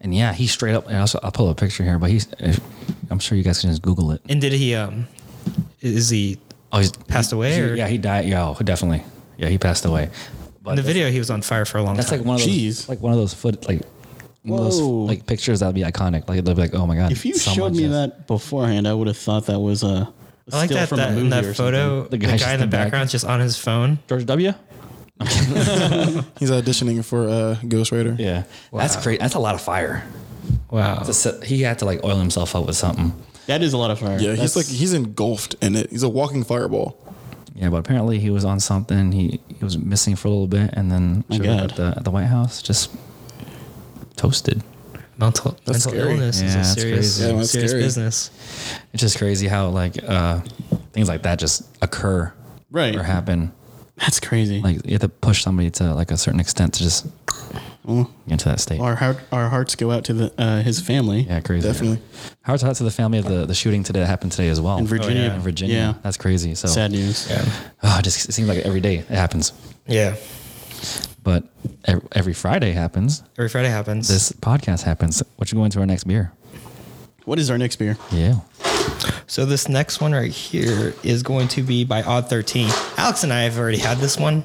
Speaker 2: and yeah, he straight up. And also, I'll pull up a picture here, but he's. I'm sure you guys can just Google it.
Speaker 3: And did he um? Is he?
Speaker 2: Oh, he's
Speaker 3: Passed away,
Speaker 2: he-
Speaker 3: or-
Speaker 2: yeah, he died. Yeah, oh, definitely. Yeah, he passed away. But
Speaker 3: In the
Speaker 2: that's,
Speaker 3: video, he was on fire for a long
Speaker 2: that's
Speaker 3: time.
Speaker 2: like one of those,
Speaker 1: Jeez.
Speaker 2: like one of those foot like one of those
Speaker 1: Whoa.
Speaker 2: like pictures that'd be iconic. Like they'd be like, oh my god.
Speaker 1: If you
Speaker 2: someone
Speaker 1: showed me
Speaker 2: just-
Speaker 1: that beforehand, I would have thought that was a
Speaker 3: I like
Speaker 1: still
Speaker 3: that,
Speaker 1: from
Speaker 3: that,
Speaker 1: a movie
Speaker 3: in that
Speaker 1: or
Speaker 3: photo.
Speaker 1: something.
Speaker 3: The
Speaker 2: The
Speaker 3: guy,
Speaker 2: guy's just
Speaker 3: in the
Speaker 2: in back.
Speaker 3: background's just on his phone.
Speaker 2: George W.
Speaker 4: He's auditioning for uh, Ghost Rider.
Speaker 2: Yeah, that's great. That's a lot of fire.
Speaker 3: Wow.
Speaker 2: That's a- he had to like oil himself up with something.
Speaker 1: That is a lot of fire.
Speaker 4: Yeah,
Speaker 1: That's-
Speaker 4: he's like he's engulfed in it. He's a walking fireball.
Speaker 2: Yeah, but apparently he was on something. He he was missing for a little bit, and then showed up
Speaker 1: God.
Speaker 2: at the at the White House just toasted.
Speaker 3: mental mental
Speaker 4: scary.
Speaker 3: illness
Speaker 2: Yeah,
Speaker 3: is
Speaker 2: that's
Speaker 3: a serious,
Speaker 2: crazy.
Speaker 4: Yeah, that's
Speaker 3: serious
Speaker 4: scary.
Speaker 3: business.
Speaker 2: It's just crazy how like uh, things like that just occur
Speaker 1: right.
Speaker 2: or happen.
Speaker 1: That's crazy.
Speaker 2: Like you have to push somebody to like a certain extent to just get into that state.
Speaker 1: our heart, our hearts go out to the uh, his family.
Speaker 2: Yeah, crazy.
Speaker 4: Definitely.
Speaker 2: Howard's out to the family of the, the shooting today that happened today as well Oh,
Speaker 1: In Virginia.
Speaker 2: In Virginia,
Speaker 1: Yeah.
Speaker 2: that's crazy. So
Speaker 1: Sad news.
Speaker 3: Yeah.
Speaker 2: Oh, it just it seems like every day it happens.
Speaker 3: Yeah.
Speaker 2: But ev- every Friday happens.
Speaker 3: Every Friday happens.
Speaker 2: This podcast happens. What you going to our next beer?
Speaker 1: What is our next beer?
Speaker 2: Yeah.
Speaker 3: So this next one right here is going to be by Odd Thirteen. Alex and I have already had this one,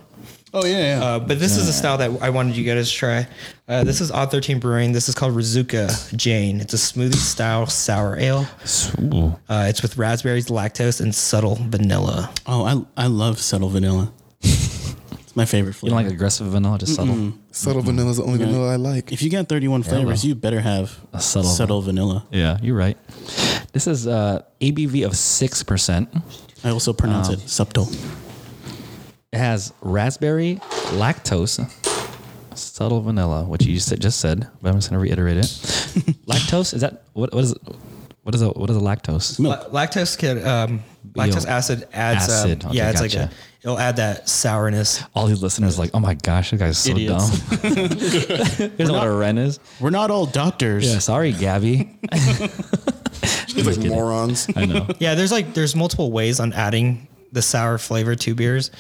Speaker 4: Oh yeah, yeah.
Speaker 3: uh, but this is a style that I wanted you guys to try. Uh, this is Odd Thirteen Brewing. This is called Rizuka Jane. It's a smoothie style sour ale. Uh, it's with raspberries, lactose, and subtle vanilla.
Speaker 1: Oh, I I love subtle vanilla. it's my favorite
Speaker 2: You
Speaker 1: flavor.
Speaker 2: don't like aggressive vanilla, just subtle.
Speaker 4: subtle vanilla's the only vanilla I like.
Speaker 1: if you got 31 flavors, you better have
Speaker 2: A subtle-
Speaker 1: vanilla.
Speaker 2: Yeah, you're right. This is uh, ABV of six percent.
Speaker 1: I also pronounce
Speaker 2: Um,
Speaker 1: it subtle.
Speaker 2: It has raspberry, lactose, subtle vanilla, which you said- just said, but I'm just gonna reiterate it. lactose is that what? What is? What is a what is a lactose?
Speaker 1: Milk.
Speaker 3: La- lactose can um, lactose
Speaker 2: Yo.
Speaker 3: acid adds um,
Speaker 2: Acid. Okay,
Speaker 3: yeah, it's like
Speaker 2: gotcha.
Speaker 3: a, it'll add that sourness.
Speaker 2: All these listeners are like, oh my gosh, this guy's so
Speaker 1: Idiots.
Speaker 2: dumb. Here's what a Ren is.
Speaker 1: We're not all doctors.
Speaker 2: Yeah, sorry, Gabby.
Speaker 4: It's like morons.
Speaker 2: I know.
Speaker 3: Yeah, there's like there's multiple ways on adding the sour flavor to beers.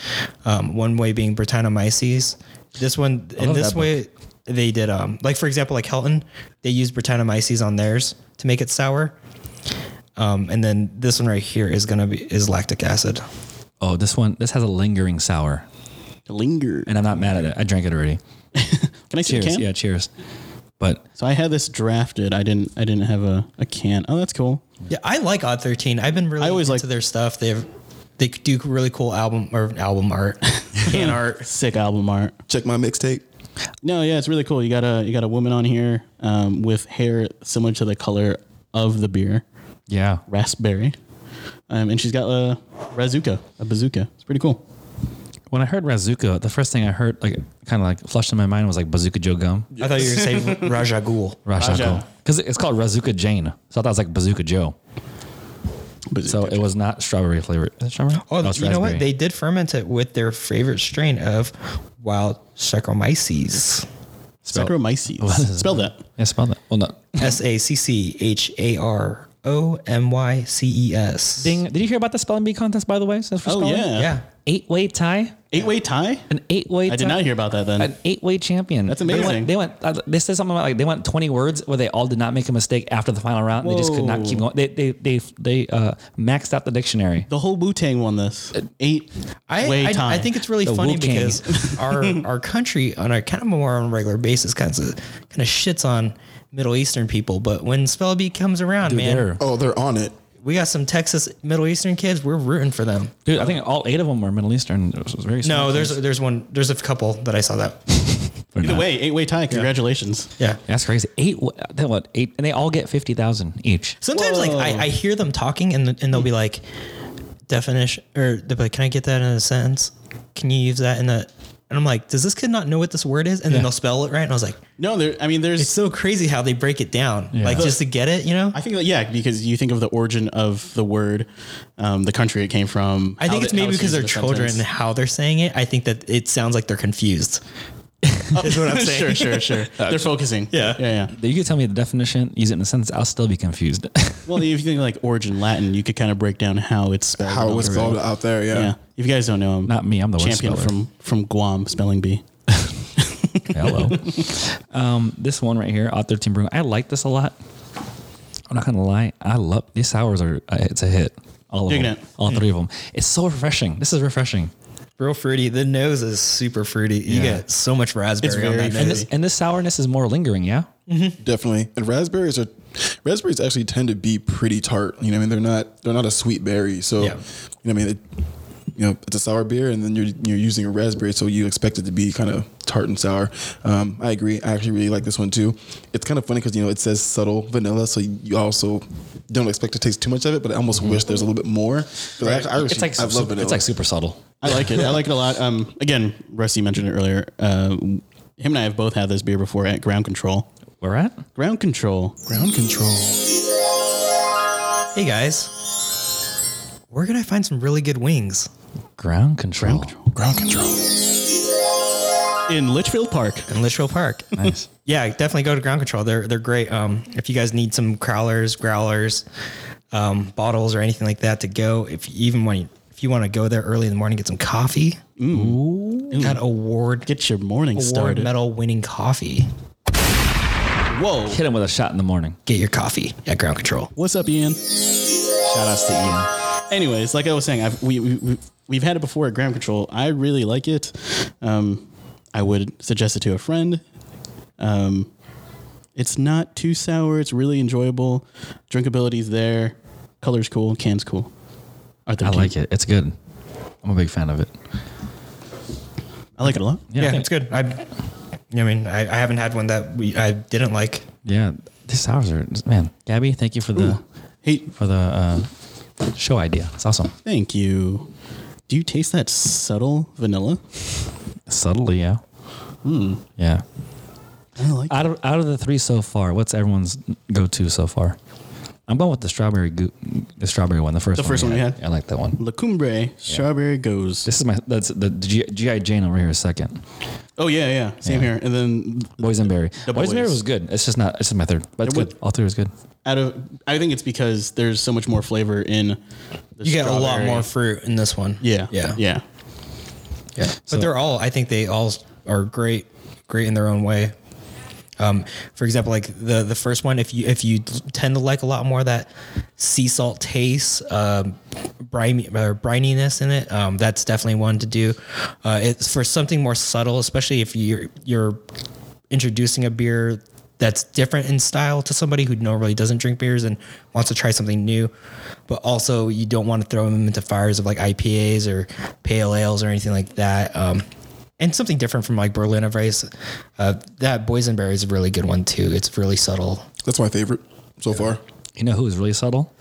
Speaker 3: Um, one way being Britannomyces. This one in
Speaker 2: love
Speaker 3: this
Speaker 2: that book.
Speaker 3: way they did um like for example like Helton, they used Britannomyces on theirs to make it sour. Um, and then this one right here is gonna be is lactic acid.
Speaker 2: Oh, this one. This has a lingering sour,
Speaker 1: Linger.
Speaker 2: and I'm not mad at it. I drank it already.
Speaker 1: Can I see
Speaker 2: Cheers.
Speaker 1: a can?
Speaker 2: Yeah, cheers. But
Speaker 1: So I had this drafted. I didn't. I didn't have a, a can. Oh, that's cool.
Speaker 3: Yeah, I like Odd Thirteen. I've been really
Speaker 1: I always
Speaker 3: into
Speaker 1: like-
Speaker 3: their stuff. They've they do really cool album or album art, can art.
Speaker 1: Sick album art.
Speaker 4: Check my mixtape.
Speaker 1: No, yeah, it's really cool. You got a you got a woman on here um, with hair similar to the color of the beer,
Speaker 2: yeah,
Speaker 1: raspberry, um, and she's got a razuka, a bazooka. It's pretty cool.
Speaker 2: when I heard Razuka, the first thing I heard, like, kind of like flushed in my mind was like Bazooka Joe Gum,
Speaker 3: I thought you were saying Rajagul.
Speaker 2: Rashako,
Speaker 1: Raja.
Speaker 2: because it's called Razuka Jane. So I thought it was like Bazooka Joe.
Speaker 1: Bazooka.
Speaker 2: So it was not strawberry flavored. Is it strawberry?
Speaker 3: Oh,
Speaker 2: No,
Speaker 3: you
Speaker 2: it's
Speaker 3: know what?
Speaker 2: raspberry.
Speaker 3: They did ferment it with their favorite strain of wild Saccharomyces.
Speaker 2: Spell-
Speaker 1: Saccharomyces. Spell that.
Speaker 2: Yeah, spell that. Well, no.
Speaker 3: S A C C H A R O M Y C E S.
Speaker 2: Ding. Did you hear about the spelling bee contest, by the way? Since we're
Speaker 1: Oh
Speaker 2: spelling?
Speaker 1: yeah.
Speaker 3: Yeah.
Speaker 2: Eight way tie?
Speaker 1: Eight way tie.
Speaker 2: An eight way tie?
Speaker 1: I did not hear about that then.
Speaker 2: An eight way champion.
Speaker 1: That's
Speaker 2: They
Speaker 1: amazing.
Speaker 2: went, they went, uh, they said something about like they went 20 words where they all did not make a mistake after the final round. They just could not keep
Speaker 1: Whoa.
Speaker 2: going. They, they, they, they uh, maxed out the dictionary.
Speaker 1: the whole Wu Tang won this. Eight
Speaker 3: Uh, I,
Speaker 1: way
Speaker 3: I,
Speaker 1: tie.
Speaker 3: I think it's really
Speaker 2: The
Speaker 3: funny
Speaker 2: Wu King.
Speaker 3: because our our country on a kind of more on a regular basis kind of kind of shits on Middle Eastern people, but when Spell Bee comes around, man,
Speaker 2: They're-
Speaker 4: Oh, they're on it.
Speaker 3: we got some Texas Middle Eastern kids. We're rooting for them.
Speaker 2: Dude, I think all eight of them were Middle Eastern. It was very small.
Speaker 3: No, there's there's one there's a couple that I saw that.
Speaker 2: They're
Speaker 1: Either
Speaker 2: not.
Speaker 1: way, eight way tie. Congratulations.
Speaker 3: Yeah.
Speaker 2: That's crazy. Eight. wh- Then what? Eight, and they all get fifty thousand each.
Speaker 3: Sometimes, like I, I hear them talking, and and they'll be like, definition, or they'll be like, "Can I get that in a sentence? Can you use that in a?" And I'm like, "Does this kid not know what this word is?" And
Speaker 2: Yeah.
Speaker 3: then they'll spell it right, and I was like,
Speaker 1: No, there. I mean, there's.
Speaker 3: "It's so crazy how they break it down, like just to get it, you know."
Speaker 1: I think that yeah, because you think of the origin of the word, um, the country it came from.
Speaker 3: I
Speaker 1: how
Speaker 3: think
Speaker 1: the-
Speaker 3: it's
Speaker 1: how
Speaker 3: maybe
Speaker 1: it's
Speaker 3: because
Speaker 1: used in
Speaker 3: they're
Speaker 1: the
Speaker 3: children and
Speaker 1: sentence.
Speaker 3: how they're saying it. I think that it sounds like they're confused. is what I'm
Speaker 1: sure,
Speaker 3: saying.
Speaker 1: sure, sure. they're focusing.
Speaker 3: Yeah.
Speaker 1: yeah, yeah.
Speaker 2: You could tell me the definition, use it in a sentence. I'll still be confused.
Speaker 1: Well, if you think like origin Latin, you could kind of break down how it's spelled.
Speaker 4: How it was
Speaker 1: Right.
Speaker 4: spelled out there. Yeah.
Speaker 1: Yeah. If you guys don't know, I'm
Speaker 2: Not me. I'm the worst
Speaker 1: champion
Speaker 2: speller.
Speaker 1: from from Guam spelling bee.
Speaker 2: Hello. um, this one right here, Odd Thirteen Brewing. I like this a lot. I'm not gonna lie. I love these sours. Are uh, it's a hit. All of
Speaker 1: Digging
Speaker 2: them.
Speaker 1: it.
Speaker 2: All three of them. It's so refreshing. This is refreshing.
Speaker 3: Real fruity. The nose is super fruity.
Speaker 2: Yeah.
Speaker 3: You get so much raspberry
Speaker 1: It's
Speaker 3: on
Speaker 1: very
Speaker 3: that
Speaker 2: And
Speaker 3: nose.
Speaker 2: this and this sourness is more lingering. Yeah.
Speaker 4: Definitely. And raspberries are raspberries actually tend to be pretty tart. You know, what I mean, they're not they're not a sweet berry. So,
Speaker 3: Yeah.
Speaker 4: you know, what I mean, it, you know, it's a sour beer, and then you're you're using a raspberry, so you expect it to be kind of tart and sour. Um, I agree. I actually really like this one too. It's kind of funny because you know it says subtle vanilla, so you also don't expect to taste too much of it, but I almost wish there's a little bit more. 'Cause I, actually- I
Speaker 2: Mm-hmm. It's
Speaker 4: actually-
Speaker 2: like
Speaker 4: I
Speaker 2: su-
Speaker 4: love
Speaker 2: su-
Speaker 4: vanilla.
Speaker 2: it's like super subtle.
Speaker 1: I like it. I like it a lot. Um, again, Rusty mentioned it earlier. Uh, him and I have both had this beer before at Ground Control.
Speaker 2: We're at.
Speaker 1: Ground Control.
Speaker 4: ground control.
Speaker 3: Hey guys, where can I find some really good wings?
Speaker 2: Ground control.
Speaker 4: Ground control.
Speaker 1: in Litchfield Park.
Speaker 3: in Litchfield Park.
Speaker 2: Nice.
Speaker 3: Yeah, definitely go to Ground Control. They're they're great. Um, if you guys need some crowlers, growlers, um, bottles, or anything like that to go, if you even when you If you want to go there early in the morning, get some coffee. Ooh. Got award
Speaker 1: Get your morning
Speaker 3: award
Speaker 1: started.
Speaker 3: medal winning coffee.
Speaker 1: Whoa.
Speaker 2: Hit him with a shot in the morning.
Speaker 3: Get your coffee at ground control.
Speaker 1: What's up, Ian? Shout outs to Ian. Anyways, like I was saying, I've, we, we, we, we've had it before at Gram Control. I really like it. Um, I would suggest it to a friend. Um, it's not too sour. It's really enjoyable. Drinkability's there. Color's cool. Can's cool. Arthur
Speaker 2: I
Speaker 1: King.
Speaker 2: like it. It's good. I'm a big fan of it.
Speaker 1: I like it a lot.
Speaker 2: I
Speaker 3: Yeah,
Speaker 2: think-
Speaker 3: it's good. I, I mean, I, I haven't had one that we I didn't like.
Speaker 2: Yeah, these sours are man. Gabby, thank you for the
Speaker 1: Hey,
Speaker 2: for the uh, show idea. It's awesome.
Speaker 1: thank you. Do you taste that subtle vanilla?
Speaker 2: Subtly, yeah. Yeah.
Speaker 1: I like it.
Speaker 2: Out of out of the three so far, what's everyone's go to so far? I'm going with the strawberry go- the strawberry one, the first
Speaker 1: The
Speaker 2: one.
Speaker 1: first
Speaker 2: we
Speaker 1: one we had.
Speaker 2: I like that one.
Speaker 1: La Cumbre Strawberry Goes.
Speaker 2: This is my that's the G- GI Jane over here is second.
Speaker 1: Oh, yeah, yeah. Same
Speaker 2: Yeah.
Speaker 1: here. And then
Speaker 2: Boysenberry.
Speaker 1: The
Speaker 2: Boysenberry
Speaker 1: boys.
Speaker 2: was good. It's just not. It's just my third. But it's
Speaker 1: It was-
Speaker 2: good. All three was good.
Speaker 1: out of I think it's because there's so much more flavor in the
Speaker 3: You get a lot
Speaker 1: strawberry.
Speaker 3: more fruit in this one.
Speaker 1: Yeah.
Speaker 3: yeah,
Speaker 1: Yeah.
Speaker 3: yeah. But they're all. I think they all are great, great in their own way. Um, for example, like the the first one, if you if you tend to like a lot more of that sea salt taste, um, briny, or brininess in it, um, that's definitely one to do. Uh, it's for something more subtle, especially if you're you're introducing a beer that's different in style to somebody who normally doesn't drink beers and wants to try something new, but also you don't want to throw them into fires of like IPAs or pale ales or anything like that. Um, and something different from like Berliner Weiss. Uh, that boysenberry is a really good one too. It's really subtle.
Speaker 4: That's my favorite so far.
Speaker 2: You know who was really subtle?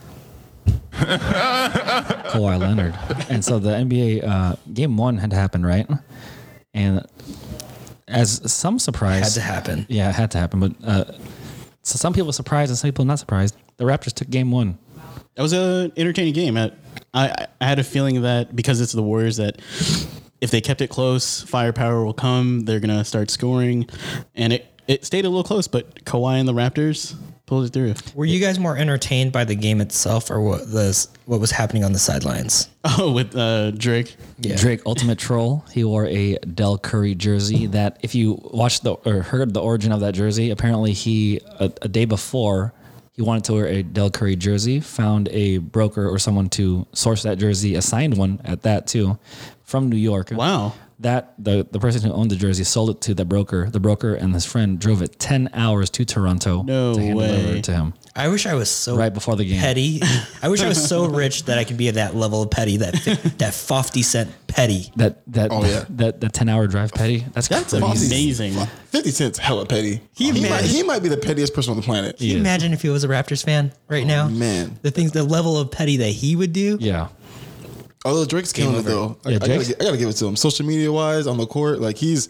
Speaker 2: Kawhi Leonard. And so the NBA uh, game one had to happen, right? And as some surprise,
Speaker 3: Had to happen.
Speaker 2: Yeah, it had to happen. But uh, so some people were surprised and some people not surprised. The Raptors took game one.
Speaker 1: That was an entertaining game. I, I I had a feeling that because it's the Warriors that if they kept it close, firepower will come. They're gonna start scoring, and it it stayed a little close, but Kawhi and the Raptors pulled it through.
Speaker 3: Were you guys more entertained by the game itself or what the what was happening on the sidelines?
Speaker 1: Oh, with uh, Drake.
Speaker 3: Yeah.
Speaker 2: Drake Ultimate Troll. He wore a Del Curry jersey that, if you watched the or heard the origin of that jersey, apparently he a, a day before he wanted to wear a Del Curry jersey, found a broker or someone to source that jersey, assigned one at that too, from New York.
Speaker 1: Wow.
Speaker 2: That the the person who owned the jersey sold it to the broker. The broker and his friend drove it ten hours to Toronto
Speaker 1: No
Speaker 2: to hand deliver
Speaker 1: way.
Speaker 2: it to him
Speaker 3: I wish I was so
Speaker 2: right before the game.
Speaker 3: petty. I wish I was so rich that I could be at that level of petty, that that fifty cent petty.
Speaker 2: That that
Speaker 4: Oh, yeah.
Speaker 2: that that ten hour drive, Petty. That's
Speaker 1: That's
Speaker 2: crazy.
Speaker 4: Fozzie's-
Speaker 1: amazing.
Speaker 4: Fo- Fifty Cent's hella petty. He, might,
Speaker 3: man.
Speaker 4: he might be the pettiest person on the planet.
Speaker 3: Can you imagine if he was a Raptors fan right now?
Speaker 4: man.
Speaker 3: the things, the level of petty that he would do.
Speaker 2: Oh, Yeah.
Speaker 4: Although Drake's killing it though, I,
Speaker 2: Yeah,
Speaker 4: I, gotta,
Speaker 2: Drake's-
Speaker 4: gi- I gotta give it to him. Social media wise, on the court, like he's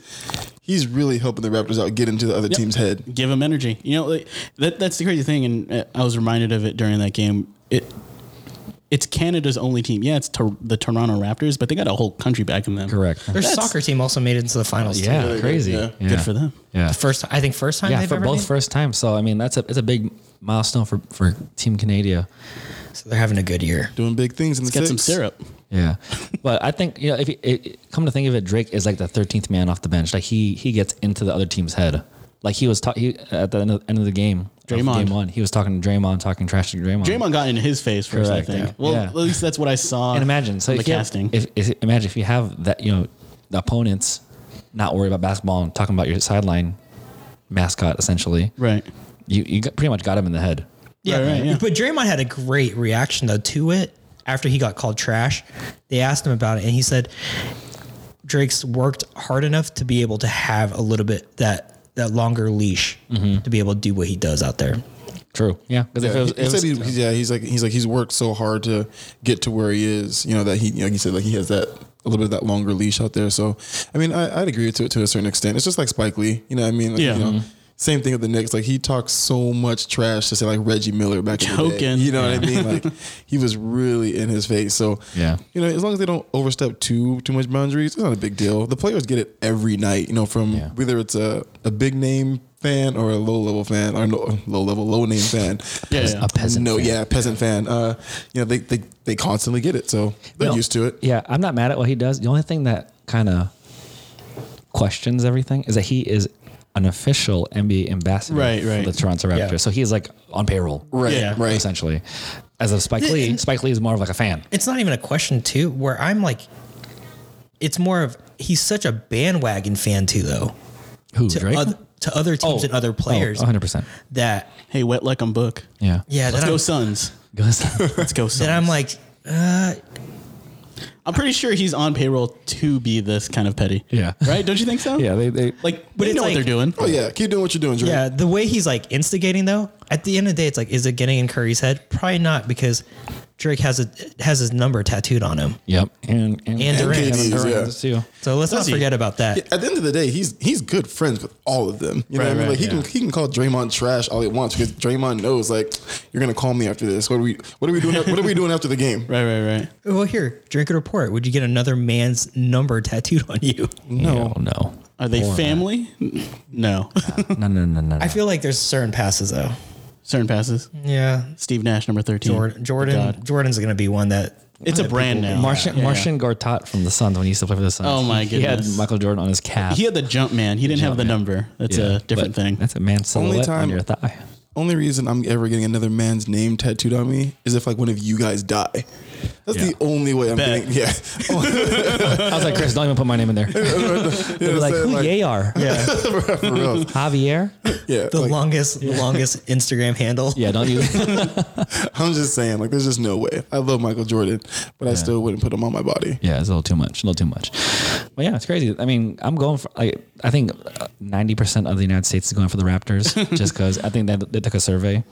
Speaker 4: he's really helping the Raptors out, get into the other team's head.
Speaker 1: give them energy. You know, like, that that's the crazy thing, and uh, I was reminded of it during that game. It it's Canada's only team. Yeah, it's Tor- the Toronto Raptors, but they got a whole country backing them.
Speaker 2: Correct.
Speaker 3: Their soccer team also made it into the finals. too.
Speaker 2: Yeah,
Speaker 4: good,
Speaker 2: crazy.
Speaker 4: yeah.
Speaker 1: Good for them.
Speaker 2: Yeah,
Speaker 3: the first I think first time.
Speaker 2: yeah,
Speaker 3: they've
Speaker 2: for
Speaker 3: ever
Speaker 2: both
Speaker 3: made it.
Speaker 2: first time. So I mean, that's a it's a big milestone for for Team Canada.
Speaker 3: So they're having a good year.
Speaker 4: Doing big things in the
Speaker 1: Get some
Speaker 4: six.
Speaker 1: syrup.
Speaker 2: Yeah, but I think you know if you, it, it- come to think of it, Drake is like the thirteenth man off the bench. Like he he gets into the other team's head. Like he was ta- he, at the end of, end of the game, of
Speaker 1: Draymond.
Speaker 2: game one, he was talking to Draymond, talking trash to Draymond.
Speaker 1: Draymond got in his face first,
Speaker 2: Correct,
Speaker 1: I think.
Speaker 2: yeah.
Speaker 1: Well,
Speaker 2: Yeah.
Speaker 1: at least that's what I saw.
Speaker 2: and imagine so
Speaker 1: in the
Speaker 2: if you-
Speaker 1: casting.
Speaker 2: If, if- imagine if you have that, you know, the opponents not worried about basketball and talking about your sideline mascot essentially.
Speaker 1: right.
Speaker 2: You you got, pretty much got him in the head.
Speaker 3: Yeah,
Speaker 1: Right, right, yeah.
Speaker 3: but Draymond had a great reaction though to it after he got called trash. They asked him about it, and he said Drake's worked hard enough to be able to have a little bit that that longer leash
Speaker 1: Mm-hmm.
Speaker 3: to be able to do what he does out there.
Speaker 2: True. Yeah. Because if
Speaker 4: Yeah,
Speaker 2: it was,
Speaker 4: he
Speaker 2: it was-
Speaker 4: said he- he's- yeah, he's like he's like he's worked so hard to get to where he is. You know that he you know, he said like he has that a little bit of that longer leash out there. So I mean, I, I'd agree to it to a certain extent. It's just like Spike Lee. You know, what I mean, Like,
Speaker 1: Yeah.
Speaker 4: You know,
Speaker 2: Mm-hmm.
Speaker 1: Mhm.
Speaker 4: Same thing with the Knicks. Like he talks so much trash to say like Reggie Miller back in the day.
Speaker 1: Joking.
Speaker 4: You know what I mean? Like he was really in his face. So
Speaker 2: Yeah.
Speaker 4: you know, as long as they don't overstep too too much boundaries, it's not a big deal. The players get it every night. You know, from
Speaker 2: Yeah.
Speaker 4: whether it's a, a big name fan or a low level fan or no, low level low name fan.
Speaker 1: Yeah, yeah.
Speaker 2: A peasant.
Speaker 4: no,
Speaker 2: fan.
Speaker 4: yeah, peasant fan. Uh, you know they, they they constantly get it, so they're
Speaker 2: No.
Speaker 4: used to it.
Speaker 2: Yeah, I'm not mad at what he does. The only thing that kind of questions everything is that he is an official NBA ambassador
Speaker 1: Right, right.
Speaker 2: for the Toronto Raptors.
Speaker 3: Yeah.
Speaker 2: So he is like on payroll,
Speaker 4: Right,
Speaker 1: Yeah.
Speaker 4: right.
Speaker 2: essentially. As of Spike Lee, Spike Lee is more of like a fan.
Speaker 3: it's not even a question too where i'm like it's more of he's such a bandwagon fan too though
Speaker 2: Who,
Speaker 3: to,
Speaker 2: Drake?
Speaker 3: other, to other teams and other players
Speaker 2: Oh, 100%.
Speaker 3: that
Speaker 1: Hey, wet like I'm book.
Speaker 2: Yeah.
Speaker 3: yeah
Speaker 1: uh, Let's
Speaker 3: that
Speaker 1: go
Speaker 3: I'm,
Speaker 1: Suns.
Speaker 2: Goes-
Speaker 1: Let's go Suns.
Speaker 3: that I'm like uh,
Speaker 1: I'm pretty sure he's on payroll to be this kind of petty.
Speaker 2: Yeah.
Speaker 1: Right? Don't you think so?
Speaker 2: yeah, they, they
Speaker 1: Like,
Speaker 3: But
Speaker 1: but they
Speaker 3: it's
Speaker 1: know
Speaker 3: like-
Speaker 1: what they're doing.
Speaker 4: Oh yeah, keep doing what you're doing, Drake.
Speaker 3: yeah the way he's like instigating though at the end of the day it's like is it getting in curry's head probably not because drake has a has his number tattooed on him
Speaker 2: Yep. And and,
Speaker 3: And Durant.
Speaker 2: Kevin
Speaker 4: KDs,
Speaker 2: Durant
Speaker 4: yeah.
Speaker 2: does too.
Speaker 3: so let's not
Speaker 1: Does he?
Speaker 3: forget about that
Speaker 4: At the end of the day, he's he's good friends with all of them. You know
Speaker 1: Right,
Speaker 4: what I mean?
Speaker 1: right,
Speaker 4: Like he
Speaker 2: yeah.
Speaker 4: can he can call Draymond trash all he wants because Draymond knows like you're gonna call me after this. What are we what are we doing? what are we doing after the game?
Speaker 1: Right, right, right.
Speaker 3: well here drink and report would you get another man's number tattooed on you
Speaker 2: No, no.
Speaker 1: Are they family? N- No.
Speaker 2: No, no, no, no.
Speaker 3: i
Speaker 2: no.
Speaker 3: feel like there's certain passes though
Speaker 1: Certain passes.
Speaker 3: yeah
Speaker 1: Steve Nash, number 13.
Speaker 3: jordan jordan jordan's gonna be one that
Speaker 1: It's a
Speaker 3: that
Speaker 1: brand
Speaker 3: people-
Speaker 1: now.
Speaker 2: Martian,
Speaker 1: Yeah, yeah.
Speaker 2: Martian Gortat from the Suns when he used to play for the Suns.
Speaker 1: Oh, my
Speaker 2: He
Speaker 1: goodness.
Speaker 2: had Michael Jordan on his calf.
Speaker 1: He had the jump man. He didn't have the
Speaker 2: man.
Speaker 1: number. That's
Speaker 2: Yeah,
Speaker 1: a different
Speaker 2: but
Speaker 1: thing.
Speaker 2: That's a man silhouette on
Speaker 4: time-
Speaker 2: your thigh.
Speaker 4: Only reason I'm ever getting another man's name tattooed on me is if like one of you guys die. That's
Speaker 2: Yeah.
Speaker 4: the only way I'm
Speaker 1: Bet.
Speaker 4: getting. Yeah,
Speaker 2: I was like, Chris, don't even put my name in there. They're like,
Speaker 4: saying,
Speaker 2: who
Speaker 4: like-
Speaker 2: yay are?
Speaker 4: for real.
Speaker 2: Javier?
Speaker 4: Yeah,
Speaker 3: the
Speaker 4: like,
Speaker 3: longest the longest instagram handle
Speaker 2: Yeah, don't use
Speaker 4: I'm just saying, like, there's just no way. I love Michael Jordan, but I still wouldn't put him on my body.
Speaker 2: Yeah, it's a little too much. A little too much. But yeah, it's crazy. I mean, I'm going for, I, I think uh, 90% of the United States is going for the Raptors just because I think that they took a survey.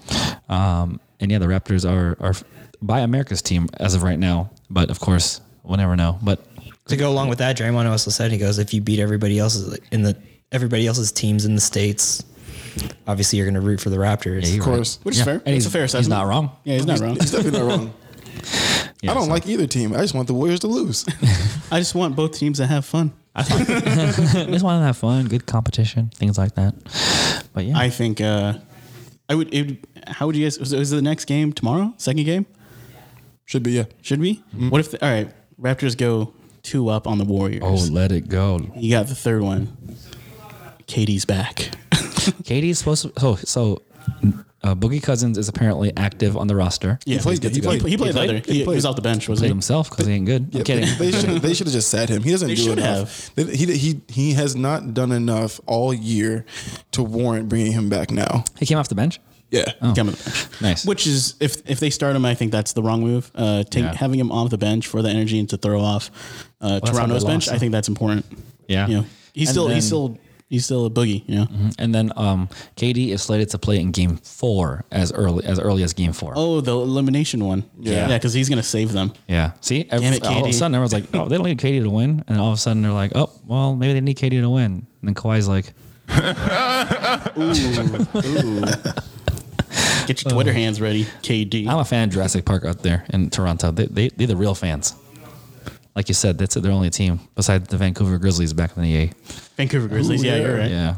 Speaker 2: Um, and yeah, the Raptors are, are by America's team as of right now. But of course, we'll never know. But
Speaker 3: to go along with that, Draymond also said he goes, if you beat everybody else's in the everybody else's teams in the states, obviously you're going to root for the Raptors.
Speaker 4: Of course.
Speaker 1: Which is fair.
Speaker 2: and
Speaker 1: It's
Speaker 2: he's,
Speaker 1: a fair assessment.
Speaker 2: He's not wrong.
Speaker 1: Yeah, he's not wrong.
Speaker 4: He's definitely not wrong. I don't like either team. I just want the Warriors to lose.
Speaker 1: I just want both teams to have fun.
Speaker 2: just want to have fun, good competition, things like that. But yeah,
Speaker 1: I think uh, I would. It, how would you guys? Is, is the next game tomorrow? Second game
Speaker 4: Should be yeah.
Speaker 1: should be. What if? The, all right, Raptors go two up on the Warriors.
Speaker 2: Oh, let it go.
Speaker 1: You got the third one. Katie's back.
Speaker 2: Katie's supposed to. So, so uh, Boogie Cousins is apparently active on the roster.
Speaker 1: Yeah,
Speaker 4: played
Speaker 1: he's good to
Speaker 4: good. He
Speaker 1: go.
Speaker 4: played-
Speaker 1: He played.
Speaker 4: he
Speaker 1: the
Speaker 4: played.
Speaker 1: other.
Speaker 4: He
Speaker 1: He,
Speaker 4: played.
Speaker 1: was off the bench,
Speaker 2: Played
Speaker 1: wasn't he?
Speaker 2: himself because he ain't good.
Speaker 4: Yeah,
Speaker 2: I'm kidding.
Speaker 4: They should they should have just sat him. He doesn't
Speaker 1: They
Speaker 4: do
Speaker 1: should
Speaker 4: enough. They- He, he he has not done enough all year to warrant bringing him back now.
Speaker 2: He came off the bench.
Speaker 4: Yeah.
Speaker 2: Oh.
Speaker 1: Came off the bench.
Speaker 2: Nice.
Speaker 1: Which is if if they start him, I think that's the wrong move. Uh, take,
Speaker 2: Yeah.
Speaker 1: having him off the bench for the energy and to throw off uh,
Speaker 2: how
Speaker 1: Toronto's
Speaker 2: they
Speaker 1: bench,
Speaker 2: lost,
Speaker 1: I think that's important.
Speaker 2: Yeah.
Speaker 1: you know, he's
Speaker 2: And
Speaker 1: still
Speaker 2: then-
Speaker 1: he's still he's still a boogie. You know,
Speaker 2: And then um, KD is slated to play in Game Four as early as early as Game Four.
Speaker 1: oh, the elimination one.
Speaker 4: Yeah.
Speaker 1: yeah, because he's gonna save them.
Speaker 2: Yeah. See,
Speaker 1: Damn it,
Speaker 2: all of a
Speaker 1: KD.
Speaker 2: sudden everyone's like, "Oh, they don't need KD to win," and all of a sudden they're like, "Oh, well, maybe they need KD to win." And then Kawhi's like,
Speaker 1: Get your
Speaker 2: Oh.
Speaker 1: Twitter hands ready, KD.
Speaker 2: I'm a fan of Jurassic Park out there in Toronto. They, they, they're the real fans. Like you said, that's their only team besides the Vancouver Grizzlies back in the A.
Speaker 1: Vancouver Grizzlies. yeah,
Speaker 4: yeah.
Speaker 1: you're right.
Speaker 2: Yeah.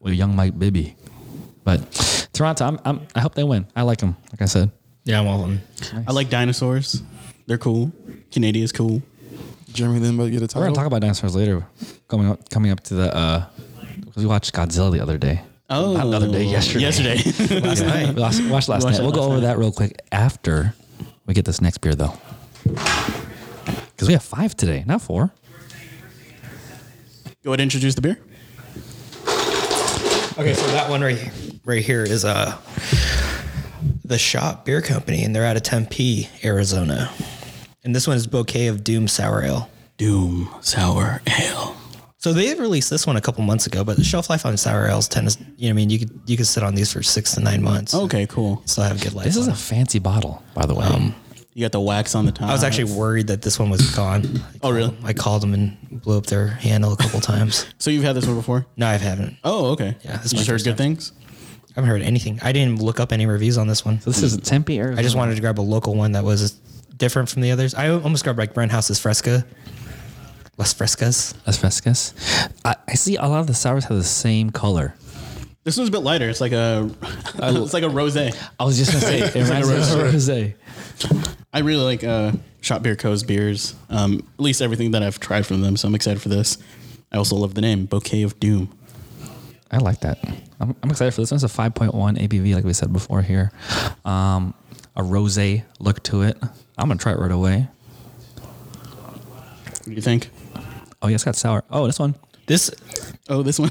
Speaker 2: With young Mike Bibby. But Toronto, I'm, I'm, I hope they win. I like them, like I said.
Speaker 3: Yeah, I'm all
Speaker 1: I like dinosaurs. They're cool. Canadia's cool.
Speaker 4: Jeremy Lin about to get a
Speaker 2: We're
Speaker 4: title.
Speaker 2: going to talk about dinosaurs later. Coming up, coming up to the, uh, because we watched Godzilla the other day.
Speaker 1: Oh,
Speaker 2: Not the other day, yesterday.
Speaker 1: Yesterday.
Speaker 3: last
Speaker 2: We
Speaker 3: night.
Speaker 2: watched, watched last
Speaker 1: watched
Speaker 2: night.
Speaker 1: it
Speaker 2: We'll go
Speaker 1: last
Speaker 2: over
Speaker 1: night.
Speaker 2: that real quick after we get this next beer, though. Because we have five today, not four.
Speaker 1: Go ahead and introduce the beer.
Speaker 3: Okay, so that one right right here is uh the Shop Beer Company, and they're out of Tempe, Arizona. And this one is Bouquet of Doom Sour Ale.
Speaker 1: Doom Sour Ale.
Speaker 3: So they released this one a couple months ago, but the shelf life on sour ales tends, you know, what I mean, you could you could sit on these for six to nine months.
Speaker 1: Okay, cool.
Speaker 3: still have a good life.
Speaker 2: This
Speaker 3: on
Speaker 2: is
Speaker 3: them.
Speaker 2: a fancy bottle, by the way.
Speaker 1: You got the wax on the top.
Speaker 3: I was actually worried that this one was gone. I
Speaker 1: Oh, really?
Speaker 3: called- I called them and blew up their handle a couple times.
Speaker 1: So you've had this one before?
Speaker 3: No, I haven't.
Speaker 1: Oh, okay.
Speaker 3: Yeah, this is
Speaker 1: You
Speaker 3: my
Speaker 1: just heard
Speaker 3: first
Speaker 1: good
Speaker 3: time.
Speaker 1: things.
Speaker 3: I haven't heard anything. I didn't look up any reviews on this one.
Speaker 2: So this is Tempe, Arizona.
Speaker 3: I just wanted to grab a local one that was different from the others. I almost grabbed like Brent House's Fresca, Las Frescas.
Speaker 2: Las Frescas. I, I see a lot of the sours have the same color.
Speaker 1: This one's a bit lighter. It's like a it's like a rosé.
Speaker 2: I was just gonna say it reminds me of rosé.
Speaker 1: I really like uh, Shop Beer Co's beers. Um, at least everything that I've tried from them. So I'm excited for this. I also love the name Bouquet of Doom.
Speaker 2: I like that. I'm, I'm excited for this. It's a 5.1 ABV, like we said before here. Um, a rosé look to it. I'm gonna try it right away.
Speaker 1: What do you think?
Speaker 2: Oh yeah, it's got sour. Oh, this one.
Speaker 3: This
Speaker 1: Oh, this one.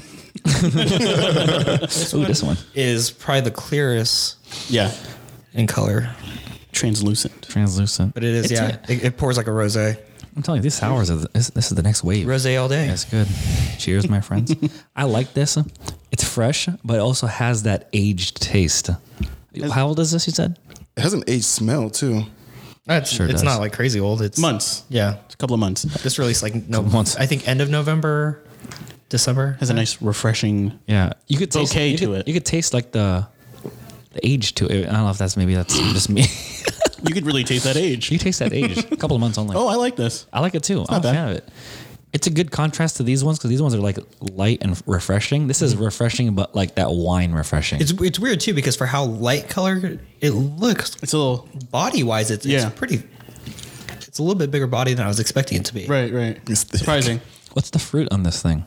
Speaker 2: Ooh, this one.
Speaker 3: is probably the clearest
Speaker 1: yeah,
Speaker 3: in color,
Speaker 1: translucent.
Speaker 2: Translucent.
Speaker 3: but it is
Speaker 2: It's
Speaker 3: yeah. It, it pours like a rosé,
Speaker 2: I'm telling you, these sours are the, this, this is the next wave.
Speaker 3: rosé all day.
Speaker 2: That's good. Cheers, my friends. I like this. It's fresh, but it also has that aged taste. How old is this? You said
Speaker 4: It has an aged smell too.
Speaker 3: That's
Speaker 2: Sure
Speaker 3: it's
Speaker 2: does.
Speaker 3: not like crazy old. It's
Speaker 1: Months.
Speaker 3: Yeah,
Speaker 1: It's a couple of months.
Speaker 3: this released like no
Speaker 2: months.
Speaker 3: I think end of November, December.
Speaker 1: Has a nice refreshing.
Speaker 2: Yeah, you could taste
Speaker 1: Bouquet
Speaker 2: you
Speaker 1: to
Speaker 2: could-
Speaker 1: it.
Speaker 2: You could taste like the the age to it. I don't know if that's maybe that's just me.
Speaker 1: You could really taste that age.
Speaker 2: you taste that age a couple of months only.
Speaker 1: Oh, I like this.
Speaker 2: I like it too. I'm a
Speaker 1: bad.
Speaker 2: fan of it. It's a good contrast to these ones because these ones are like light and refreshing. This
Speaker 1: Mm-hmm.
Speaker 2: is refreshing, but like that wine refreshing.
Speaker 3: It's it's weird too because for how light colored it looks,
Speaker 1: It's a little
Speaker 3: body wise, it's,
Speaker 1: Yeah.
Speaker 3: it's pretty. It's a little bit bigger body than I was expecting it to be.
Speaker 1: right, right.
Speaker 4: It's thick.
Speaker 1: Surprising.
Speaker 2: What's the fruit on this thing?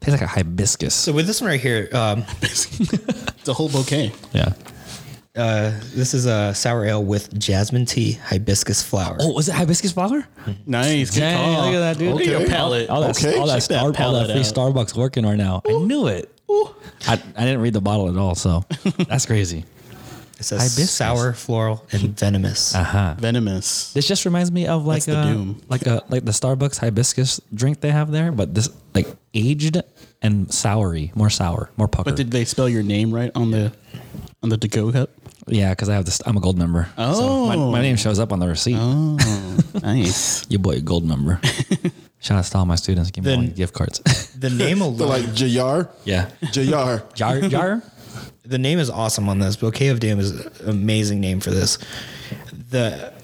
Speaker 2: Tastes like a hibiscus.
Speaker 3: So with this one right here, um,
Speaker 1: It's a whole bouquet.
Speaker 2: yeah.
Speaker 3: this is a sour ale with jasmine tea, hibiscus flower.
Speaker 2: Oh, was it hibiscus flower?
Speaker 1: Nice. Good
Speaker 2: Dang,
Speaker 1: call.
Speaker 2: look at that, dude.
Speaker 1: Look at your
Speaker 4: Okay.
Speaker 1: palate.
Speaker 2: All that,
Speaker 4: Okay,
Speaker 2: all that,
Speaker 1: check that
Speaker 2: star, all that
Speaker 1: palette
Speaker 2: free
Speaker 1: out.
Speaker 2: Starbucks working right now. I knew it. I, I didn't read the bottle at all, so that's crazy.
Speaker 3: It says
Speaker 2: Hibiscus.
Speaker 3: sour, floral, and venomous.
Speaker 1: Venomous.
Speaker 2: This just reminds me of like
Speaker 1: That's the
Speaker 2: a,
Speaker 1: doom.
Speaker 2: like a like the Starbucks hibiscus drink they have there, but this like aged and soury, more sour, more pucker.
Speaker 1: But did they spell your name right on the on the to go cup?
Speaker 2: yeah, because I have this. I'm a gold member. so my,
Speaker 1: Oh.
Speaker 2: my name shows up on the receipt.
Speaker 1: Oh, nice.
Speaker 2: Your boy, a gold member. Shout out to all my students. Give me all
Speaker 1: Then-
Speaker 2: your gift cards.
Speaker 3: The name
Speaker 4: They're
Speaker 3: alone,
Speaker 4: like Jayar.
Speaker 2: yeah,
Speaker 4: Jayar.
Speaker 2: jar jar.
Speaker 3: the name is awesome on this. Bouquet of Doom is an amazing name for this. The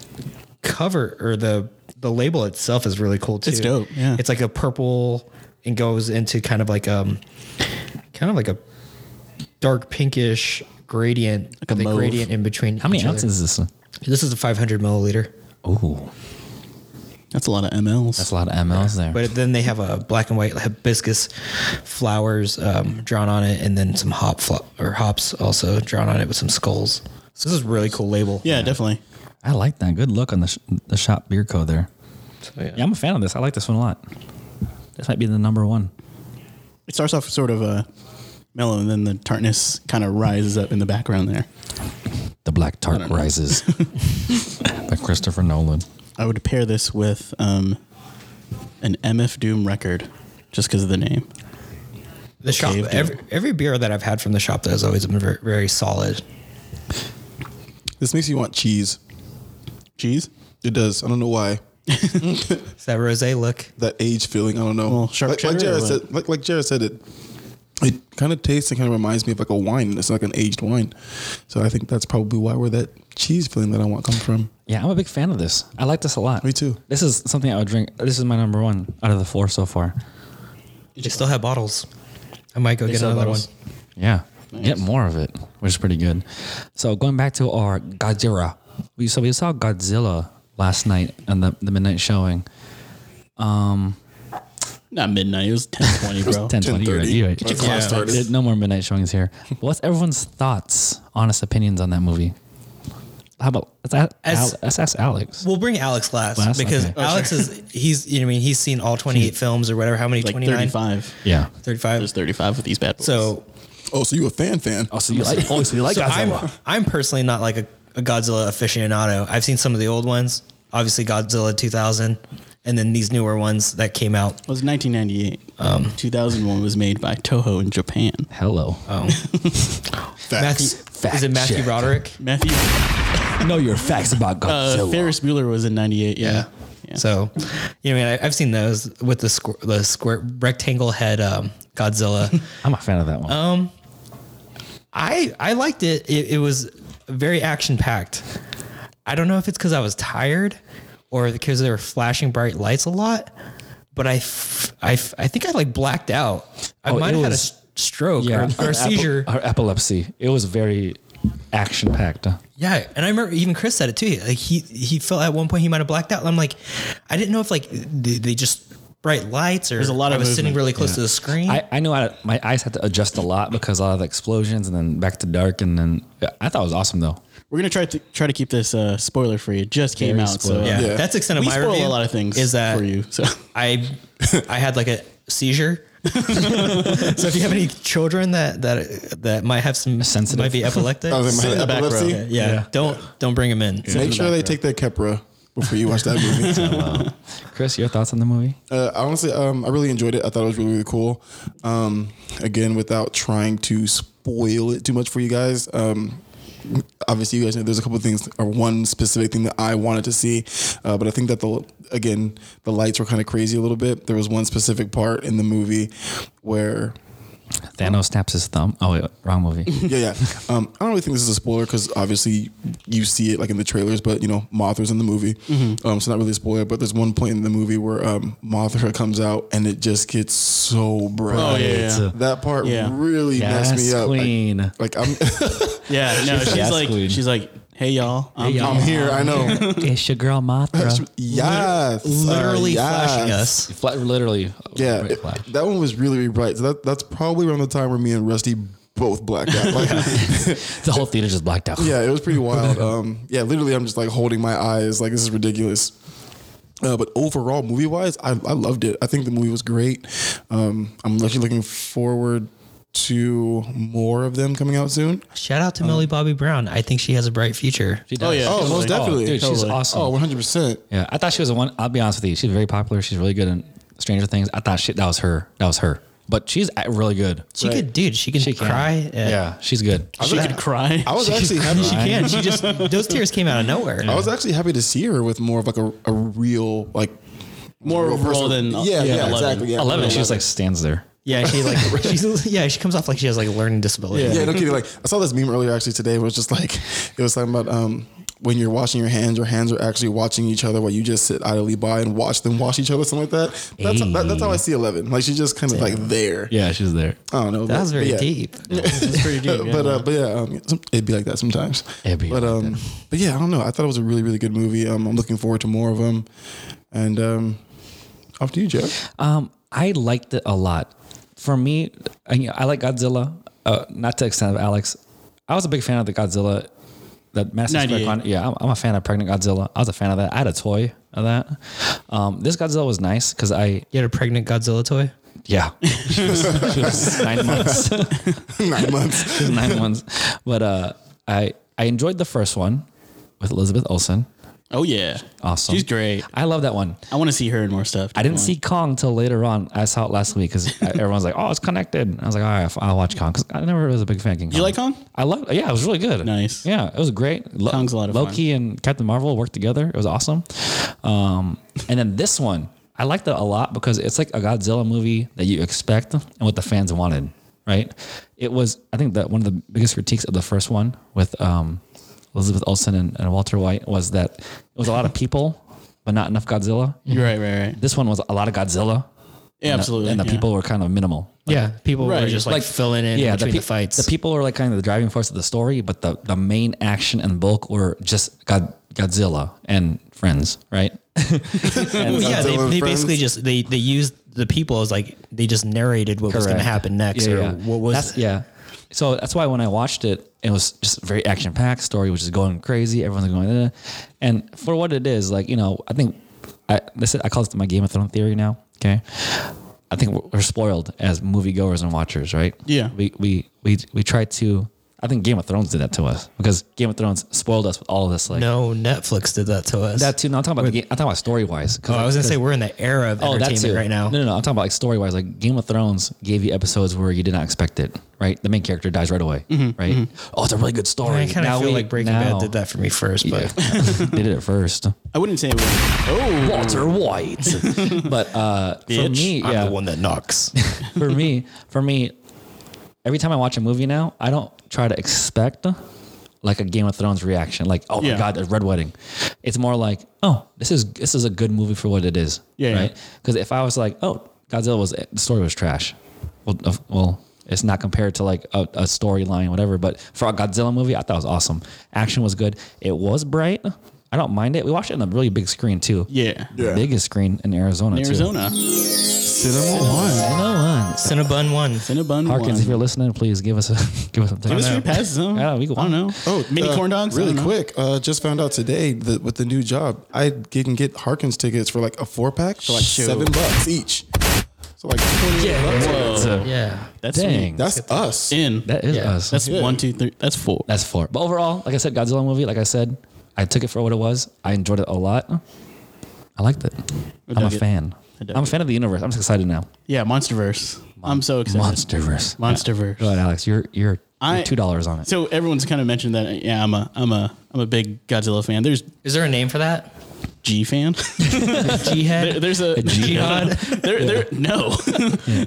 Speaker 3: cover or the the label itself is really cool too.
Speaker 1: It's dope, yeah.
Speaker 3: it's like a purple and goes into kind of like um, kind of like a dark pinkish gradient,
Speaker 1: a
Speaker 3: like the
Speaker 1: mauve.
Speaker 3: gradient in between.
Speaker 2: How many
Speaker 3: each other.
Speaker 2: ounces is this?
Speaker 3: This is a 500 milliliter.
Speaker 2: Oh,
Speaker 1: That's a lot of MLs.
Speaker 2: that's a lot of mls there.
Speaker 3: But then they have a black and white hibiscus flowers um, drawn on it, and then some hop flo- or hops also drawn on it with some skulls. So this is a really cool label.
Speaker 1: yeah, definitely.
Speaker 2: I like that. Good look on the sh- the shop beer co there.
Speaker 3: yeah.
Speaker 2: Yeah, I'm a fan of this. I like this one a lot. This might be the number one.
Speaker 1: It starts off sort of uh, mellow, and then the tartness kind of rises up in the background there.
Speaker 2: The Black Tart Rises by Christopher Nolan.
Speaker 1: I would pair this with um, an MF Doom record, just because of the name.
Speaker 3: The shop,
Speaker 1: Cave Doom.
Speaker 3: every, every beer that I've had from the shop that has always been very, very solid.
Speaker 4: This makes you want cheese.
Speaker 1: Cheese.
Speaker 4: It does. I don't know why.
Speaker 3: It's that rosé look.
Speaker 4: That age feeling. I don't know.
Speaker 1: Well, sharp
Speaker 4: like, like
Speaker 1: cheddar or
Speaker 4: Jared
Speaker 1: what?
Speaker 4: said. Like, like Jared said it. It kind of tastes and kind of reminds me of like a wine. It's like an aged wine, so I think that's probably why where that cheese feeling that I want comes from.
Speaker 2: Yeah, I'm a big fan of this. I like this a lot.
Speaker 4: Me too.
Speaker 2: This is something I would drink. This is my number one out of the four so far.
Speaker 3: They still have bottles. I might go get
Speaker 1: sell
Speaker 3: another one.
Speaker 1: bottles.
Speaker 2: Yeah. Get more of it, which is pretty good. So going back to our Godzilla. We so we saw Godzilla last night on the, the midnight showing.
Speaker 1: Not midnight. It was ten twenty, bro.
Speaker 2: 10 20 you're right, you're right.
Speaker 4: Get your class
Speaker 3: Yeah.
Speaker 4: started.
Speaker 2: There- No more midnight showings here. But what's everyone's thoughts, honest opinions on that movie? How about let's ask,
Speaker 3: As-
Speaker 2: Al- let's ask Alex?
Speaker 3: We'll bring Alex last
Speaker 2: Last?
Speaker 3: because
Speaker 2: Okay.
Speaker 3: Alex is he's you know I mean he's seen all 28 films or whatever. How many?
Speaker 1: Like
Speaker 3: 29,
Speaker 1: thirty-five.
Speaker 2: Yeah.
Speaker 3: 35.
Speaker 1: There's thirty-five with these bad boys.
Speaker 3: So
Speaker 4: Oh, so you a fan fan?
Speaker 2: Oh, so you like? Oh, so you like
Speaker 3: So
Speaker 2: Godzilla?
Speaker 3: I'm, I'm personally not like a, a Godzilla aficionado. I've seen some of the old ones, obviously Godzilla 2000, and then these newer ones that came out.
Speaker 1: it was nineteen ninety-eight. Um, two thousand one was made by Toho in Japan.
Speaker 2: Hello.
Speaker 3: Matthew,
Speaker 4: Facts.
Speaker 2: Fact
Speaker 3: is it Matthew
Speaker 2: check.
Speaker 3: Roderick?
Speaker 1: Matthew
Speaker 2: know your facts about
Speaker 1: uh,
Speaker 2: Godzilla.
Speaker 1: Ferris Bueller was in ninety-eight. Yeah. yeah.
Speaker 3: So, you know, I mean, I, I've seen those with the square, the square rectangle head um, Godzilla.
Speaker 2: I'm a fan of that one.
Speaker 3: I I liked it. It, it was very action packed. I don't know if it's because I was tired or because they were flashing bright lights a lot, but I, f- I, f- I think I like blacked out. I
Speaker 2: Oh,
Speaker 3: might
Speaker 2: it
Speaker 3: have had a
Speaker 2: was- uh,
Speaker 3: s- stroke or, or a
Speaker 2: epi-
Speaker 3: seizure.
Speaker 2: or epilepsy. It was very action packed.
Speaker 3: Yeah, and I remember even Chris said it too. Like he he felt at one point he might have blacked out. And I'm like, I didn't know if like they, they just bright lights or
Speaker 1: There's a lot
Speaker 3: I
Speaker 1: of
Speaker 3: was sitting
Speaker 1: movement,
Speaker 3: really close to the screen.
Speaker 2: I, I know I, my eyes had to adjust a lot because a lot of the explosions and then back to dark and then I thought it was awesome though.
Speaker 1: We're gonna try to try to keep this uh, spoiler free. It just came
Speaker 2: Very
Speaker 1: out, so uh,
Speaker 2: spoiler.
Speaker 3: yeah,
Speaker 4: Yeah.
Speaker 3: that's the extent of
Speaker 1: we
Speaker 3: my
Speaker 1: spoil
Speaker 3: review
Speaker 1: a lot of things.
Speaker 3: Is that
Speaker 1: for you? So
Speaker 3: I I had like a seizure. so if you have any children that that that might have some
Speaker 2: Sensitive.
Speaker 3: might be epileptic,
Speaker 4: I was like,
Speaker 1: Sit in
Speaker 4: my
Speaker 1: the back row.
Speaker 4: epilepsy.
Speaker 3: yeah, don't don't bring them in.
Speaker 4: Make sure they take their Kepra before you watch that movie.
Speaker 2: Uh, Chris, your thoughts on the movie?
Speaker 4: uh, honestly, um, I really enjoyed it. I thought it was really, really cool. Um, again, without trying to spoil it too much for you guys. Um, obviously, you guys know there's a couple of things, or one specific thing that I wanted to see, uh, but I think that the again the lights were kind of crazy a little bit. There was one specific part in the movie where
Speaker 2: Thanos snaps his thumb. Oh wait, wrong movie.
Speaker 4: yeah, yeah. Um, I don't really think this is a spoiler because obviously you see it like in the trailers, but you know Mothra's in the movie,
Speaker 1: Mm-hmm.
Speaker 4: um, so not really a spoiler. But there's one point in the movie where um, Mothra comes out and it just gets so bright.
Speaker 1: Oh, yeah,
Speaker 2: It's a-
Speaker 4: that part
Speaker 1: Yeah.
Speaker 4: really
Speaker 2: yes,
Speaker 4: messed me up.
Speaker 2: queen.
Speaker 4: I, like I'm,
Speaker 1: yeah, no, she's
Speaker 2: Yes,
Speaker 1: like
Speaker 2: queen.
Speaker 1: she's like, hey y'all, I'm
Speaker 2: y'all.
Speaker 4: I'm here. I know.
Speaker 2: it's your girl Mothra.
Speaker 4: yes,
Speaker 3: Literally
Speaker 4: uh, yes.
Speaker 3: flashing us.
Speaker 2: Fla- literally.
Speaker 4: Yeah,
Speaker 2: Great
Speaker 4: it-
Speaker 2: flash.
Speaker 4: that one was really, really bright. So that that's probably around the time where me and Rusty both blacked out. Like,
Speaker 2: The whole theater just blacked out.
Speaker 4: Yeah, it was pretty wild. Um, yeah, literally, I'm just like holding my eyes, like this is ridiculous. Uh, but overall, movie wise, I, I loved it. I think the movie was great. Um, I'm actually looking forward to more of them coming out soon.
Speaker 3: Shout out to Millie Bobby Brown. I think she has a bright future.
Speaker 2: She
Speaker 1: Oh,
Speaker 2: does.
Speaker 1: yeah. Oh,
Speaker 4: most definitely.
Speaker 2: dude, she's
Speaker 1: Totally.
Speaker 2: awesome.
Speaker 4: Oh, 100. percent
Speaker 2: Yeah, I thought she was the one. I'll be honest with you, she's very popular. She's really good in Stranger Things. I thought she that was her. That was her. But she's a- really good.
Speaker 3: She could, dude. She can cry.
Speaker 2: Yeah, she's good.
Speaker 1: She could cry.
Speaker 4: I was actually happy.
Speaker 3: She can. She just those tears came out of nowhere.
Speaker 4: I was actually happy to see her with more of like a, a real like
Speaker 1: More
Speaker 4: real
Speaker 1: role
Speaker 4: person.
Speaker 1: than
Speaker 4: yeah, yeah,
Speaker 1: than Eleven.
Speaker 4: exactly. Yeah,
Speaker 2: Eleven. She just like stands there.
Speaker 3: Yeah, she like she's yeah, she comes off like she has like a learning disability.
Speaker 4: Yeah, no kidding. Like I saw this meme earlier actually today. It was just like it was talking about um, when you're washing your hands, your hands are actually watching each other while you just sit idly by and watch them wash each other, something like that. That's that, that's how I see Eleven. Like she's just kind of like there.
Speaker 2: Yeah, she's there.
Speaker 4: I don't know.
Speaker 3: That was very
Speaker 4: yeah.
Speaker 3: deep.
Speaker 1: That's pretty
Speaker 4: Uh,
Speaker 1: deep. yeah.
Speaker 4: but uh, but yeah, um, some- it'd be like that sometimes.
Speaker 2: It'd be
Speaker 4: but
Speaker 2: like
Speaker 4: um, but yeah, I don't know. I thought it was a really really good movie. Um, I'm looking forward to more of them. And um, off to you, Jeff.
Speaker 2: Um, I liked it a lot. For me, I, you know, I like Godzilla. Uh, not to the extent of Alex. I was a big fan of the Godzilla. That massive
Speaker 1: 98.
Speaker 2: Square Con- Yeah, I'm, I'm a fan of Pregnant Godzilla. I was a fan of that. I had a toy of that. Um, this Godzilla was nice because I
Speaker 3: You had a pregnant Godzilla toy.
Speaker 2: Yeah. She was, she was nine months.
Speaker 4: Nine months.
Speaker 2: She was nine months. But uh, I I enjoyed the first one with Elizabeth Olsen.
Speaker 1: oh yeah,
Speaker 2: Awesome.
Speaker 1: She's great.
Speaker 2: I love that one.
Speaker 1: I want to see her in more stuff.
Speaker 2: I didn't see Kong till later on. I saw it last week because everyone's like, "Oh, it's connected." I was like, "All right, I'll watch Kong." Because I never was a big fan of King Kong.
Speaker 1: You like Kong?
Speaker 2: I love. Yeah, it was really good.
Speaker 1: Nice.
Speaker 2: Yeah, it was great. Lo-
Speaker 1: Kong's a lot of fun.
Speaker 2: Loki and Captain Marvel worked together. It was awesome. Um, and then this one, I liked it a lot because it's like a Godzilla movie that you expect and what the fans wanted. Right. It was. I think that one of the biggest critiques of the first one with um, Elizabeth Olsen and, and Walter White was that it was a lot of people, but not enough Godzilla.
Speaker 1: You're right, right, right.
Speaker 2: This one was a lot of Godzilla.
Speaker 1: Yeah, absolutely.
Speaker 2: And the
Speaker 1: yeah.
Speaker 2: people were kind of minimal.
Speaker 3: yeah, people
Speaker 1: Right,
Speaker 3: were just like, filling in between the,
Speaker 2: pe-
Speaker 3: fights.
Speaker 2: The people were like kind of the driving force of the story, but the, the main action and bulk were just God, Godzilla and friends, right?
Speaker 3: Well, yeah, they,
Speaker 4: Godzilla
Speaker 3: they
Speaker 4: friends.
Speaker 3: basically just they they used the people as like they just narrated what was going to
Speaker 2: Correct.
Speaker 3: happen next or what was
Speaker 2: that's, yeah. So that's why when I watched it, it was just very action packed story, which is going crazy. Everyone's going, eh. and for what it is, like you know, I think I this is, I call it my Game of Thrones theory now. Okay, I think we're, we're spoiled as moviegoers and watchers, right?
Speaker 1: Yeah.
Speaker 2: we we we we try to. I think Game of Thrones did that to us because Game of Thrones spoiled us with all of this, like
Speaker 3: no Netflix did that to us.
Speaker 2: that too. No, I'm talking about the game. I'm talking about story wise.
Speaker 3: oh, I was going to say we're in the era of
Speaker 2: Oh, that's
Speaker 3: entertainment
Speaker 2: it
Speaker 3: right now.
Speaker 2: No, no, no. I'm talking about like story wise. Like Game of Thrones gave you episodes where you did not expect it. Right, the main character dies right away.
Speaker 3: Mm-hmm,
Speaker 2: Right. Oh, it's a really good story.
Speaker 3: I kind
Speaker 2: Now
Speaker 3: of feel
Speaker 2: we-
Speaker 3: like Breaking
Speaker 2: now-
Speaker 3: Bad did that for me first,
Speaker 2: Yeah.
Speaker 3: but
Speaker 2: they did it first.
Speaker 1: I wouldn't say. It was, oh,
Speaker 2: Walter White. but uh, for me,
Speaker 3: I'm
Speaker 2: yeah,
Speaker 3: the one that knocks.
Speaker 2: for me, for me, every time I watch a movie now, I don't try to expect like a Game of Thrones reaction. Like, oh
Speaker 1: Yeah.
Speaker 2: my god, a red wedding. It's more like, oh, this is this is a good movie for what it is.
Speaker 1: Yeah, yeah.
Speaker 2: Right. Because if I was like, oh, Godzilla was the story was trash. Well, of- well, It's not compared to like a, a storyline, whatever. But for a Godzilla movie, I thought it was awesome. Action was good. It was bright. I don't mind it. We watched it on a really big screen too.
Speaker 1: Yeah.
Speaker 4: Yeah.
Speaker 2: Biggest screen in Arizona. too.
Speaker 1: Arizona.
Speaker 4: Cinema One.
Speaker 2: I know one.
Speaker 3: Cinnabon one.
Speaker 1: Cinnabon
Speaker 2: Harkins, if
Speaker 1: one.
Speaker 2: you're listening, please give us a give us some
Speaker 1: Give us
Speaker 2: time.
Speaker 1: three passes. Huh?
Speaker 2: Yeah, we
Speaker 1: I
Speaker 2: can-
Speaker 1: don't know.
Speaker 4: Oh,
Speaker 1: mini
Speaker 4: uh,
Speaker 1: corn dogs. I
Speaker 4: Really
Speaker 1: don't know.
Speaker 4: quick. Uh, just found out today that with the new job, I can get Harkins tickets for like a four pack for like
Speaker 1: Shoot.
Speaker 4: seven bucks each. So like twenty eight bucks.
Speaker 2: So,
Speaker 3: Yeah.
Speaker 1: That's
Speaker 2: Dang,
Speaker 4: That's us.
Speaker 1: in.
Speaker 2: that is
Speaker 3: Yeah.
Speaker 2: us.
Speaker 1: that's one, two, three. That's four.
Speaker 2: That's four. But overall, like I said, Godzilla movie. Like I said, I took it for what it was. I enjoyed it a lot. I liked it. I'm a
Speaker 1: dug it.
Speaker 2: fan.
Speaker 1: I dug
Speaker 2: I'm a
Speaker 1: it.
Speaker 2: fan of the universe. I'm just excited now.
Speaker 1: Yeah, MonsterVerse. I'm so excited.
Speaker 2: Monsterverse.
Speaker 1: MonsterVerse.
Speaker 2: Go ahead, Alex. You're you're,
Speaker 1: I-
Speaker 2: you're two dollars on it.
Speaker 1: So everyone's kind of mentioned that. Yeah, I'm a, I'm a, I'm a big Godzilla fan. There's
Speaker 3: Is there a name for that?
Speaker 1: G fan.
Speaker 3: G
Speaker 1: There-
Speaker 3: head.
Speaker 1: There's a,
Speaker 2: jihad?
Speaker 1: there, there, no.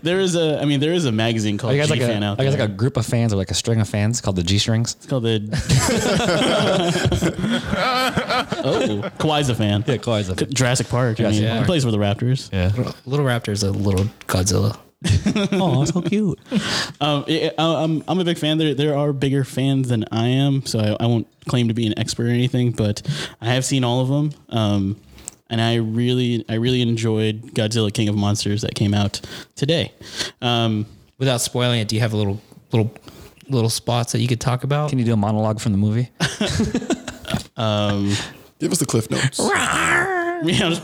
Speaker 1: there is a. I mean, there is a magazine called
Speaker 2: I
Speaker 1: G
Speaker 2: guess like
Speaker 1: fan
Speaker 2: a,
Speaker 1: out
Speaker 2: I
Speaker 1: there.
Speaker 2: guess like a group of fans or like a string of fans called the G strings.
Speaker 1: it's called the. oh, Kawhi's a fan.
Speaker 2: Yeah, Kawhi's a fan.
Speaker 1: Jurassic Park. I
Speaker 2: Jurassic
Speaker 1: mean,
Speaker 2: Park.
Speaker 1: He plays for the Raptors.
Speaker 3: Little Raptor's a little Godzilla.
Speaker 2: oh, so cute.
Speaker 1: Um, yeah, I- I'm, I'm a big fan. There, there are bigger fans than I am, so I, I won't claim to be an expert or anything, but I have seen all of them. Um, and I really, I really enjoyed Godzilla King of Monsters that came out today. Um,
Speaker 3: Without spoiling it, do you have a little little little spots that you could talk about?
Speaker 2: Can you do a monologue from the movie?
Speaker 4: Give us the cliff notes.
Speaker 1: yeah, I was-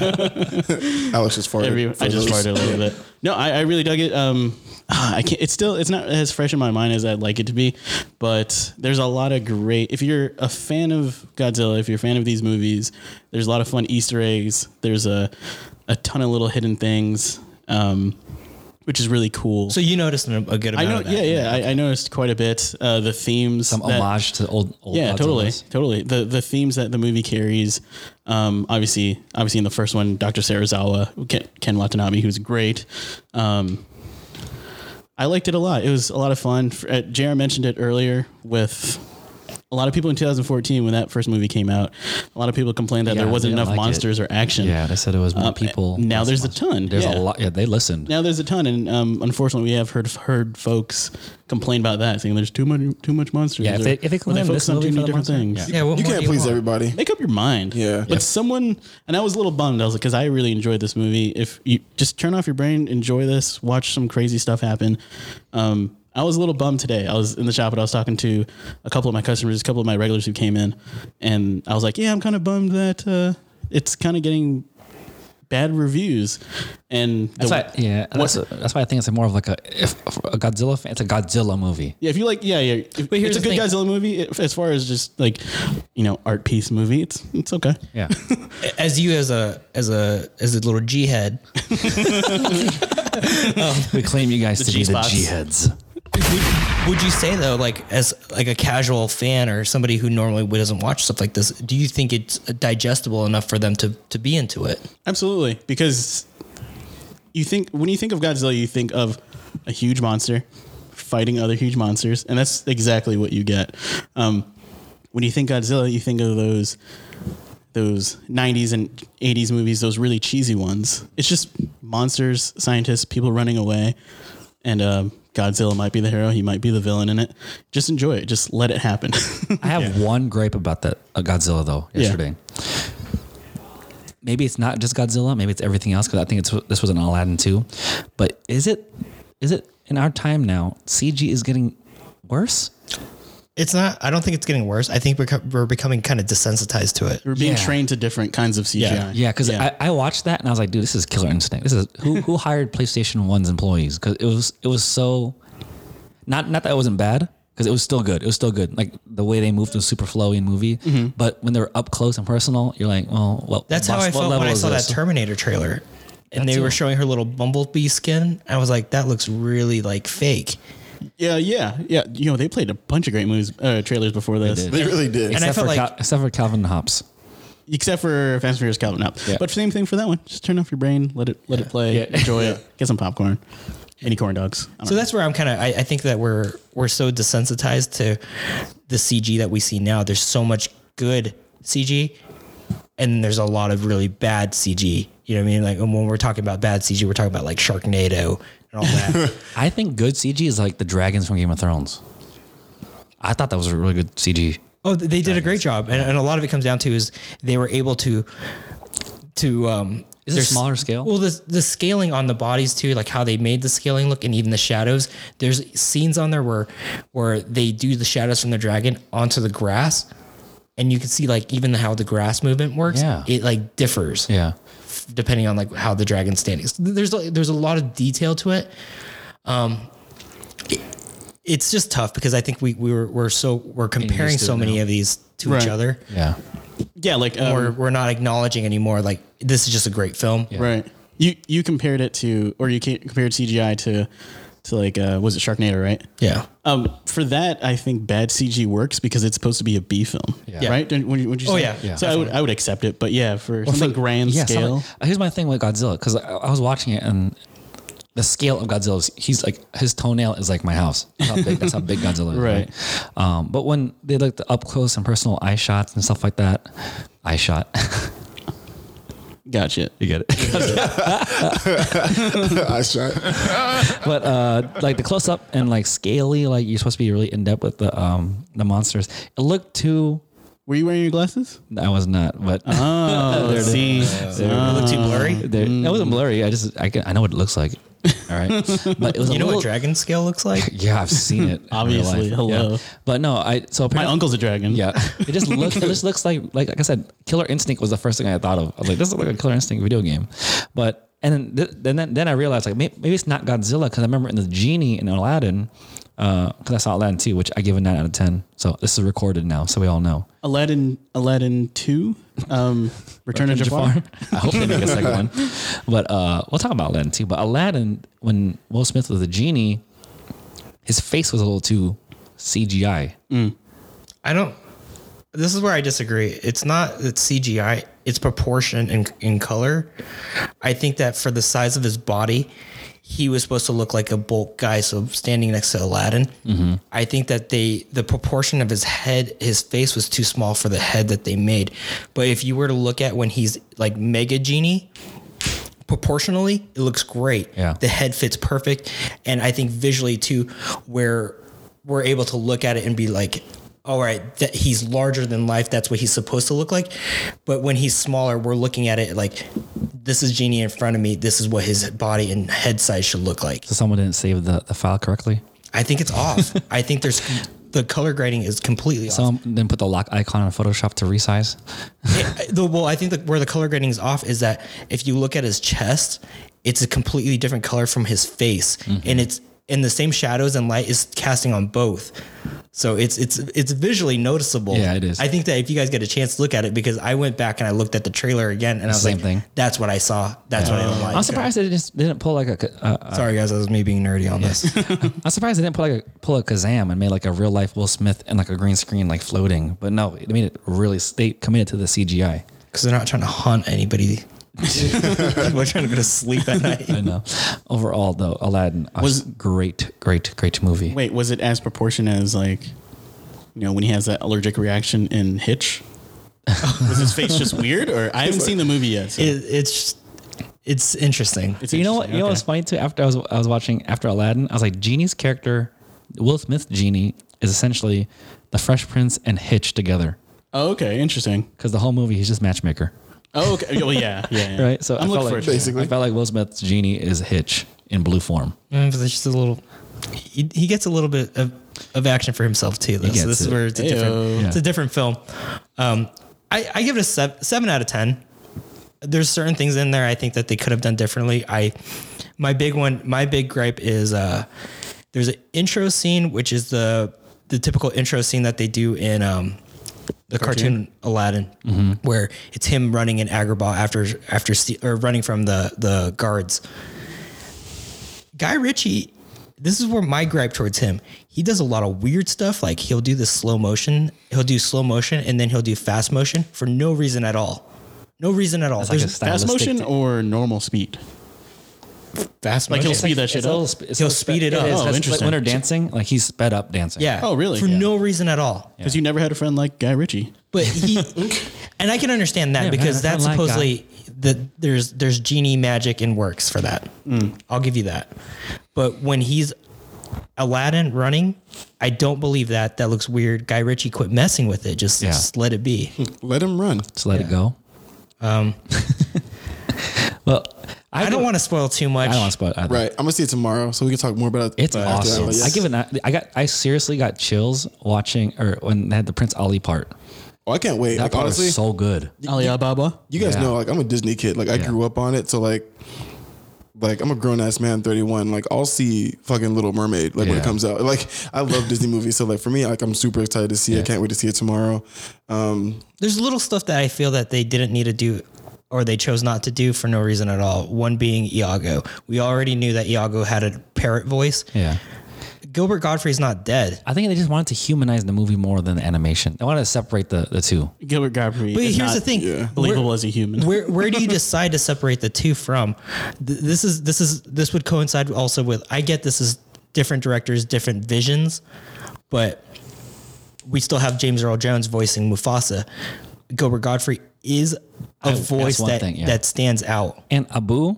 Speaker 4: Alex just farted.
Speaker 1: Every-
Speaker 4: for
Speaker 1: I just
Speaker 4: those.
Speaker 1: farted a little bit. No, I, I really dug it. Um, I can't. It's still. It's not as fresh in my mind as I'd like it to be, but there's a lot of great. If you're a fan of Godzilla, if you're a fan of these movies, there's a lot of fun Easter eggs. There's a a ton of little hidden things, um, which is really cool.
Speaker 3: so you noticed a a good
Speaker 1: I
Speaker 3: amount
Speaker 1: know.
Speaker 3: of that.
Speaker 1: Yeah, yeah. I, I noticed quite a bit. Uh, the themes.
Speaker 2: Some
Speaker 1: that-
Speaker 2: homage to old old
Speaker 1: yeah, totally,
Speaker 2: Godzillas.
Speaker 1: totally. The the themes that the movie carries, um, obviously, obviously in the first one, Dr. Sarazawa, Ken, Ken Watanabe, who's great. Um, I liked it a lot. It was a lot of fun. F- Uh, Jr. mentioned it earlier with. A lot of people in 2014, when that first movie came out, a lot of people complained that
Speaker 2: Yeah,
Speaker 1: there wasn't
Speaker 2: they didn't
Speaker 1: enough
Speaker 2: like it.
Speaker 1: monsters or action.
Speaker 2: Yeah, they said it was more
Speaker 1: Um,
Speaker 2: people.
Speaker 1: now
Speaker 2: less
Speaker 1: there's a
Speaker 2: monsters.
Speaker 1: ton,
Speaker 2: There's
Speaker 1: yeah.
Speaker 2: a lot. Yeah, they listened.
Speaker 1: Now there's a ton, and um, unfortunately, we have heard heard folks complain about that, saying there's too much too much monsters.
Speaker 2: Yeah, if they- if they complain
Speaker 1: focus
Speaker 2: this
Speaker 1: on
Speaker 2: movie
Speaker 1: too
Speaker 2: for
Speaker 1: many
Speaker 2: the
Speaker 1: different
Speaker 2: monster,
Speaker 1: things.
Speaker 2: yeah.
Speaker 3: Yeah, what
Speaker 4: You
Speaker 3: more
Speaker 4: can't
Speaker 3: do
Speaker 4: please
Speaker 3: want?
Speaker 4: everybody.
Speaker 1: make up your mind.
Speaker 4: Yeah.
Speaker 1: But someone, and I was a little bummed. I was like, because I really enjoyed this movie. If you just turn off your brain, enjoy this, watch some crazy stuff happen. Um, I was a little bummed today. I was in the shop and I was talking to a couple of my customers, a couple of my regulars who came in, and I was like, yeah, I'm kind of bummed that uh, it's kind of getting bad reviews. And the-
Speaker 2: That's why, yeah,
Speaker 1: what-
Speaker 2: that's, that's why I think it's more of like a, if, a Godzilla fan. It's a Godzilla movie.
Speaker 1: Yeah, if you like, yeah, yeah. If,
Speaker 3: But here's
Speaker 1: it's a
Speaker 3: the
Speaker 1: good
Speaker 3: thing.
Speaker 1: Godzilla movie. If, as far as just like, you know, art piece movie, it's it's okay.
Speaker 2: Yeah,
Speaker 3: As you as a as a as a little G head,
Speaker 2: we claim you guys to be the
Speaker 1: G-spots.
Speaker 2: G heads.
Speaker 3: would, would you say though, like as like a casual fan or somebody who normally doesn't watch stuff like this, do you think it's digestible enough for them to to be into it?
Speaker 1: Absolutely, because you think when you think of Godzilla, you think of a huge monster fighting other huge monsters, and that's exactly what you get. Um, when you think Godzilla, you think of those those 90s and 80s movies, those really cheesy ones. It's just monsters, scientists, people running away, and um, Godzilla might be the hero. He might be the villain in it. Just enjoy it. Just let it happen.
Speaker 2: I have one gripe about that uh, Godzilla though. Yesterday, maybe it's not just Godzilla. Maybe it's everything else. Because I think it's this was an Aladdin too. But is it is it in our time now? CG is getting worse.
Speaker 3: It's not. I don't think it's getting worse. I think we're co- we're becoming kind of desensitized to it.
Speaker 1: We're being
Speaker 2: Yeah.
Speaker 1: trained to different kinds of CGI.
Speaker 2: Yeah, because
Speaker 1: Yeah.
Speaker 2: I, I watched that and I was like, dude, this is Killer Instinct. This is who who hired PlayStation One's employees? Because it was it was so not not that it wasn't bad because it was still good. It was still good. Like the way they moved was super flowy in movie. But when they were up close and personal, you're like, well, well
Speaker 3: Mm-hmm. That's how I felt when I saw that Terminator trailer, and they were showing her little bumblebee skin. I was like, that looks really like fake.
Speaker 1: Yeah, yeah, yeah. You know, they played a bunch of great movies uh, trailers before this,
Speaker 2: did.
Speaker 4: They really did.
Speaker 3: And I
Speaker 2: except for
Speaker 3: felt
Speaker 2: Cal-
Speaker 3: like-
Speaker 2: except for Calvin Hobbs.
Speaker 1: except for Fast and Furious coming up.
Speaker 2: Yeah.
Speaker 1: But same thing for that one. Just turn off your brain, let it let it play, enjoy it, get some popcorn, any corn dogs. I don't
Speaker 3: So
Speaker 1: know.
Speaker 3: that's where I'm kind of. I, I think that we're we're so desensitized to the CG that we see now. There's so much good CG, and there's a lot of really bad CG. You know what I mean? Like and when we're talking about bad CG, we're talking about like Sharknado and all that.
Speaker 2: I think good CG is like the dragons from Game of Thrones. I thought that was a really good CG.
Speaker 3: oh, they did a great job, and, and a lot of it comes down to is they were able to to um,
Speaker 2: Is it
Speaker 3: there's-
Speaker 2: smaller scale?
Speaker 3: Well, the the scaling on the bodies too, like how they made the scaling look, and even the shadows. There's scenes on there where where they do the shadows from the dragon onto the grass, and you can see like even how the grass movement works.
Speaker 2: Yeah.
Speaker 3: it like differs
Speaker 2: Yeah.
Speaker 3: depending on like how the dragon's standing. So there's like, there's a lot of detail to it. Um, it- it's just tough because I think we we were we're so we're comparing
Speaker 2: used to
Speaker 3: so
Speaker 2: it
Speaker 3: many
Speaker 2: now.
Speaker 3: of these to each
Speaker 4: Right.
Speaker 3: other.
Speaker 2: Yeah.
Speaker 1: Yeah, like um,
Speaker 3: Or we're not acknowledging anymore. Like this is just a great film.
Speaker 1: right. You you compared it to, or you ca- compared CGI to, to like uh, was it Sharknado, right?
Speaker 3: Yeah.
Speaker 1: Um, for that, I think bad CG works because it's supposed to be a B film,
Speaker 2: Yeah.
Speaker 1: right? Didn't- Would you, would you
Speaker 3: Oh,
Speaker 1: say?
Speaker 3: yeah. Yeah.
Speaker 1: So I would, I would accept it, but yeah, for something grand
Speaker 2: Yeah,
Speaker 1: scale,
Speaker 2: something- uh, here's my thing with Godzilla because I, I was watching it and the scale of Godzilla is he's like his toenail is like my house. That's how big, that's how big Godzilla is, right? Um, but when they like the up close and personal eye shots and stuff like that, eye shot.
Speaker 1: gotcha.
Speaker 2: you get it.
Speaker 4: I shot.
Speaker 2: but uh, like the close up and like scaly, like you're supposed to be really in depth with the um the monsters. It looked too.
Speaker 1: Were you wearing your glasses?
Speaker 2: I was not, but
Speaker 3: Uh-huh.
Speaker 1: Oh, see,
Speaker 3: it looked too blurry.
Speaker 2: there, that
Speaker 3: Mm.
Speaker 2: wasn't blurry. I just I can, I know what it looks like. All right, but it was
Speaker 3: You
Speaker 2: a
Speaker 3: know
Speaker 2: little,
Speaker 3: what dragon scale looks like?
Speaker 2: Yeah, I've seen it. in real
Speaker 1: Obviously,
Speaker 2: life.
Speaker 1: hello.
Speaker 2: Yeah. But no, I so
Speaker 1: my
Speaker 2: apparently,
Speaker 1: uncle's a dragon.
Speaker 2: yeah, it just looks. It just looks like like like I said, Killer Instinct was the first thing I thought of. I was like, this looks like a Killer Instinct video game, but. And then, then, then, then I realized like maybe, maybe it's not Godzilla because I remember in the genie in Aladdin, because I saw Aladdin too, which I give a nine out of ten. So this is recorded now, so we all know.
Speaker 1: Aladdin, Aladdin two, um, Return, of Jafar.
Speaker 2: I hope they make a second one. But uh, we'll talk about Aladdin too. But Aladdin, when Will Smith was the genie, his face was a little too CGI.
Speaker 3: I don't. This is where I disagree. It's not it's CGI. It's proportion and in color. I think that for the size of his body, he was supposed to look like a bulk guy. So standing next to Aladdin, I think that they the proportion of his head, his face was too small for the head that they made. But if you were to look at when he's like mega genie, proportionally, it looks great.
Speaker 2: Yeah.
Speaker 3: The head fits perfect. And I think visually too, where we're able to look at it and be like, all right, that he's larger than life. That's what he's supposed to look like. But when he's smaller, we're looking at it like this is genie in front of me. This is what his body and head size should look like.
Speaker 2: So someone didn't save the, the file correctly.
Speaker 3: I think it's off. I think there's the color grading is completely off.
Speaker 2: Someone then put the lock icon in Photoshop to resize.
Speaker 3: I- the, well, I think that where the color grading is off is that if you look at his chest, it's a completely different color from his face,
Speaker 2: Mm-hmm.
Speaker 3: and it's and the same shadows and light is casting on both. So it's it's it's visually noticeable.
Speaker 2: Yeah, it is.
Speaker 3: I think that if you guys get a chance to look at it, because I went back and I looked at the trailer again, and I was
Speaker 2: Same
Speaker 3: like,
Speaker 2: thing. Oh.
Speaker 3: "That's what I saw. That's what I don't like."
Speaker 2: I'm surprised they just they didn't pull like a. Uh,
Speaker 3: Sorry, guys, that was me being nerdy on this.
Speaker 2: I'm surprised they didn't pull like a pull a Kazam and made like a real life Will Smith and like a green screen like floating. But no, they made it really. They committed to the CGI.
Speaker 3: because they're not trying to haunt anybody. People are trying to go to sleep at night.
Speaker 2: I know. Overall, though, Aladdin was great, great, great movie.
Speaker 1: Wait, was it as proportion as like, you know, when he has that allergic reaction in Hitch? was his face just weird, or I haven't seen the movie yet? So
Speaker 3: It, it's just, it's interesting.
Speaker 1: it's
Speaker 2: you know what?
Speaker 1: interesting.
Speaker 2: You know
Speaker 1: Okay.
Speaker 2: what's funny too? After I was I was watching after Aladdin, I was like, Genie's character, Will Smith's genie, is essentially the Fresh Prince and Hitch together
Speaker 1: Oh, okay, interesting.
Speaker 2: because the whole movie he's just matchmaker,
Speaker 1: Oh, okay. Well, yeah, yeah. yeah.
Speaker 2: right? So I
Speaker 1: I'm
Speaker 2: felt
Speaker 1: looking
Speaker 2: like,
Speaker 1: for it.
Speaker 4: Basically.
Speaker 2: I felt like Will Smith's genie is Hitch in blue form.
Speaker 3: Mm, but there's just a little. He, he gets a little bit of, of action for himself too. Though.
Speaker 2: gets
Speaker 3: So this is
Speaker 2: it.
Speaker 3: where it's a
Speaker 1: Ayo.
Speaker 3: different.
Speaker 2: Yeah.
Speaker 3: It's a different film. Um, I, I give it a seven, seven out of ten. There's certain things in there I think that they could have done differently. I my big one, my big gripe is uh, there's an intro scene which is the the typical intro scene that they do in um, the cartoon, Aladdin, where it's him running in Agrabah after after ste- or running from the the guards. Guy Ritchie, this is where my gripe towards him. He does a lot of weird stuff. Like he'll do this slow motion, he'll do slow motion, and then he'll do fast motion for no reason at all. No reason at all.
Speaker 2: like
Speaker 3: There's
Speaker 2: a
Speaker 1: Fast
Speaker 2: stylistic
Speaker 1: motion
Speaker 2: thing.
Speaker 1: or normal speed?
Speaker 3: fast
Speaker 1: Like he'll
Speaker 3: motion.
Speaker 1: speed that
Speaker 2: It's
Speaker 1: shit
Speaker 2: a
Speaker 1: up.
Speaker 2: little sp- it's a
Speaker 3: He'll
Speaker 2: little
Speaker 3: speed it up.
Speaker 2: is.
Speaker 1: Oh,
Speaker 2: That's like
Speaker 1: interesting.
Speaker 2: when they're dancing, like he's sped up dancing.
Speaker 3: yeah.
Speaker 1: Oh, really?
Speaker 3: For
Speaker 1: Yeah.
Speaker 3: no reason at all.
Speaker 1: Because you never had a friend like Guy Ritchie.
Speaker 3: But he, and I can understand that
Speaker 2: Yeah,
Speaker 3: because
Speaker 2: man, I
Speaker 3: that's
Speaker 2: kinda like
Speaker 3: supposedly that there's there's genie magic and works for that. I'll give you that. But when he's Aladdin running, I don't believe that. That looks weird. Guy Ritchie quit messing with it. Just,
Speaker 2: Yeah.
Speaker 3: just let it be.
Speaker 4: Let him run.
Speaker 2: Just let it go. Um. well, I,
Speaker 3: I don't
Speaker 2: give-
Speaker 3: want to spoil too much.
Speaker 2: I don't want to spoil. it either.
Speaker 4: Right. I'm gonna see it tomorrow, so we can talk more about it.
Speaker 2: It's
Speaker 4: after that,
Speaker 2: awesome.
Speaker 4: but yes.
Speaker 2: I give it. Not, I got. I seriously got chills watching, or when they had the Prince Ali part.
Speaker 4: Oh, I can't wait.
Speaker 2: That
Speaker 4: Like,
Speaker 2: part
Speaker 4: honestly,
Speaker 2: was so good.
Speaker 1: Alibaba.
Speaker 4: you guys
Speaker 2: Yeah.
Speaker 4: know, like I'm a Disney kid. Like I grew up on it, so like, like I'm a grown ass man, 31. Like I'll see fucking Little Mermaid like when
Speaker 2: Yeah.
Speaker 4: it comes out. Like I love Disney movies, so like for me, like I'm super excited to see. it. I can't wait to see it tomorrow. Um,
Speaker 3: There's little stuff that I feel that they didn't need to do or they chose not to do for no reason at all. One being Iago. We already knew that Iago had a parrot voice.
Speaker 2: Yeah.
Speaker 3: Gilbert Godfrey's not dead.
Speaker 2: I think they just wanted to humanize the movie more than the animation. They wanted to separate the, the two.
Speaker 1: Gilbert Godfrey.
Speaker 3: But
Speaker 1: is
Speaker 3: here's the
Speaker 1: not
Speaker 3: thing.
Speaker 4: yeah.
Speaker 1: Believable as a human.
Speaker 3: Where where do you decide to separate the two from? Th- This is this is this would coincide also with I get this is different directors, different visions, but we still have James Earl Jones voicing Mufasa. Gilbert Godfrey is a voice
Speaker 2: one
Speaker 3: that
Speaker 2: thing, yeah.
Speaker 3: that stands out.
Speaker 2: And Abu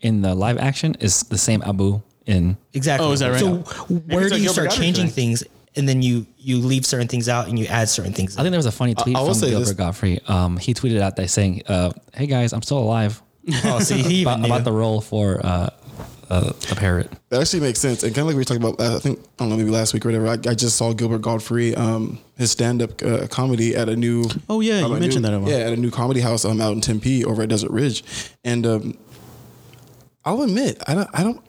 Speaker 2: in the live action is the same Abu in.
Speaker 3: Exactly.
Speaker 1: Oh, is that right?
Speaker 3: So
Speaker 1: Yeah.
Speaker 3: where
Speaker 1: it's
Speaker 3: do
Speaker 1: a
Speaker 3: you
Speaker 1: Gilbert
Speaker 3: start
Speaker 1: Godfrey
Speaker 3: changing
Speaker 1: thing.
Speaker 3: things, and then you you leave certain things out and you add certain things?
Speaker 2: I think there was a funny tweet
Speaker 4: I will
Speaker 2: from
Speaker 4: say
Speaker 2: Gilbert
Speaker 4: this-
Speaker 2: Godfrey. Um, he tweeted out that saying, uh, "Hey guys, I'm still alive."
Speaker 3: oh, see, he even
Speaker 2: About,
Speaker 3: knew.
Speaker 2: about the role for uh, uh, the parrot.
Speaker 4: That actually makes sense. And kind of like we were talking about, last, I think, I don't know, maybe last week or whatever, I, I just saw Gilbert Godfrey, um, his stand up uh, comedy at a new.
Speaker 1: Oh, yeah,
Speaker 4: um,
Speaker 1: you
Speaker 4: a
Speaker 1: mentioned
Speaker 4: new-
Speaker 1: that a while.
Speaker 4: Yeah, at a new comedy house um, out in Tempe over at Desert Ridge. And um, I'll admit, I don't, I don't,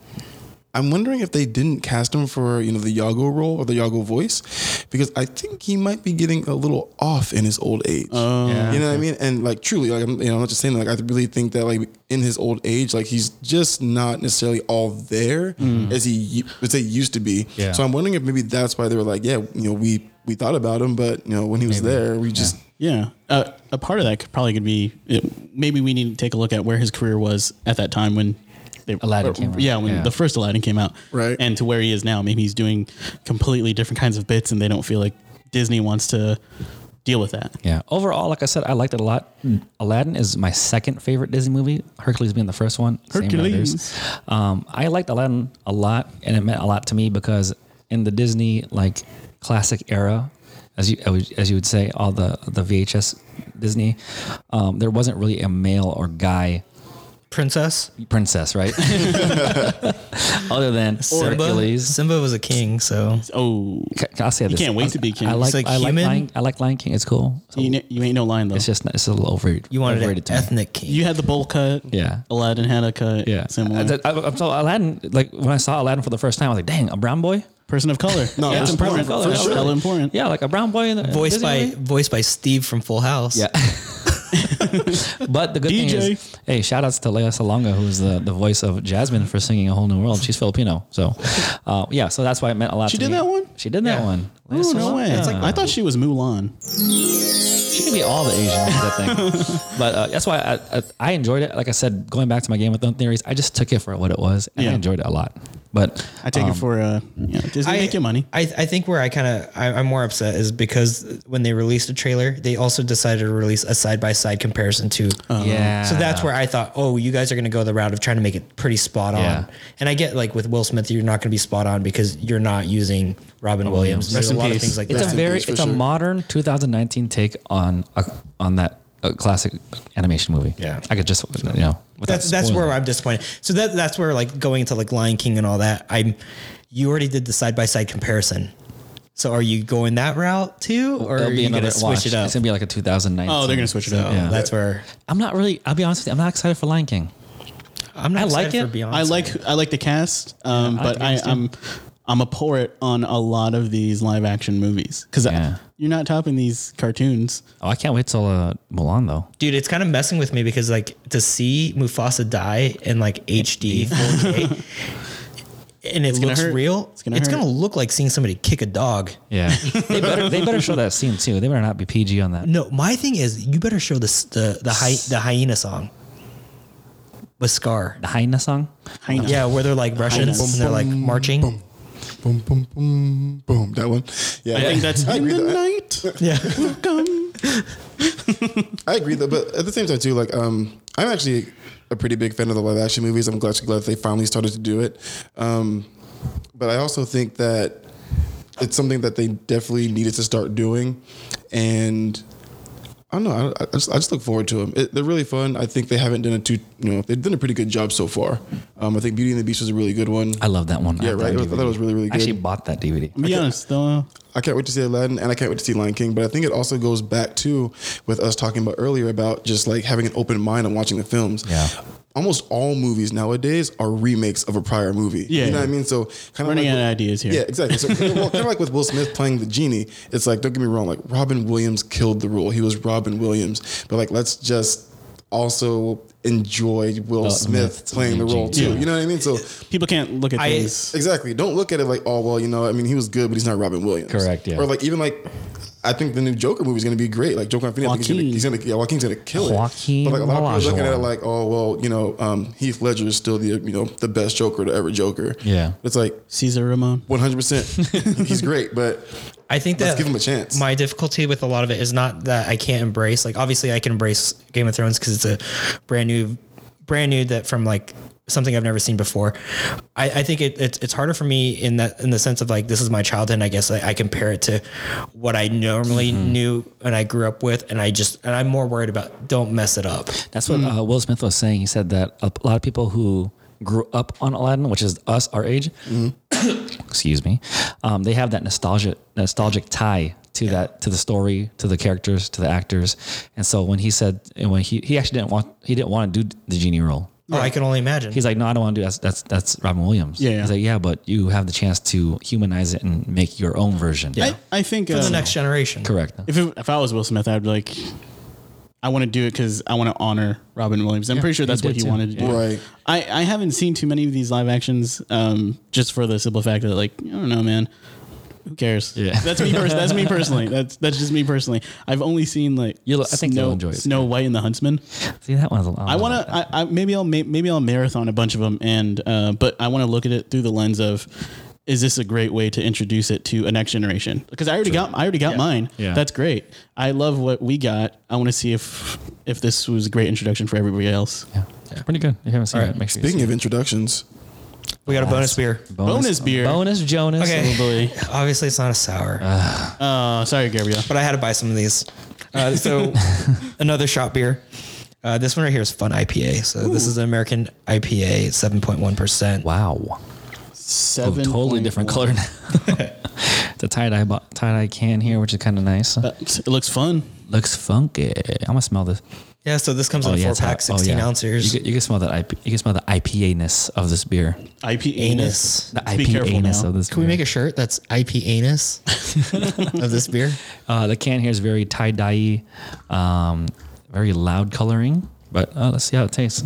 Speaker 4: I'm wondering if they didn't cast him for, you know, the Yago role or the Yago voice, because I think he might be getting a little off in his old age.
Speaker 1: Oh,
Speaker 2: Yeah.
Speaker 4: You know what I mean? And like truly, like I'm, you know, I'm not just saying that. Like I really think that like in his old age, like he's just not necessarily all there
Speaker 1: Mm.
Speaker 4: as he u- as they used to be.
Speaker 2: Yeah.
Speaker 4: So I'm wondering if maybe that's why they were like, yeah, you know, we we thought about him, but you know, when he was there, we just
Speaker 1: Yeah, uh, a part of that could probably could be it, maybe we need to take a look at where his career was at that time when they,
Speaker 2: Aladdin
Speaker 1: or-
Speaker 2: came out.
Speaker 1: Yeah, when
Speaker 2: Yeah.
Speaker 1: the first Aladdin came out,
Speaker 4: Right.
Speaker 1: and to where he is now. Maybe he's doing completely different kinds of bits, and they don't feel like Disney wants to deal with that.
Speaker 2: Yeah. Overall, like I said, I liked it a lot. Aladdin is my second favorite Disney movie. Hercules being the first one. Same
Speaker 1: Hercules.
Speaker 2: writers. Um, I liked Aladdin a lot, and it meant a lot to me because in the Disney like classic era, as you as you would say, all the the VHS Disney, um, there wasn't really a male or guy
Speaker 3: princess
Speaker 2: princess, right? Other than
Speaker 3: Simba.
Speaker 2: Hercules.
Speaker 3: Simba was a king, so
Speaker 1: Oh,
Speaker 2: Ca- I'll say this.
Speaker 1: can't wait
Speaker 2: I-
Speaker 1: to be king.
Speaker 2: I like,
Speaker 3: It's like
Speaker 2: I, like
Speaker 3: human.
Speaker 2: Lion, I like Lion King. It's cool. It's, a-
Speaker 1: you, kn- you ain't no line though.
Speaker 2: it's just not, it's a little overrated.
Speaker 3: you wanted an
Speaker 2: overrated to me.
Speaker 3: ethnic king.
Speaker 1: you had the bowl cut.
Speaker 2: Yeah.
Speaker 1: Aladdin had a cut.
Speaker 2: Yeah.
Speaker 1: similar
Speaker 2: I, I, I'm so Aladdin, like when I saw Aladdin for the first time, I was like, dang, a brown boy?
Speaker 1: person of color.
Speaker 4: No,
Speaker 1: that's important.
Speaker 4: it's important,
Speaker 1: Color.
Speaker 4: for
Speaker 1: That's
Speaker 4: sure.
Speaker 1: hella important.
Speaker 2: Yeah, like a brown boy in the
Speaker 3: voiced
Speaker 2: Disney
Speaker 3: by
Speaker 2: movie.
Speaker 3: voiced by Steve from Full House.
Speaker 2: Yeah. but the good thing
Speaker 1: DJ.
Speaker 2: is, hey, shout outs to Leia Salonga, who's the, the voice of Jasmine for singing A Whole New World. She's Filipino. So, uh, yeah, so that's why it meant a lot
Speaker 1: She
Speaker 2: to
Speaker 1: did
Speaker 2: me.
Speaker 1: that one?
Speaker 2: She did that
Speaker 3: Yeah.
Speaker 2: one. Leia
Speaker 1: Oh, no
Speaker 2: Salonga.
Speaker 1: way. I thought she was Mulan.
Speaker 2: She could be all the Asian ones, I think. but uh, that's why I, I, I enjoyed it. Like I said, going back to my game with Thumb Theories, I just took it for what it was and I
Speaker 1: Yeah.
Speaker 2: enjoyed it a lot. But
Speaker 1: I take it for uh, you know, Disney make your money.
Speaker 3: I, I think where I kind of I- I'm more upset is because when they released a trailer, they also decided to release a side by side comparison to.
Speaker 1: Oh. um,
Speaker 2: yeah.
Speaker 3: So that's where I thought, oh, you guys are going to go the route of trying to make it pretty spot on.
Speaker 2: Yeah.
Speaker 3: And I get like with Will Smith, you're not going to be spot on because you're not using Robin Oh,
Speaker 1: Rest
Speaker 3: Williams. There's a
Speaker 1: in
Speaker 3: lot of
Speaker 1: peace.
Speaker 3: things like
Speaker 2: it's
Speaker 3: that.
Speaker 2: a very
Speaker 4: peace, for
Speaker 2: it's a
Speaker 4: sure.
Speaker 2: modern 2019 take on a, on that uh classic animation movie.
Speaker 3: Yeah.
Speaker 2: I could just you know without
Speaker 3: that's that's
Speaker 2: spoiling
Speaker 3: where
Speaker 2: it.
Speaker 3: I'm disappointed. So that that's where like going into like Lion King and all that. I'm you already did the side by side comparison. So are you going that route too, or
Speaker 2: There'll
Speaker 3: are you going to switch
Speaker 2: watch.
Speaker 3: it up?
Speaker 2: It's gonna be like a 2019.
Speaker 1: Oh, they're gonna switch it up.
Speaker 2: Yeah.
Speaker 3: That's where
Speaker 2: I'm not really. I'll be honest with you. I'm not excited for Lion King.
Speaker 3: I'm not.
Speaker 2: I like
Speaker 3: excited
Speaker 2: it.
Speaker 3: For Beyonce.
Speaker 1: I like I like the cast, um,
Speaker 2: I like
Speaker 1: but
Speaker 2: the
Speaker 1: I,
Speaker 2: cast, too.
Speaker 1: I'm I'm a poet on a lot of these live action movies because
Speaker 2: Yeah.
Speaker 1: you're not topping these cartoons.
Speaker 2: Oh, I can't wait till uh, Mulan though.
Speaker 3: dude. It's kind of messing with me because like to see Mufasa die in like HD 4K, and it
Speaker 1: gonna
Speaker 3: looks
Speaker 1: hurt.
Speaker 3: real.
Speaker 1: It's
Speaker 3: It's
Speaker 1: gonna
Speaker 3: gonna,
Speaker 1: hurt.
Speaker 3: look like seeing somebody kick a dog.
Speaker 2: Yeah, they better they better show that scene too. They better not be PG on that.
Speaker 3: No, my thing is you better show this the the hy- the hyena song with Scar.
Speaker 2: The hyena song.
Speaker 1: Hyena.
Speaker 3: Yeah, where they're like Russians
Speaker 1: Boom,
Speaker 3: and they're like marching.
Speaker 4: boom, boom, boom, boom, boom. That one. Yeah,
Speaker 1: I think that's
Speaker 4: I
Speaker 1: in
Speaker 4: agree
Speaker 1: the
Speaker 4: though.
Speaker 1: night.
Speaker 3: Yeah.
Speaker 1: Come
Speaker 4: I agree though, but at the same time too, like um, I'm actually a pretty big fan of the live action movies. I'm glad, glad they finally started to do it. Um, but I also think that it's something that they definitely needed to start doing, and I don't know. I, I, just, I just look forward to them. It, they're really fun. I think they haven't done a too you know they've done a pretty good job so far. Um, I think Beauty and the Beast was a really good one.
Speaker 2: I love that one.
Speaker 4: Yeah,
Speaker 2: have
Speaker 4: right. I
Speaker 2: That
Speaker 4: thought that was really, really
Speaker 2: I actually
Speaker 4: good.
Speaker 2: bought that DVD.
Speaker 1: Be honest, though.
Speaker 4: I can't wait to see Aladdin and I can't wait to see Lion King. But I think it also goes back to with us talking about earlier about just like having an open mind and watching the films.
Speaker 2: Yeah.
Speaker 4: Almost all movies nowadays are remakes of a prior movie.
Speaker 1: Yeah.
Speaker 4: You know what I mean? So kind of
Speaker 1: Running
Speaker 4: like
Speaker 1: out of
Speaker 4: with-
Speaker 1: ideas here.
Speaker 4: Yeah, exactly. So well, kind of like with Will Smith playing the genie. It's like, don't get me wrong, like Robin Williams killed the role. He was Robin Williams. But like let's just also enjoy Will Smith,
Speaker 2: Smith
Speaker 4: playing the
Speaker 2: playing
Speaker 4: role
Speaker 2: Genie.
Speaker 4: too.
Speaker 1: Yeah.
Speaker 4: You know what I mean? So
Speaker 1: People can't look at
Speaker 3: I-
Speaker 1: things.
Speaker 4: Exactly. Don't look at it like, oh, well, you know, I mean, he was good, but he's not Robin Williams.
Speaker 2: Correct, yeah.
Speaker 4: Or like even like, I think the new Joker movie is going to be great. Like Joker, Infinity, I think he's
Speaker 1: Joaquin.
Speaker 4: gonna, he's going to, yeah, Joaquin's going to kill it.
Speaker 2: Joaquin
Speaker 4: But like a lot of people are looking at it
Speaker 2: Olajuwon.
Speaker 4: like, oh, well, you know, um, Heath Ledger is still the you know the best Joker to ever Joker.
Speaker 2: Yeah.
Speaker 4: It's like
Speaker 1: Caesar Ramon.
Speaker 4: 100. percent He's great, but
Speaker 3: I think that
Speaker 4: Let's give 'em a chance.
Speaker 3: My difficulty with a lot of it is not that I can't embrace. Like obviously I can embrace Game of Thrones because it's a brand new, brand new that from like something I've never seen before. I, I think it, it's it's harder for me in that in the sense of like this is my childhood. And I guess I, I compare it to what I normally knew and I grew up with, and I just and I'm more worried about don't mess it up.
Speaker 2: That's what uh, Will Smith was saying. He said that a lot of people who grew up on Aladdin, which is us, our age, excuse me, um, they have that nostalgia nostalgic tie to that to the story, to the characters, to the actors. And so when he said, and when he he actually didn't want he didn't want to do the genie role.
Speaker 3: Oh, I can only imagine.
Speaker 2: He's like, no, I don't want to do that. That's that's Robin Williams.
Speaker 1: Yeah, yeah.
Speaker 2: He's like, yeah, but you have the chance to humanize it and make your own version.
Speaker 3: Yeah.
Speaker 1: I, I think
Speaker 3: for
Speaker 1: uh,
Speaker 3: the next generation.
Speaker 2: "Oh, Correct.
Speaker 1: if it, if I was Will Smith, I'd be like, I want to do it because I want to honor Robin Williams. I'm pretty sure that's
Speaker 2: he
Speaker 1: what
Speaker 2: did
Speaker 1: he
Speaker 2: too.
Speaker 1: wanted to do.
Speaker 4: Right.
Speaker 1: I, I haven't seen too many of these live actions, um, just for the simple fact that like I don't know, man. Who cares?
Speaker 2: Yeah.
Speaker 1: That's me. Pers- that's me personally. That's that's just me personally. I've only seen like
Speaker 2: You'll- I think
Speaker 1: Snow,
Speaker 2: you'll enjoy it.
Speaker 1: Snow White and the Huntsman.
Speaker 2: See that one's.
Speaker 1: I want
Speaker 2: Oh,
Speaker 1: to. I, I maybe I'll ma- maybe I'll marathon a bunch of them, and uh, but I want to look at it through the lens of. Is this a great way to introduce it to a next generation? Because I already got I already got mine.
Speaker 2: Yeah.
Speaker 1: That's great. I love what we got. I want to see if if this was a great introduction for everybody else.
Speaker 2: Yeah. Pretty good. If you haven't seen it, make sure you
Speaker 4: speaking
Speaker 2: see
Speaker 4: of introductions,
Speaker 3: We got a bonus beer.
Speaker 2: it.
Speaker 1: Bonus beer.
Speaker 2: Bonus Jonas.
Speaker 3: Okay.
Speaker 1: Probably.
Speaker 3: Obviously, it's not a sour.
Speaker 1: Uh, sorry,
Speaker 2: Oh,
Speaker 1: Gabriel.
Speaker 3: but I had to buy some of these. Uh, so another shot beer. Uh, this one right here is Fun IPA. So this is an American IPA, seven point one percent.
Speaker 2: Wow. Oh,
Speaker 1: Seven.
Speaker 2: totally
Speaker 1: point
Speaker 2: different
Speaker 1: one.
Speaker 2: color now. the tie dye tie dye can here, which is kind of nice.
Speaker 1: But Uh, it looks fun.
Speaker 2: Looks funky. I'm gonna smell this.
Speaker 3: Yeah. So this comes in a
Speaker 2: Oh, yeah,
Speaker 3: four
Speaker 2: it's hot.
Speaker 3: pack,
Speaker 2: yeah.
Speaker 3: sixteen
Speaker 2: You
Speaker 3: ounces.
Speaker 2: can, you can smell that. IP, you can smell the IPA ness of this beer.
Speaker 1: IP anus.
Speaker 3: Anus.
Speaker 2: The
Speaker 1: Be careful
Speaker 2: IPA ness
Speaker 1: now.
Speaker 2: of this.
Speaker 3: Can we make a shirt that's IP anus of this beer?
Speaker 2: Uh, the can here is very tie dye, um, very loud coloring. But uh, let's see how it tastes.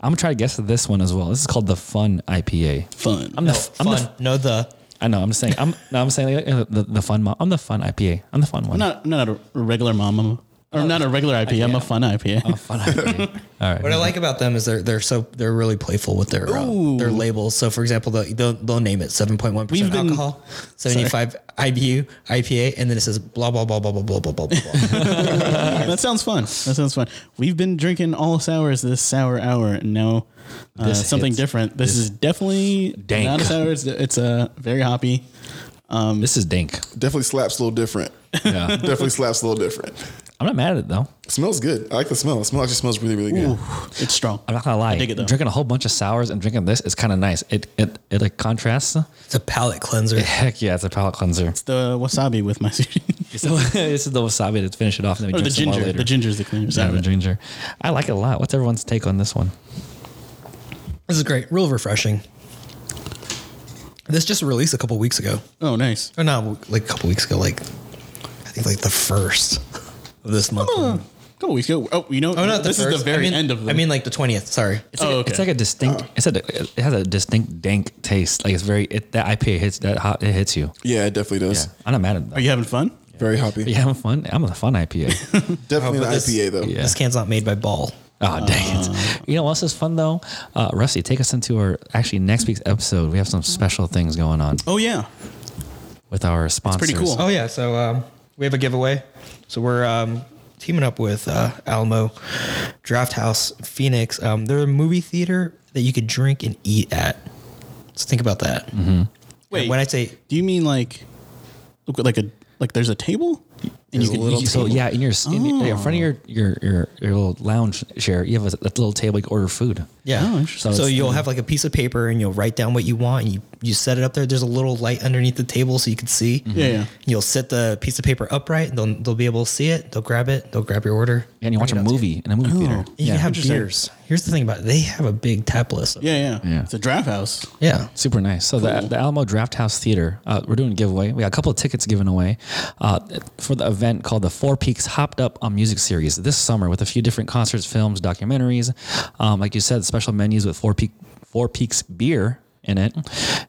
Speaker 2: I'm gonna try to guess this one as well. This is called the Fun IPA.
Speaker 1: Fun.
Speaker 2: I'm the, I'm the-
Speaker 3: Fun. no, the
Speaker 2: I know. I'm just saying. I'm. No, I'm saying like, uh, the, the fun. Mo- I'm the fun IPA. I'm the fun one.
Speaker 1: not I'm not a regular mom. I'm,
Speaker 2: Oh,
Speaker 1: or not a regular IPA. I'm a fun IPA.
Speaker 2: fun IPA. All right.
Speaker 3: What I like about them is they're they're so they're really playful with their uh, their labels. So for example, they'll they'll, they'll name it seven point one
Speaker 1: We've
Speaker 3: percent
Speaker 1: been-
Speaker 3: alcohol, seventy five IBU IPA, and then it says blah blah blah blah blah blah blah blah. blah.
Speaker 1: that sounds fun. That sounds fun. We've been drinking all sours this sour hour, and now uh,
Speaker 2: This
Speaker 1: something
Speaker 2: hits.
Speaker 1: different. This, is definitely
Speaker 2: dank.
Speaker 1: not a sour. It's, it's a very hoppy.
Speaker 2: Um, This is dank.
Speaker 4: definitely slaps a little different.
Speaker 2: Yeah.
Speaker 4: definitely slaps a little different.
Speaker 2: I'm not mad at it though.
Speaker 4: smells good. I like the smell. The smell actually smells really, really good.
Speaker 1: Ooh, it's strong.
Speaker 2: I'm not gonna lie.
Speaker 1: dig it, though.
Speaker 2: Drinking a whole bunch of sours and drinking this is kind of nice. It it it like contrasts.
Speaker 3: it's a palate cleanser.
Speaker 2: Heck yeah, it's a palate cleanser.
Speaker 1: The wasabi with my
Speaker 2: So this is the wasabi to finish it off, and then we
Speaker 1: or Oh, the
Speaker 2: drink some more
Speaker 1: ginger.
Speaker 2: later.
Speaker 1: The ginger's the cleaner
Speaker 2: Yeah,
Speaker 1: sour.
Speaker 2: the ginger. I like it a lot. What's everyone's take on this one?
Speaker 3: This is great. Real refreshing. This just released a couple weeks ago.
Speaker 1: Oh, nice.
Speaker 3: Or not like a couple weeks ago, like I think like the first of this month.
Speaker 1: Huh. Couple weeks ago. Oh, you know,
Speaker 3: Oh, not the
Speaker 1: this
Speaker 3: first.
Speaker 1: is the very
Speaker 3: I mean,
Speaker 1: end of the.
Speaker 3: I mean like the 20th, sorry.
Speaker 2: It's like,
Speaker 1: Oh,
Speaker 2: a-
Speaker 1: okay.
Speaker 2: it's like a distinct. It's a, it has a distinct dank taste. Like it's very it, that IPA hits that hot. It hits you.
Speaker 4: Yeah, it definitely does.
Speaker 2: I'm not mad at that.
Speaker 1: are you having fun?
Speaker 4: Very hoppy.
Speaker 2: You having fun? I'm a fun IPA.
Speaker 4: Definitely
Speaker 3: Oh,
Speaker 4: an
Speaker 3: but this-
Speaker 4: IPA though.
Speaker 2: Yeah.
Speaker 3: This can's not made by Ball.
Speaker 2: Oh dang it! You know what else is fun though? Uh, Rusty, take us into our actually next week's episode. We have some special things going on
Speaker 1: Oh yeah,
Speaker 2: with our sponsors.
Speaker 1: pretty cool.
Speaker 3: Oh yeah, so um we have a giveaway. So we're um, teaming up with uh, Alamo Draft House Phoenix. Um, they're a movie theater that you could drink and eat at. Let's think about that.
Speaker 1: Wait.
Speaker 3: when I say
Speaker 1: Do you mean like, look like a like there's a table? And
Speaker 3: There's a little Oh.
Speaker 2: So
Speaker 1: table.
Speaker 2: yeah, in your in, in front of your, your your your little lounge chair, you have a, a little table you can order food.
Speaker 3: Yeah.
Speaker 1: Oh, interesting.
Speaker 2: So
Speaker 3: So,
Speaker 2: it's-
Speaker 3: you'll have like a piece of paper and you'll write down what you want and you, you set it up there. There's a little light underneath the table so you can see.
Speaker 2: Mm-hmm.
Speaker 1: Yeah, yeah.
Speaker 3: You'll set the piece of paper upright and they'll, they'll be able to see it. They'll grab it. They'll grab your order.
Speaker 2: And you watch a movie in a movie theater.
Speaker 3: You can have
Speaker 1: Interesting.
Speaker 3: beers. Here's the thing about it. They have a big tap list. of-
Speaker 1: yeah, yeah,
Speaker 2: Yeah.
Speaker 1: It's a draft house.
Speaker 3: Yeah.
Speaker 2: Super nice. So the, the Alamo Draft House Theater, uh, we're doing a giveaway. We got a couple of tickets given away uh, for the event called the Four Peaks Hopped Up on Music Series this summer with a few different concerts, films, documentaries. Um, like you said, special menus with Four Peak Four Peaks beer in it.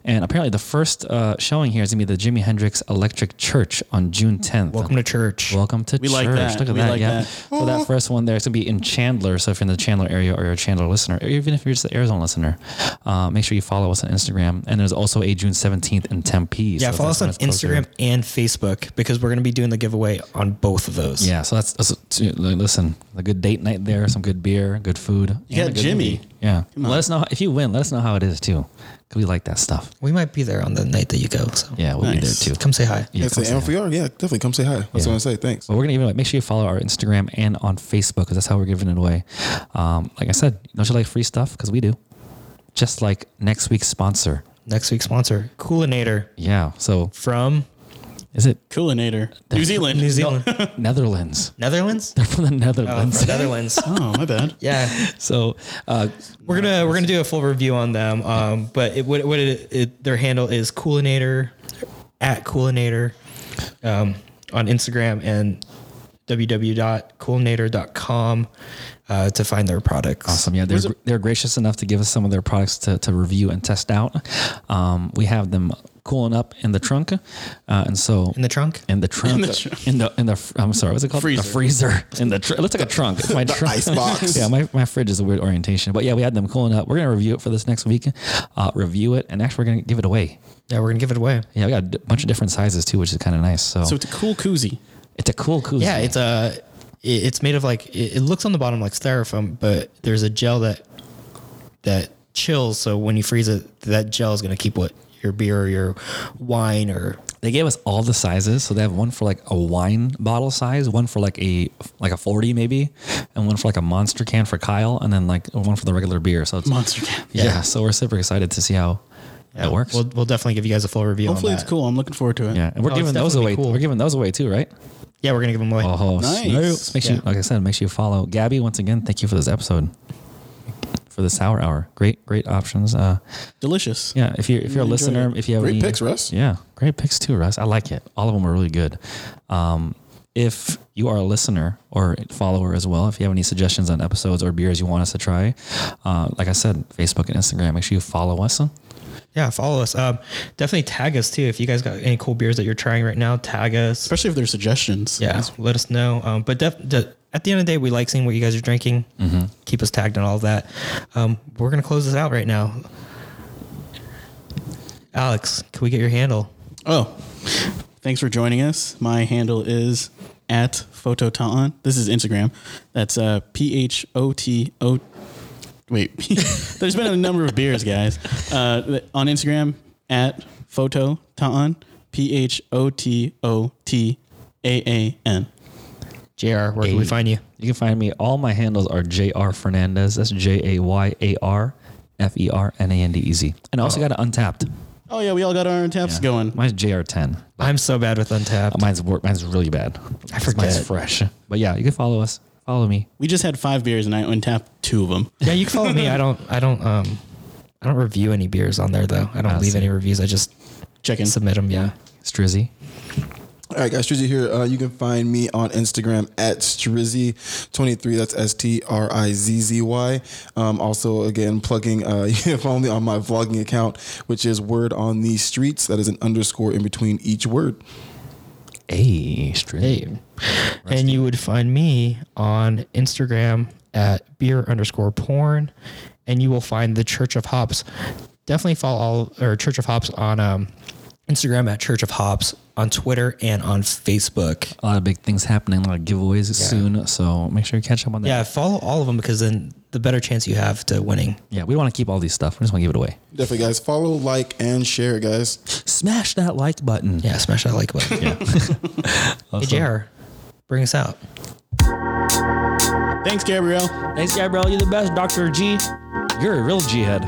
Speaker 2: And apparently, the first uh, showing here is gonna be the Jimi Hendrix Electric Church on June 10th.
Speaker 3: Welcome to church.
Speaker 2: Welcome to
Speaker 1: We
Speaker 2: church.
Speaker 1: like that.
Speaker 2: Look at
Speaker 1: We
Speaker 2: that.
Speaker 1: like
Speaker 2: yeah.
Speaker 1: that.
Speaker 2: So that first one there, it's gonna be in Chandler. So if you're in the Chandler area or you're a Chandler listener, or even if you're just an Arizona listener, uh, make sure you follow us on Instagram. And there's also a June 17th in Tempe.
Speaker 3: yeah.
Speaker 2: so
Speaker 3: follow
Speaker 2: that's
Speaker 3: us on
Speaker 2: when it's closer.
Speaker 3: Instagram and Facebook because we're going to be doing the giveaway on both of those.
Speaker 2: Yeah, so that's, that's t- listen, a good date night there, some good beer, good food. and
Speaker 1: got
Speaker 2: a good
Speaker 1: Jimmy.
Speaker 2: movie. Yeah. Let us know if you win. Let us know how it is too, because we like that stuff.
Speaker 3: We might be there on the night that you go. So
Speaker 2: Yeah, we'll be there
Speaker 1: Nice.
Speaker 2: too.
Speaker 3: Come say hi.
Speaker 2: Yeah,
Speaker 4: That's it.
Speaker 2: come
Speaker 4: And if we are, yeah, definitely come say hi. That's what I say. Thanks.
Speaker 2: But we're gonna give it away. Make sure you follow our Instagram and on Facebook because that's how we're giving it away. Um, like I said, don't you like free stuff? Because we do. Just like next week's sponsor.
Speaker 3: Next week's sponsor, Coolinator
Speaker 2: Yeah. So
Speaker 3: from
Speaker 2: is it
Speaker 1: Coolinator, New Zealand.
Speaker 3: New Zealand.
Speaker 2: Netherlands?
Speaker 3: Netherlands?
Speaker 2: They're from the
Speaker 3: Oh,
Speaker 2: Netherlands.
Speaker 3: from Netherlands.
Speaker 1: Oh, my bad.
Speaker 3: Yeah.
Speaker 2: so uh,
Speaker 3: We're gonna we're gonna do a full review on them. Um, but it, what what it, it, their handle is Coolinator at Coolinator um, on Instagram and www.coolinator.com uh, to find their products.
Speaker 2: awesome. Yeah, they're they're gracious enough to give us some of their products to, to review and test out. Um, we have them cooling up in the trunk, uh, and so
Speaker 3: In the trunk.
Speaker 2: in the trunk, in the
Speaker 1: trunk.
Speaker 2: in the, I'm sorry, what's it called?
Speaker 1: Freezer.
Speaker 2: The freezer in the tr- it looks like a trunk. It's my the
Speaker 4: ice box.
Speaker 2: yeah, my, my fridge is a weird orientation, but yeah, we had them cooling up. We're gonna review it for this next week, uh, review it, and actually we're gonna give it away.
Speaker 3: Yeah, we're gonna give it away.
Speaker 2: Yeah, we got a d- bunch of different sizes too, which is kind of nice. So,
Speaker 1: So it's a cool koozie.
Speaker 2: it's a cool koozie.
Speaker 3: Yeah, it's a it, it's made of like it, it looks on the bottom like styrofoam, but there's a gel that that chills. So when you freeze it, that gel is gonna keep what your beer or your wine or
Speaker 2: they gave us all the sizes, so they have one for like a wine bottle size, one for like a like a forty maybe, and one for like a monster can for Kyle, and then like one for the regular beer. So it's
Speaker 1: Monster Cat.
Speaker 2: Yeah, so we're super excited to see how it works.
Speaker 3: We'll, we'll definitely give you guys a full review.
Speaker 1: Hopefully
Speaker 3: on
Speaker 1: it's
Speaker 3: that.
Speaker 1: cool. I'm looking forward to it.
Speaker 2: yeah, and we're
Speaker 3: Oh, it's
Speaker 2: giving those
Speaker 3: definitely
Speaker 2: away.
Speaker 3: cool.
Speaker 2: We're giving those away too, right?
Speaker 3: Yeah, we're gonna give them away.
Speaker 2: Oh,
Speaker 1: Nice.
Speaker 2: snoops. Make sure,
Speaker 3: Yeah.
Speaker 2: like I said, make sure you follow Gabby once again. Thank you for this episode, for this hour hour. Great, great options. Uh,
Speaker 1: Delicious.
Speaker 2: yeah, if you're if you're a
Speaker 1: Enjoy
Speaker 2: listener,
Speaker 1: it.
Speaker 2: if you have
Speaker 4: Great
Speaker 2: any,
Speaker 4: picks, Russ.
Speaker 2: Yeah, great picks too, Russ. I like it. All of them are really good. Um, if you are a listener or follower as well, if you have any suggestions on episodes or beers you want us to try, uh, like I said, Facebook and Instagram, make sure you follow us.
Speaker 3: Yeah, follow us. Um, definitely tag us too if you guys got any cool beers that you're trying right now. Tag us.
Speaker 1: Especially if there's suggestions.
Speaker 3: Yeah, let us know. Um, but def- de- at the end of the day, we like seeing what you guys are drinking.
Speaker 2: Mm-hmm.
Speaker 3: Keep us tagged on all that. Um, we're gonna close this out right now. Alex, can we get your handle?
Speaker 1: Oh, thanks for joining us. My handle is at phototon. This is Instagram. That's uh, P H O T O. Wait, there's been a number of beers, guys. Uh, th- on Instagram at phototon. P H O T O T A A N.
Speaker 3: Jr. Where can we find you?
Speaker 2: You can find me. All my handles are JR Fernandez. That's J A Y A R F E R N A N D E Z. And I also got an untapped.
Speaker 1: Oh yeah, we all got our own taps going.
Speaker 2: Mine's JR10.
Speaker 3: I'm so bad with Untapped.
Speaker 2: Mine's wor- mine's really bad.
Speaker 3: I forget.
Speaker 2: Mine's fresh. But yeah, you can follow us. Follow me.
Speaker 1: We just had five beers and I untapped two of them.
Speaker 3: Yeah, you can follow me. I don't. I don't. Um, I don't review any beers on there though. I don't leave any reviews. I just
Speaker 1: Check in.
Speaker 3: submit them. Yeah.
Speaker 2: Strizzy.
Speaker 4: All right, guys, Strizzy here. Uh, you can find me on Instagram at Strizzy23. That's S T R I Z Z Y. Um, also, again, plugging, uh, you can follow me on my vlogging account, which is Word on the Streets. That is an underscore in between each word.
Speaker 2: Hey, Strizzy.
Speaker 3: And you would find me on Instagram at beer underscore porn, and you will find the Church of Hops. Definitely follow all or Church of Hops on um, Instagram at Church of Hops on Twitter and on Facebook.
Speaker 2: A lot of big things happening, a lot of giveaways soon. So make sure you catch up on that.
Speaker 3: Yeah, follow all of them because then the better chance you have to winning.
Speaker 2: Yeah, we want to keep all these stuff. We just want to give it away.
Speaker 4: Definitely, guys. Follow, like, and share, guys.
Speaker 2: Smash that like button.
Speaker 3: Yeah, smash that like button. Yeah. hey, JR, bring us out.
Speaker 1: Thanks, Gabrielle.
Speaker 2: Thanks, Gabrielle. You're the best, Dr. G. You're a real G head.